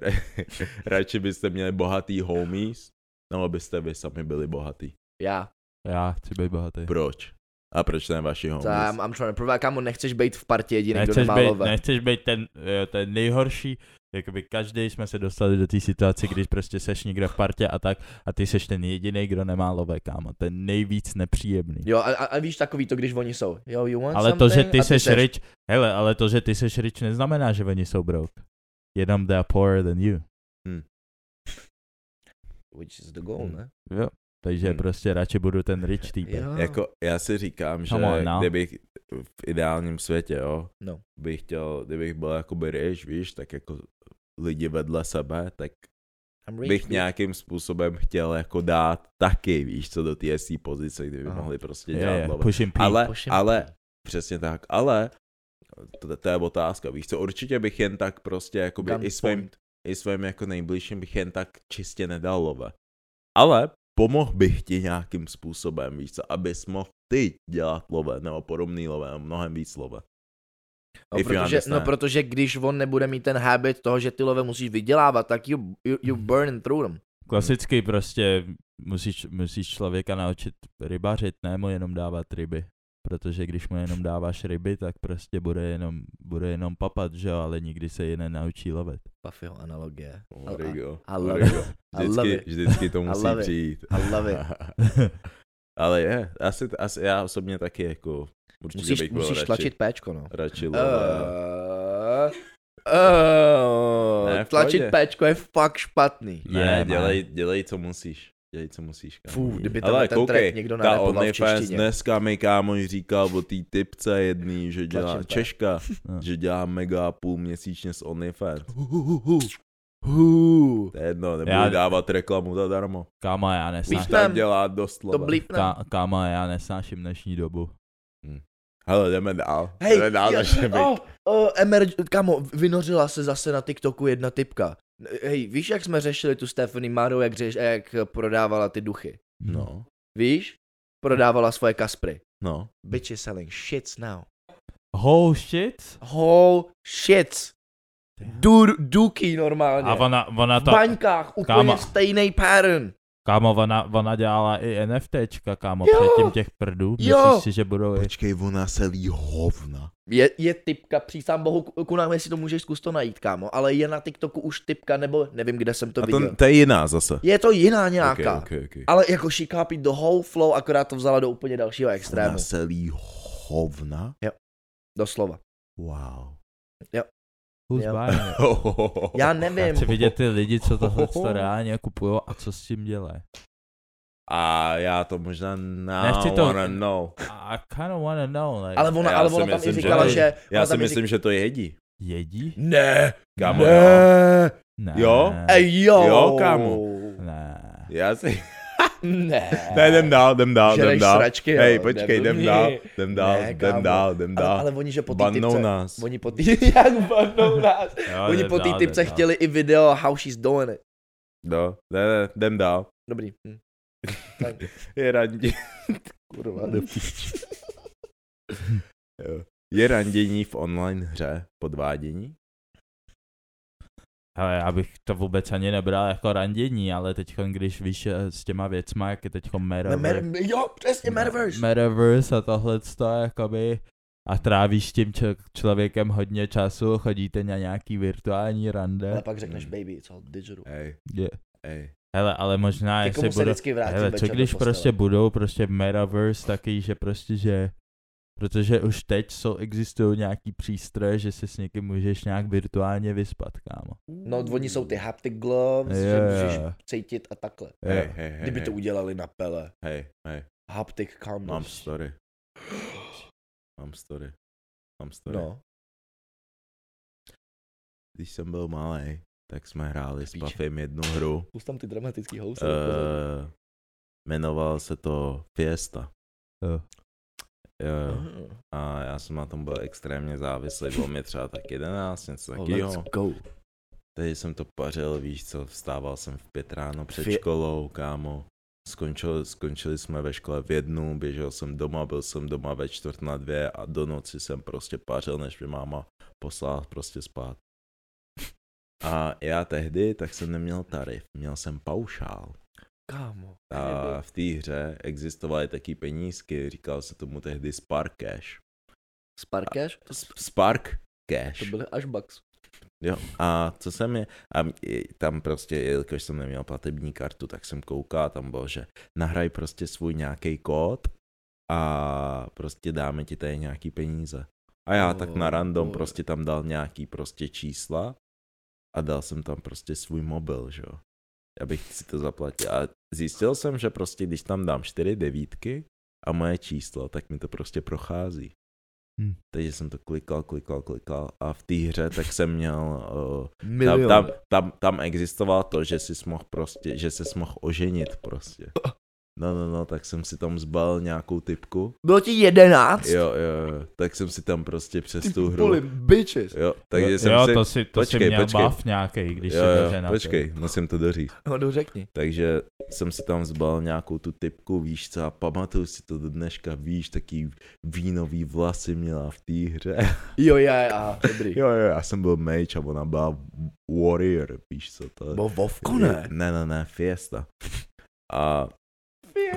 Speaker 3: Ra- radši byste měli bohatý homies, Nebo byste vy sami byli bohatý.
Speaker 1: Já.
Speaker 2: Já chci být bohatý.
Speaker 3: Proč? A proč ne vaši homies?
Speaker 1: To já, I'm, I'm trying to prove, kámo, nechceš být v partě jediný, kdo
Speaker 2: Nechceš
Speaker 1: nemá
Speaker 2: být,
Speaker 1: love.
Speaker 2: nechceš být ten, jo, ten nejhorší, jakoby každý jsme se dostali do té situace, když prostě seš někde v partě a tak a ty seš ten jediný, kdo nemá love, kámo, ten nejvíc nepříjemný.
Speaker 1: Jo, a, a, a, víš takový to, když oni jsou. Jo, you want
Speaker 2: ale to,
Speaker 1: something?
Speaker 2: že ty
Speaker 1: A
Speaker 2: seš
Speaker 1: seš-
Speaker 2: rich, hele, ale to, že ty seš rich neznamená, že oni jsou broke. Jenom they are poorer than you.
Speaker 1: Which is the goal,
Speaker 3: Hmm.
Speaker 1: ne?
Speaker 2: Jo. Takže
Speaker 3: Hmm.
Speaker 2: prostě radši budu ten rich týpek.
Speaker 1: Jo.
Speaker 3: Jako, já si říkám, že
Speaker 2: Come on no. now.
Speaker 3: kdybych v ideálním světě, jo,
Speaker 1: No.
Speaker 3: bych chtěl, kdybych byl jakoby rich, víš, tak jako lidi vedle sebe, tak
Speaker 1: I'm
Speaker 3: rich,
Speaker 1: rich,
Speaker 3: bych
Speaker 1: bitch.
Speaker 3: nějakým způsobem chtěl jako dát taky, víš, co do té SC pozice, kdyby
Speaker 1: Aha.
Speaker 3: mohli prostě
Speaker 2: Je,
Speaker 3: dělat
Speaker 2: je,
Speaker 3: love.
Speaker 2: push and pee.
Speaker 3: Ale,
Speaker 1: Push and
Speaker 3: ale,
Speaker 1: pee.
Speaker 3: přesně tak, ale to, to je otázka, víš co, určitě bych jen tak prostě, jakoby i svým,
Speaker 1: Gunpoint.
Speaker 3: i svým jako nejbližším bych jen tak čistě nedal love. Ale pomohl bych ti nějakým způsobem, víš co, abys mohl ty dělat love, nebo podobný love, nebo mnohem víc love.
Speaker 1: No,
Speaker 3: If you
Speaker 1: protože, no,
Speaker 3: understand.
Speaker 1: protože když on nebude mít ten habit toho, že ty love musíš vydělávat, tak you, you, you
Speaker 3: Hmm.
Speaker 1: burn through them.
Speaker 2: Klasicky prostě musíš, musíš člověka naučit rybařit, ne mu jenom dávat ryby. Protože když mu jenom dáváš ryby, tak prostě bude jenom, bude jenom papat, že jo, ale nikdy se je nenaučí lovit.
Speaker 1: Puffyho analogie.
Speaker 3: Oh, there you go.
Speaker 1: I love
Speaker 3: There you go.
Speaker 1: I love it.
Speaker 3: Vždycky, vždycky to
Speaker 1: I
Speaker 3: musí
Speaker 1: love it.
Speaker 3: přijít.
Speaker 1: I love it.
Speaker 3: Ale je, asi, asi já osobně taky jako určitě
Speaker 1: Musíš,
Speaker 3: bych byl
Speaker 1: musíš
Speaker 3: radši,
Speaker 1: tlačit péčko, no.
Speaker 3: radši love.
Speaker 1: Eh, eh,
Speaker 3: Ne, v
Speaker 1: Tlačit
Speaker 3: pohodě.
Speaker 1: péčko je fakt špatný.
Speaker 3: Ne,
Speaker 2: Je,
Speaker 3: yeah,
Speaker 2: man.
Speaker 3: dělej, dělej, co musíš. Dělej, co musíš, kámo.
Speaker 1: Fú, kdyby tenhle
Speaker 3: Hmm. Ale
Speaker 1: ten
Speaker 3: koukej,
Speaker 1: track někdo
Speaker 3: ta
Speaker 1: narepoval v
Speaker 3: OnlyFans
Speaker 1: češtině.
Speaker 3: dneska mi kámoš říkal o té typce jedný, že dělá
Speaker 1: Tlačím P.
Speaker 3: Češka,
Speaker 2: No.
Speaker 3: že dělá mega půl měsíčně s OnlyFans.
Speaker 1: Hů.
Speaker 3: To je jedno, nebudu
Speaker 2: Já-
Speaker 3: dávat reklamu zadarmo.
Speaker 2: Káma, já
Speaker 3: Už
Speaker 2: nesnáším,
Speaker 1: Blípnem.
Speaker 3: tam dělá dost
Speaker 1: To
Speaker 3: love.
Speaker 1: blípne.
Speaker 2: ká, káma, já nesnáším dnešní dobu.
Speaker 3: Hele, jdeme dál.
Speaker 1: Hej,
Speaker 3: jdeme dál
Speaker 1: jo,
Speaker 3: naše
Speaker 1: oh, oh, emerg- kamo, vynořila se zase na TikToku jedna typka. Hej, víš, jak jsme řešili tu Stephanie Maru, jak, řeš, jak prodávala ty duchy?
Speaker 3: No,
Speaker 1: Víš? Prodávala svoje kaspry.
Speaker 3: no.
Speaker 1: Bitch is selling shits now.
Speaker 2: Oh shit.
Speaker 1: Whole shits. Du- duky normálně.
Speaker 2: A ona, ona
Speaker 1: v
Speaker 2: to,
Speaker 1: baňkách, úplně
Speaker 2: Kámo.
Speaker 1: stejný pattern.
Speaker 2: kámo, ona, ona dělala i NFTčka, kámo,
Speaker 1: Jo.
Speaker 2: předtím těch prdů.
Speaker 1: Jo.
Speaker 2: Myslíš si, že budou i...
Speaker 3: Počkej, ona se lí hovna.
Speaker 1: Je, je typka, přísám bohu, ku- kunám, jestli to můžeš zkus to najít, kámo, ale je na TikToku už typka, nebo nevím, kde jsem to
Speaker 3: A
Speaker 1: viděl.
Speaker 3: to, to je jiná zase.
Speaker 1: Je to jiná nějaká.
Speaker 3: Okay, okay, okay.
Speaker 1: Ale jako she copied the whole flow, akorát to vzala do úplně dalšího extrému.
Speaker 3: Ona se lí hovna?
Speaker 1: Doslova.
Speaker 3: Wow.
Speaker 2: Who's
Speaker 1: Jo.
Speaker 2: buying it?
Speaker 1: Já nevím.
Speaker 2: Chci vidět ty lidi, co tohle to reálně kupují a co s tím dělají.
Speaker 3: A já to možná now
Speaker 2: Nechci to-
Speaker 3: wanna know.
Speaker 2: I kind of wanna know, like,
Speaker 1: Ale ona,
Speaker 3: Já
Speaker 1: ale
Speaker 3: si
Speaker 1: ona tam i
Speaker 3: myslím, že
Speaker 1: říkala,
Speaker 2: to-
Speaker 1: že... ona
Speaker 3: Já si
Speaker 1: tam i
Speaker 3: myslím, že to jedí.
Speaker 2: jedí?
Speaker 1: Ne,
Speaker 3: Kámo, jo.
Speaker 1: ne,
Speaker 2: Ne.
Speaker 3: Jo?
Speaker 1: ej jo.
Speaker 3: Jo, kámo.
Speaker 2: Ne.
Speaker 3: Já si...
Speaker 1: Ne.
Speaker 3: Ne, jdem dál, jdem dál,
Speaker 1: Žereš
Speaker 3: jdem dál.
Speaker 1: sračky, jo,
Speaker 3: Hej, počkej,
Speaker 1: debil.
Speaker 3: jdem dál, jdem dál,
Speaker 1: Ne, kámo.
Speaker 3: jdem dál, jdem
Speaker 1: Ale, ale
Speaker 3: dál.
Speaker 1: oni, že po té
Speaker 3: Bannou
Speaker 1: typce...
Speaker 3: nás.
Speaker 1: Oni po tý, jak banou nás.
Speaker 2: Jo,
Speaker 1: Oni
Speaker 2: jdem
Speaker 1: po té
Speaker 2: dál,
Speaker 1: typce
Speaker 2: jdem dál.
Speaker 1: chtěli i video how she's doing it.
Speaker 3: No, ne, ne, jdem dál.
Speaker 1: Dobrý. Hm.
Speaker 3: Je randění.
Speaker 1: Kurva.
Speaker 3: Je randění v online hře podvádění?
Speaker 2: Hele, já bych to vůbec ani nebral jako randění, ale teď, když víš eh, s těma věcma, jak je teď
Speaker 1: Ne,
Speaker 2: Metaverse.
Speaker 1: mer- Jo, přesně, No, Metaverse.
Speaker 2: Metaverse a tohle to jakoby a trávíš s tím č- člověkem hodně času, chodíte na nějaký virtuální
Speaker 1: Ale
Speaker 2: rande.
Speaker 1: pak řekneš, baby, it's all digital.
Speaker 3: Hej,
Speaker 2: Je.
Speaker 3: hej.
Speaker 2: Hele, ale možná,
Speaker 1: Ke
Speaker 2: jestli
Speaker 1: komu se
Speaker 2: budou,
Speaker 1: vždycky vrátím
Speaker 2: Hele, co
Speaker 1: večer do
Speaker 2: když
Speaker 1: postele?
Speaker 2: prostě budou prostě metaverse taky, že prostě, že protože už teď jsou, existují nějaký přístroje, že se s někým můžeš nějak virtuálně vyspat, kámo.
Speaker 1: No, oni jsou ty haptic gloves,
Speaker 2: Jo,
Speaker 1: že můžeš
Speaker 2: jo.
Speaker 1: cítit a takhle.
Speaker 3: Hej, hej, hej,
Speaker 1: Kdyby to
Speaker 3: hej,
Speaker 1: udělali na pele.
Speaker 3: hej, hej,
Speaker 1: Haptic
Speaker 3: mám
Speaker 1: condoms.
Speaker 3: story, mám story, mám story.
Speaker 1: No,
Speaker 3: Když jsem byl malý, tak jsme hráli s
Speaker 1: Píče.
Speaker 3: Pafem jednu hru,
Speaker 1: pust tam ty dramatický housy.
Speaker 3: uh, jmenoval se to Fiesta.
Speaker 1: Eh.
Speaker 2: Jo.
Speaker 3: Jo, a já jsem na tom byl extrémně závislý, bylo mě třeba tak 11, něco
Speaker 1: Oh, let's
Speaker 3: takového.
Speaker 1: go.
Speaker 3: Tehdy jsem to pařil, víš co, vstával jsem v pět ráno před
Speaker 1: Fě-
Speaker 3: školou, kámo. Skončil, skončili jsme ve škole v jednu, běžel jsem doma, byl jsem doma ve čtvrt na dvě a do noci jsem prostě pařil, než mi máma poslala prostě spát. A já tehdy, tak jsem neměl tarif, měl jsem paušál.
Speaker 1: Kámo.
Speaker 3: A v té hře existovaly taky penízky, říkal se tomu tehdy Spark Cash.
Speaker 1: Spark Cash?
Speaker 3: S- Spark
Speaker 1: To
Speaker 3: Cash.
Speaker 1: byly až bucks.
Speaker 3: Jo. A co jsem je, a m- i tam prostě, jelikož jsem neměl platební kartu, tak jsem koukal a tam bylo, že nahraj prostě svůj nějaký kód a prostě dáme ti tady nějaký peníze. A já tak na
Speaker 1: Oh,
Speaker 3: random
Speaker 1: boy.
Speaker 3: prostě tam dal nějaký prostě čísla a dal jsem tam prostě svůj mobil, že jo. Abych si to zaplatil. A zjistil jsem, že prostě když tam dám čtyři devítky a moje číslo, tak mi to prostě prochází.
Speaker 2: Hm.
Speaker 3: Takže jsem to klikal, klikal, klikal a v té hře tak jsem měl uh, tam,
Speaker 1: Milion.
Speaker 3: tam, tam, tam existovalo to, že jsi mohl prostě, že ses mohl oženit prostě. No, no, no, tak jsem si tam zbal nějakou typku.
Speaker 1: Bylo ti jedenáct?
Speaker 3: Jo, jo, jo, tak jsem si tam prostě přes tu hru.
Speaker 1: Poli, bitches.
Speaker 3: Jo, takže
Speaker 2: jo,
Speaker 3: jsem
Speaker 2: jo,
Speaker 3: si...
Speaker 2: to si, to
Speaker 3: počkej,
Speaker 2: si měl
Speaker 3: počkej.
Speaker 2: bav nějaký, když
Speaker 3: jo,
Speaker 2: se
Speaker 3: jo,
Speaker 2: dobře na to.
Speaker 3: počkej, musím to doříct.
Speaker 1: No, dořekni.
Speaker 3: Takže jsem si tam zbal nějakou tu typku, víš co, a pamatuju si to do dneška, víš, taký vínový vlasy měla v té hře.
Speaker 1: Jo, je, a dobrý.
Speaker 3: Jo, jo, já jsem byl mage a ona byla warrior, víš co to
Speaker 1: Bo Vovko ne.
Speaker 3: Ne, ne, ne, fiesta. A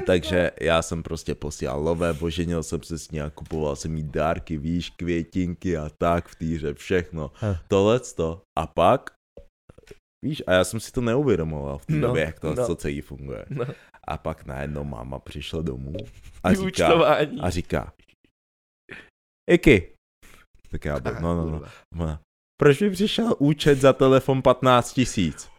Speaker 3: takže já jsem prostě posílal lové, boženil jsem se s ní a kupoval jsem jí dárky, víš, květinky a tak v týře, všechno.
Speaker 2: Hm.
Speaker 3: Tohle to. A pak, víš, a já jsem si to neuvědomoval v té
Speaker 1: No,
Speaker 3: době, jak to
Speaker 1: no.
Speaker 3: co celý funguje.
Speaker 1: No.
Speaker 3: A pak najednou máma přišla domů a
Speaker 1: Ty
Speaker 3: říká,
Speaker 1: účtování.
Speaker 3: a říká, Iky. Tak já byl, no, no, no.
Speaker 1: Kurva.
Speaker 3: Ona, Proč mi přišel účet za telefon 15 tisíc?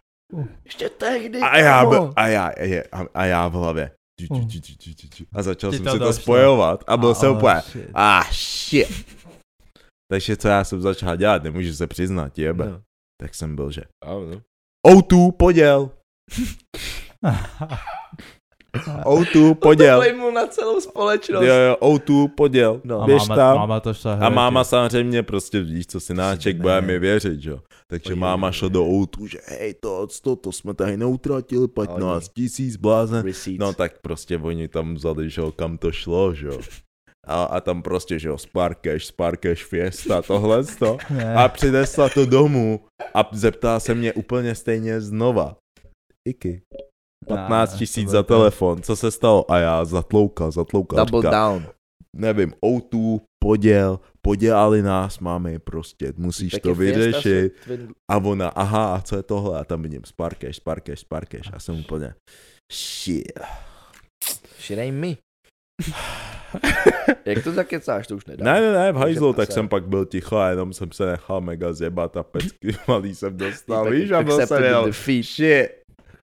Speaker 1: Ještě tehdy.
Speaker 3: A já,
Speaker 1: kámo.
Speaker 2: jako-
Speaker 3: byl, a já, a já, a já v hlavě. Či, či, či, či, či, či, či. A začal
Speaker 2: Ti
Speaker 3: jsem
Speaker 2: to
Speaker 3: si to
Speaker 2: došlo.
Speaker 3: spojovat a byl jsem
Speaker 2: oh,
Speaker 3: úplně,
Speaker 2: shit.
Speaker 3: a shit. Takže co já jsem začal dělat, nemůžu se přiznat, jebe.
Speaker 1: No.
Speaker 3: Tak jsem byl, že
Speaker 4: Ano.
Speaker 3: O2 poděl,
Speaker 1: No
Speaker 3: O2 poděl.
Speaker 1: Play mu na celou společnost.
Speaker 3: Jo, jo, O2 poděl.
Speaker 1: No.
Speaker 2: A
Speaker 3: Běž
Speaker 2: máma,
Speaker 3: tam.
Speaker 2: máma to šla
Speaker 3: A
Speaker 2: hledat,
Speaker 3: máma
Speaker 2: jo.
Speaker 3: samozřejmě prostě, víš, co synáček,
Speaker 1: ne.
Speaker 3: bude mi věřit, jo. Takže
Speaker 1: Ojej.
Speaker 3: máma šla do outu, že hej, to, to, to jsme tady neutratili, 15 tisíc, blázen.
Speaker 1: Receipts.
Speaker 3: No tak prostě oni tam vzali, že jo, kam to šlo, že jo. A, a tam prostě, že jo, Sparkeš, Sparkeš, Fiesta, tohle to.
Speaker 2: Ne.
Speaker 3: A přinesla to domů a zeptá se mě úplně stejně znova. Iky. 15
Speaker 2: Ne,
Speaker 3: tisíc
Speaker 2: to bylo
Speaker 3: za
Speaker 2: to.
Speaker 3: telefon, co se stalo? A já zatloukal, zatloukal,
Speaker 1: Double
Speaker 3: říkám,
Speaker 1: down.
Speaker 3: nevím, O2, poděl, podělali nás, máme prostě, musíš
Speaker 1: Tak
Speaker 3: to
Speaker 1: je Fiesta
Speaker 3: vyřešit.
Speaker 1: se Twin-
Speaker 3: A ona, aha, a co je tohle? A tam vidím Sparkeš, Sparkeš, Sparkeš. A jsem úplně, shit.
Speaker 1: Širaj mi. Jak to zakecáš, to už nedá.
Speaker 3: Ne, ne, ne, v hajzlu,
Speaker 1: Takže
Speaker 3: tak
Speaker 1: se-
Speaker 3: jsem pak byl ticho a jenom jsem se nechal mega zjebat a pecky malý jsem dostal,
Speaker 1: Týpek
Speaker 3: no, víš, a byl jsem
Speaker 1: accepted
Speaker 3: jenom,
Speaker 1: the defeat.
Speaker 3: shit.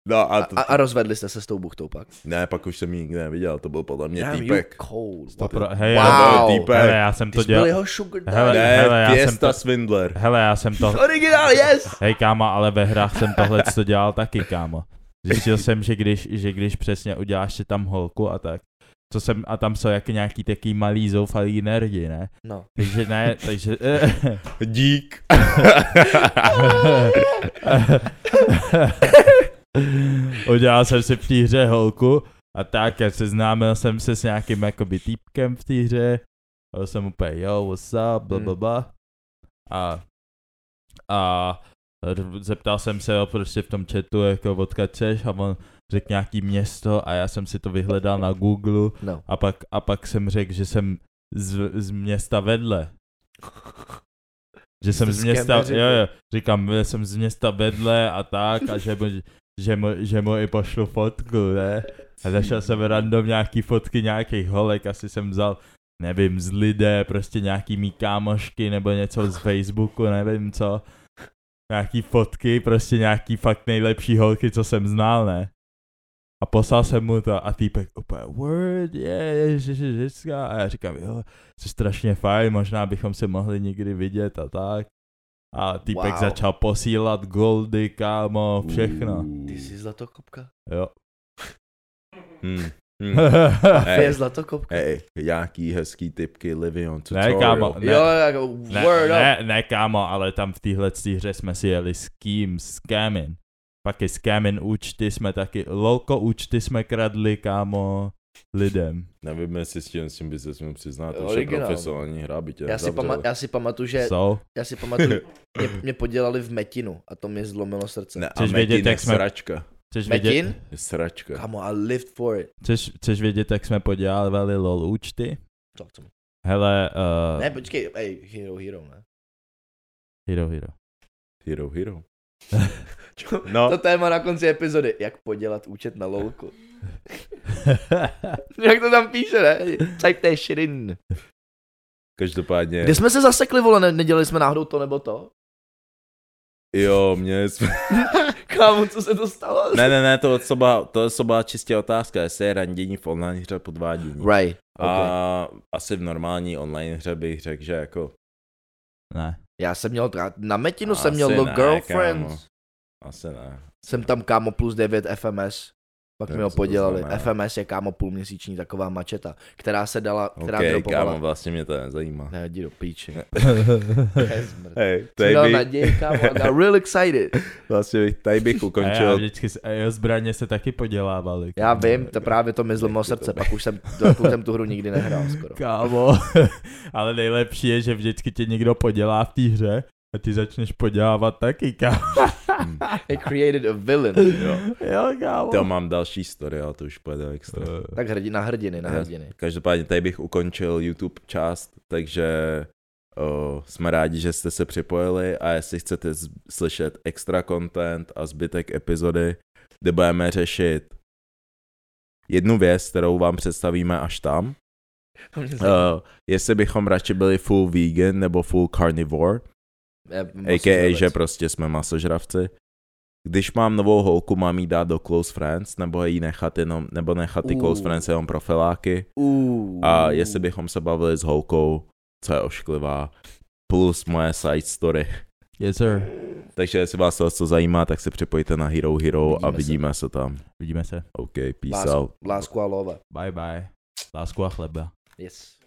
Speaker 3: No
Speaker 1: A,
Speaker 3: a, to,
Speaker 1: a, a rozvedli jste se s tou buchtou pak.
Speaker 3: ne, pak už jsem ji nikdy neviděl, to byl podle mě
Speaker 1: Damn, you
Speaker 3: týpek.
Speaker 1: cold.
Speaker 2: To
Speaker 3: Stop.
Speaker 2: pro, hej,
Speaker 1: Wow.
Speaker 2: já,
Speaker 3: To byl týpek.
Speaker 2: hele, já jsem
Speaker 1: Ty
Speaker 2: to
Speaker 1: jsi byl
Speaker 2: dělal,
Speaker 1: jeho sugar
Speaker 2: Hele,
Speaker 1: daddy.
Speaker 3: Ne,
Speaker 2: hele, já jsem
Speaker 3: Fiesta
Speaker 2: to-
Speaker 3: Swindler.
Speaker 2: hele, já jsem to,
Speaker 1: Originál, yes!
Speaker 2: hej kámo, ale ve hrách jsem tohle to dělal taky, kámo. Zjistil jsem, že když, že když přesně uděláš si tam holku a tak, co jsem, a tam jsou jak nějaký taký malý zoufalý nerdi, ne?
Speaker 1: No.
Speaker 2: Takže ne, takže...
Speaker 3: Dík.
Speaker 2: Udělal jsem si v té hře holku a tak, a seznámil jsem se s nějakým jakoby týpkem v té hře. A byl jsem úplně, jo, what's up, bla, bla, bla. A, a r- zeptal jsem se ho prostě v tom chatu, jako odkud seš a on řekl nějaký město a já jsem si to vyhledal na Google
Speaker 1: No.
Speaker 2: a pak, a pak jsem řekl, že jsem z, z města vedle. Že jsem z
Speaker 1: Jste
Speaker 2: města,
Speaker 1: skemeři,
Speaker 2: jo, jo, říkám, že jsem z města vedle a tak a že mu, že mu, že mu i pošlu fotku, ne? A zašel jsem random nějaký fotky nějakých holek, asi jsem vzal, nevím, z lidé, prostě nějaký mý kámošky nebo něco z Facebooku, nevím co. Nějaký fotky, prostě nějaký fakt nejlepší holky, co jsem znal, ne? A poslal jsem mu to a týpek úplně word, je, ženská. A já říkám, jo, jsi strašně fajn, možná bychom se mohli někdy vidět a tak. A týpek
Speaker 1: Wow.
Speaker 2: wow. začal posílat goldy, kámo, všechno.
Speaker 1: Ty jsi zlatokopka.
Speaker 2: Jo.
Speaker 3: Hmm. Hmm.
Speaker 1: Ty
Speaker 3: Ej,
Speaker 1: je zlatokopka.
Speaker 3: ej, jaký hezký typky, Livion, co
Speaker 2: ne, kámo, ne,
Speaker 1: Jo, jako
Speaker 2: ne,
Speaker 1: word up.
Speaker 2: ne, ne, kámo, ale tam v téhle hře jsme si jeli s kým, s Kamin. Pak i s Kamin účty jsme taky, lolko účty jsme kradli, kámo, lidem.
Speaker 3: Nevím, jestli s tím, s tím by se směl přiznat, to už je
Speaker 1: Originál.
Speaker 3: profesionální hra, by tě
Speaker 1: Já si, pama-
Speaker 3: nezavřeli.
Speaker 1: já si pamatuju, že
Speaker 2: So,
Speaker 1: já si pamatuju, mě, mě podělali v Metinu a to mě zlomilo srdce.
Speaker 3: Ne, a
Speaker 2: Chceš
Speaker 3: Metin
Speaker 2: vědět,
Speaker 3: je
Speaker 2: jak jsme-
Speaker 3: sračka.
Speaker 2: Chceš
Speaker 1: Metin?
Speaker 2: vědět,
Speaker 3: Je Sračka.
Speaker 1: Kámo, I lived for it.
Speaker 2: chceš, chceš vědět, jak jsme podělávali LOL účty?
Speaker 1: Tak to.
Speaker 2: Hele, uh,
Speaker 1: Ne, počkej, ej, Hero Hero, ne?
Speaker 2: Hero Hero.
Speaker 3: Hero Hero.
Speaker 1: Čo?
Speaker 3: No,
Speaker 1: To téma na konci epizody. Jak podělat účet na louku. Jak to tam píše, ne? Type té shit in.
Speaker 3: každopádně,
Speaker 1: Kde jsme se zasekli, vole, ne- nedělali jsme náhodou to nebo to?
Speaker 3: jo, mě jsme...
Speaker 1: Kámo, co se to stalo?
Speaker 3: Ne, ne, ne, to, co byla, to co byla čistě otázka, jestli je randění v online hře podvádění.
Speaker 1: Right. Okay.
Speaker 3: A asi v normální online hře bych řekl, že jako...
Speaker 2: ne.
Speaker 1: Já jsem měl, tra- na metinu jsem
Speaker 3: asi
Speaker 1: měl
Speaker 3: ne,
Speaker 1: Look
Speaker 3: kámo.
Speaker 1: Girlfriends.
Speaker 3: Asi ne.
Speaker 1: Jsem tam kámo plus 9 FMS. Pak
Speaker 3: Nevím,
Speaker 1: mi ho
Speaker 3: co to
Speaker 1: podělali.
Speaker 3: znamená.
Speaker 1: FMS je kámo půlměsíční taková mačeta, která se dala, která okay,
Speaker 3: Ok, kámo,
Speaker 1: dropovala.
Speaker 3: vlastně mě to nezajímá.
Speaker 1: Ne, jdi do píči. Hezmrt.
Speaker 3: Hej,
Speaker 1: Jsem dal
Speaker 3: tady bych,
Speaker 1: naději, kámo, I got real excited.
Speaker 3: vlastně bych, tady bych
Speaker 2: A já
Speaker 3: ukončil.
Speaker 2: vždycky, s- a jo, zbraně se taky podělávaly.
Speaker 1: Já vím, to právě to mi zlomilo srdce, pak už jsem, to, pak už jsem tu hru nikdy nehrál skoro.
Speaker 2: Kámo, ale nejlepší je, že vždycky tě někdo podělá v té hře a ty začneš podělávat taky, kámo.
Speaker 1: I created a villain.
Speaker 3: Jo.
Speaker 2: Jo, kámo.
Speaker 3: To mám další story, ale to už pojede extra.
Speaker 2: Eh,
Speaker 1: Tak hrdina, hrdiny, na
Speaker 3: Já-
Speaker 1: hrdiny.
Speaker 3: Každopádně tady bych ukončil YouTube část, takže o, jsme rádi, že jste se připojili a jestli chcete z- slyšet extra content a zbytek epizody, kde budeme řešit jednu věc, kterou vám představíme až tam. Uh, jestli bychom radši byli full vegan nebo full carnivore,
Speaker 1: Já Eh, musím
Speaker 3: a.k.a.
Speaker 1: vůbec.
Speaker 3: že prostě jsme masožravci. Když mám novou holku, mám jí dát do close friends, nebo ji nechat jenom, nebo nechat ty close
Speaker 1: Uh.
Speaker 3: friends jenom pro feláky.
Speaker 1: Uuu.
Speaker 3: A jestli bychom se bavili s holkou, co je ošklivá, plus moje side story.
Speaker 2: Yes, sir.
Speaker 3: Takže jestli vás to co zajímá, tak se připojte na Hero Hero vidíme a
Speaker 1: Vidíme se.
Speaker 3: vidíme se. se tam.
Speaker 2: Vidíme se.
Speaker 3: OK, peace
Speaker 1: Lásku.
Speaker 3: out.
Speaker 1: Lásku a lova.
Speaker 2: Bye, bye. Lásku a chleba.
Speaker 1: Yes.